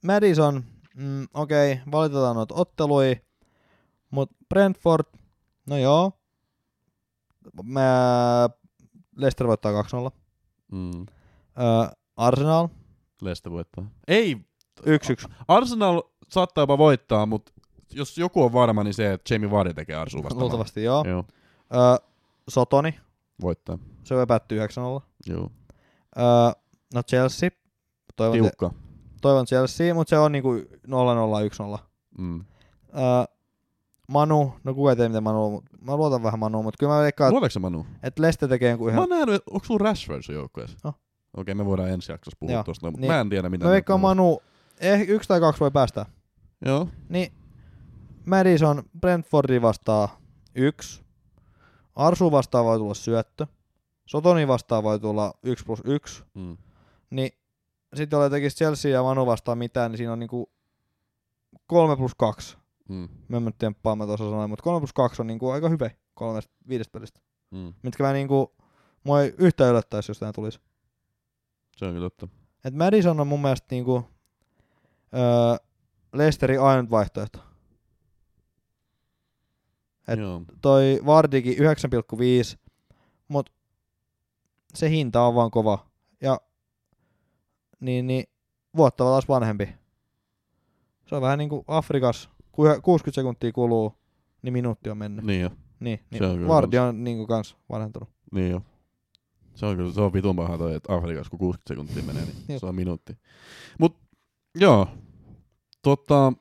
Madison, mm, okei, okay, valitetaan noita ottelui, mut Brentford, no joo, mä, Leicester voittaa 2-0, Mm. öö, Arsenal Lestä voittaa. Ei! 1-1, Arsenal saattaa jopa voittaa, mut jos joku on varma, niin se, että Jamie Vardy tekee Arsuun vastaan. luultavasti joo, Joo, öö, Sotoni, voittaa. se voi päättyä 9-0, Joo. öö, no Chelsea, toivon, te, Tiukka. toivon Chelsea, mut se on niinku 0-0-1-0, Mm. öö, Manu, no kuka ei tiedä miten Manu, on, mut mä luotan vähän Manuun, mut kyllä mä veikkaan, Luotaanko sä Manu? että Leicester tekee jonkun Mä ihan oon nähnyt, et onko sun Rashford sun joukkueessa? On. Okei, me voidaan ensi jaksossa puhua Joo, tosta, mutta niin. mä en tiedä mitä. Mä ne veikkaan puhuu. Manu, eh, yksi tai kaksi voi päästä. Joo, Niin Madison Brentfordi vastaa yksi. Arsu vastaan voi tulla syöttö. Sotoni vastaan voi tulla 1 plus 1. mm. Niin sitten jolle tekisi Chelsea ja Manu vastaan mitään, niin siinä on niinku 3 plus 2. Mm. Mä en nyt temppaa, mä tuossa sanoin, mutta 3 plus 2 on niinku aika hyvä kolmesta viidestä pelistä. Mm. Mitkä mä niinku, mua ei yhtään yllättäisi, jos tää tulisi. Se on kyllä totta. Et Madison on mun mielestä niinku, öö, Lesterin ainut vaihtoehto. Et- Joo. Toi Vardikin 9,5, mut se hinta on vaan kova. Ja niin, niin vuotta taas vanhempi. Se on vähän niinku Afrikas, kun yhä- 60 sekuntia kuluu, niin minuutti on mennyt. Niin jo. Niin, niin Se on kyllä Vardi on niinku kans vanhentunut. Niin jo. Se on kyllä, se on vitun paha toi, että Afrikassa kun 60 sekuntia menee, niin Joo. se on minuutti. Mut, joo. Tota,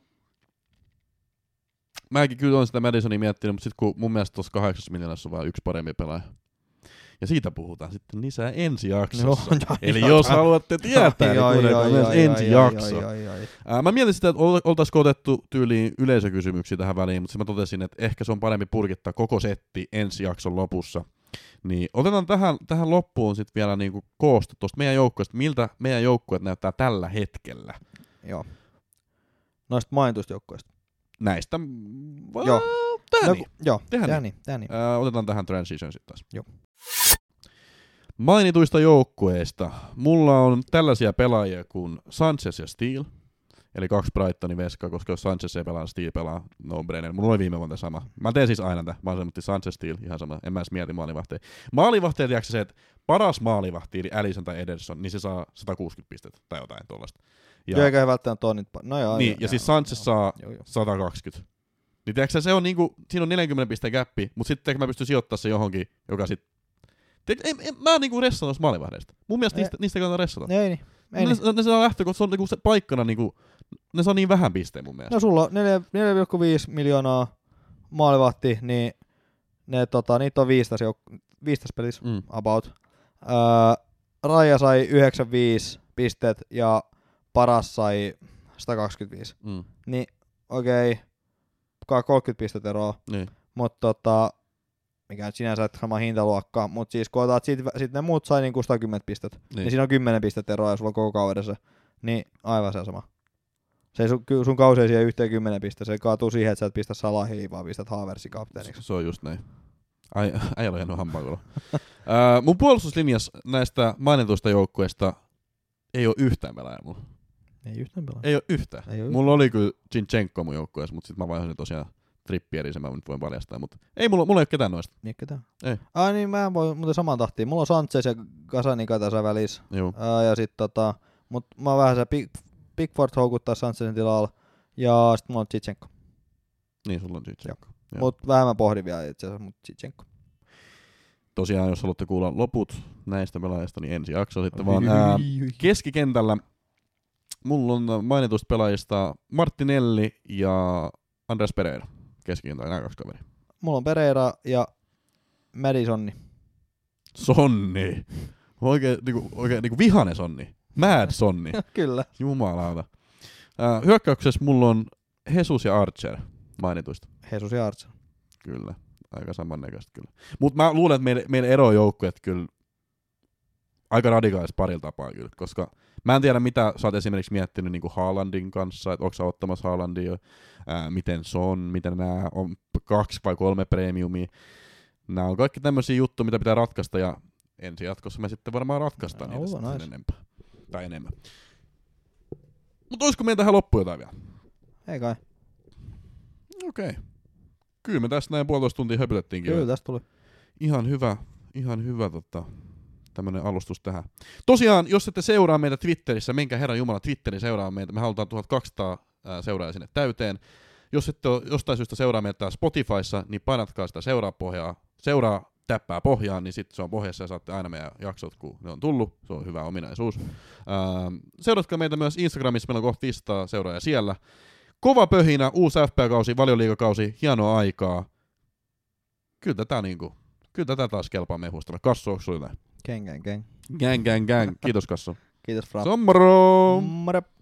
mäkin kyllä on sitä Madisonia miettinyt, mutta sitten kun mun mielestä tuossa kahdeksassa miljoonassa on vaan yksi parempi pelaaja. Ja siitä puhutaan sitten lisää ensi jaksossa. Eli jos haluatte tietää, niin kuunnelkaa myös ensi jakso. Ää, Mä mietin sitä, että ol- oltaisiko otettu tyyliin yleisökysymyksiä tähän väliin, mutta sitten mä totesin, että ehkä se on parempi purkittaa koko setti ensi jakson lopussa. Niin otetaan tähän, tähän loppuun sitten vielä niinku kooste tuosta meidän joukkueesta, miltä meidän joukkueet näyttää tällä hetkellä. Joo. Noista mainituista joukkoista. Näistä, Joo. joo. Tää No, niin. ku- joo, Tehdään tää niin, tää niin. Ää, otetaan tähän transition sitten taas. Joo. Mainituista joukkueista. Mulla on tällaisia pelaajia kuin Sanchez ja Steel. Eli kaksi Brightonin veskaa, koska jos Sanchez ei pelaa, Steel pelaa. No brainer. Mulla oli viime vuonna sama. Mä teen siis aina tämän. Mä oon semmoinen Sanchez Steel, ihan sama. En mä edes mieti maalivahteja. Maalivahteja, tiedätkö se, että paras maalivahti, eli Allison tai Ederson, niin se saa 160 pistettä tai jotain tuollaista. Joo, eikä he välttämättä ole niitä. pa- No joo. Niin, joo, ja, ja siis joo, Sanchez joo. saa Joo, joo. 120. Niin tiedätkö, sä, se on niinku, siinä on 40 pisteen gappi, mutta sitten ehkä mä pystyn sijoittamaan se johonkin, joka sit... Tiedätkö, en, en, mä niinku ressaan noista maalivahdeista. Mun mielestä Ei. niistä, niistä ei kannata ressata. Ei niin. Ei ne, niin. ne, ne saa lähtökohta, se on niinku se paikkana niinku, ne saa niin vähän pisteen mun mielestä. No sulla on neljä- 4,5 miljoonaa maalivahti, niin ne, tota, niitä on viisi tässä jouk- 15 pelissä Mm. about. Öö, Raja sai 95 pistet ja paras sai 125. Mm. Niin okei, okay. 30 pistettä eroa, Niin. mutta tota, mikä nyt sinänsä et sama hintaluokka, mutta siis kun otat sit, sit ne muut sai niinku 110 pistet, niin. niin. siinä on 10 pistettä eroa ja sulla on koko kaudessa, niin aivan se sama. Se ei sun, ky- sun kausi ei siihen yhteen 10 pistettä, se kaatuu siihen, että sä et pistä salahiin, vaan pistät Haaversin kapteeniksi. Se on just näin. Ai, äijä on jäänyt hampaakolla. Ää, mun puolustuslinjas näistä mainituista joukkueista ei ole yhtään pelaajaa mulla. Ei yhtään pelaa. Ei ole yhtään. Ei oo Mulla oli kyllä Jinchenko mun joukkueessa, mutta sitten mä vaihdoin sen tosiaan trippieriin, sen mä nyt voin paljastaa. Mutta ei mulla, mulla ei ole ketään noista. Niin ketään. Ei. Ai niin, mä voin muuten saman tahtiin. Mulla on Sanchez ja Gasanika tässä välissä. Joo. Ää, ja sit tota, mut mä oon vähän se Big, Bigford houkuttaa Sanchezin tilalla. Ja sit mulla on Chichenko. Niin, sulla on Jinchenko. Joo. Mut vähän mä pohdin vielä itse asiassa, mut Chichenko. Tosiaan, jos haluatte kuulla loput näistä pelaajista, niin ensi jakso sitten vaan. Ää, keskikentällä mulla on mainituista pelaajista Martinelli ja Andres Pereira. Keskikentällä nämä kaksi kaveria. Mulla on Pereira ja Madisonni. Sonni. Oikein, niinku, oikein niinku vihane Sonni. Mad Sonni. Kyllä. Jumalauta. Äh, hyökkäyksessä mulla on Jesus ja Archer mainituista. Jesus ja Artsen. Kyllä. Aika samannäköistä kyllä. Mutta mä luulen, että meillä, meillä eroaa joukkueet kyllä aika radikaalisesti parilla tapaa kyllä, koska mä en tiedä mitä sä oot esimerkiksi miettinyt niin Haalandin kanssa, että onko sä ottamassa Haalandia, ää, miten se on, miten nämä on p- kaksi vai kolme premiumia. Nämä on kaikki tämmöisiä juttuja, mitä pitää ratkaista ja ensi jatkossa me sitten varmaan ratkaistaan niitä Aivan, sitten nice. sen enempää. Tai enemmän. Mutta olisiko meillä tähän loppuun jotain vielä? Ei kai. Okei. Kyllä me tässä näin puolitoista tuntia höpytettiinkin. jo. Kyllä tästä tuli. Ihan hyvä, ihan hyvä tota, tämmönen alustus tähän. Tosiaan, jos ette seuraa meitä Twitterissä, menkää Herran Jumala Twitterin seuraa meitä. Me halutaan 1200 ää, seuraajaa sinne täyteen. Jos ette ole jostain syystä seuraa meitä täällä Spotifyssa, niin painatkaa sitä seuraa pohjaa. Seuraa täppää pohjaan, niin sitten se on pohjassa ja saatte aina meidän jaksot, kun ne on tullut. Se on hyvä ominaisuus. Ää, seuratkaa meitä myös Instagramissa, meillä on kohta 500 seuraajaa siellä. Kova pöhinä, uusi FP-kausi, valioliikakausi, hienoa aikaa. Kyllä tätä niinku, Kyllä tätä taas kelpaa mehustella. Kassu, onko sulle? Keng, keng, keng. Gang, gang, gang. Kiitos, Kassu. Kiitos Fra. Sommoro! Morjep.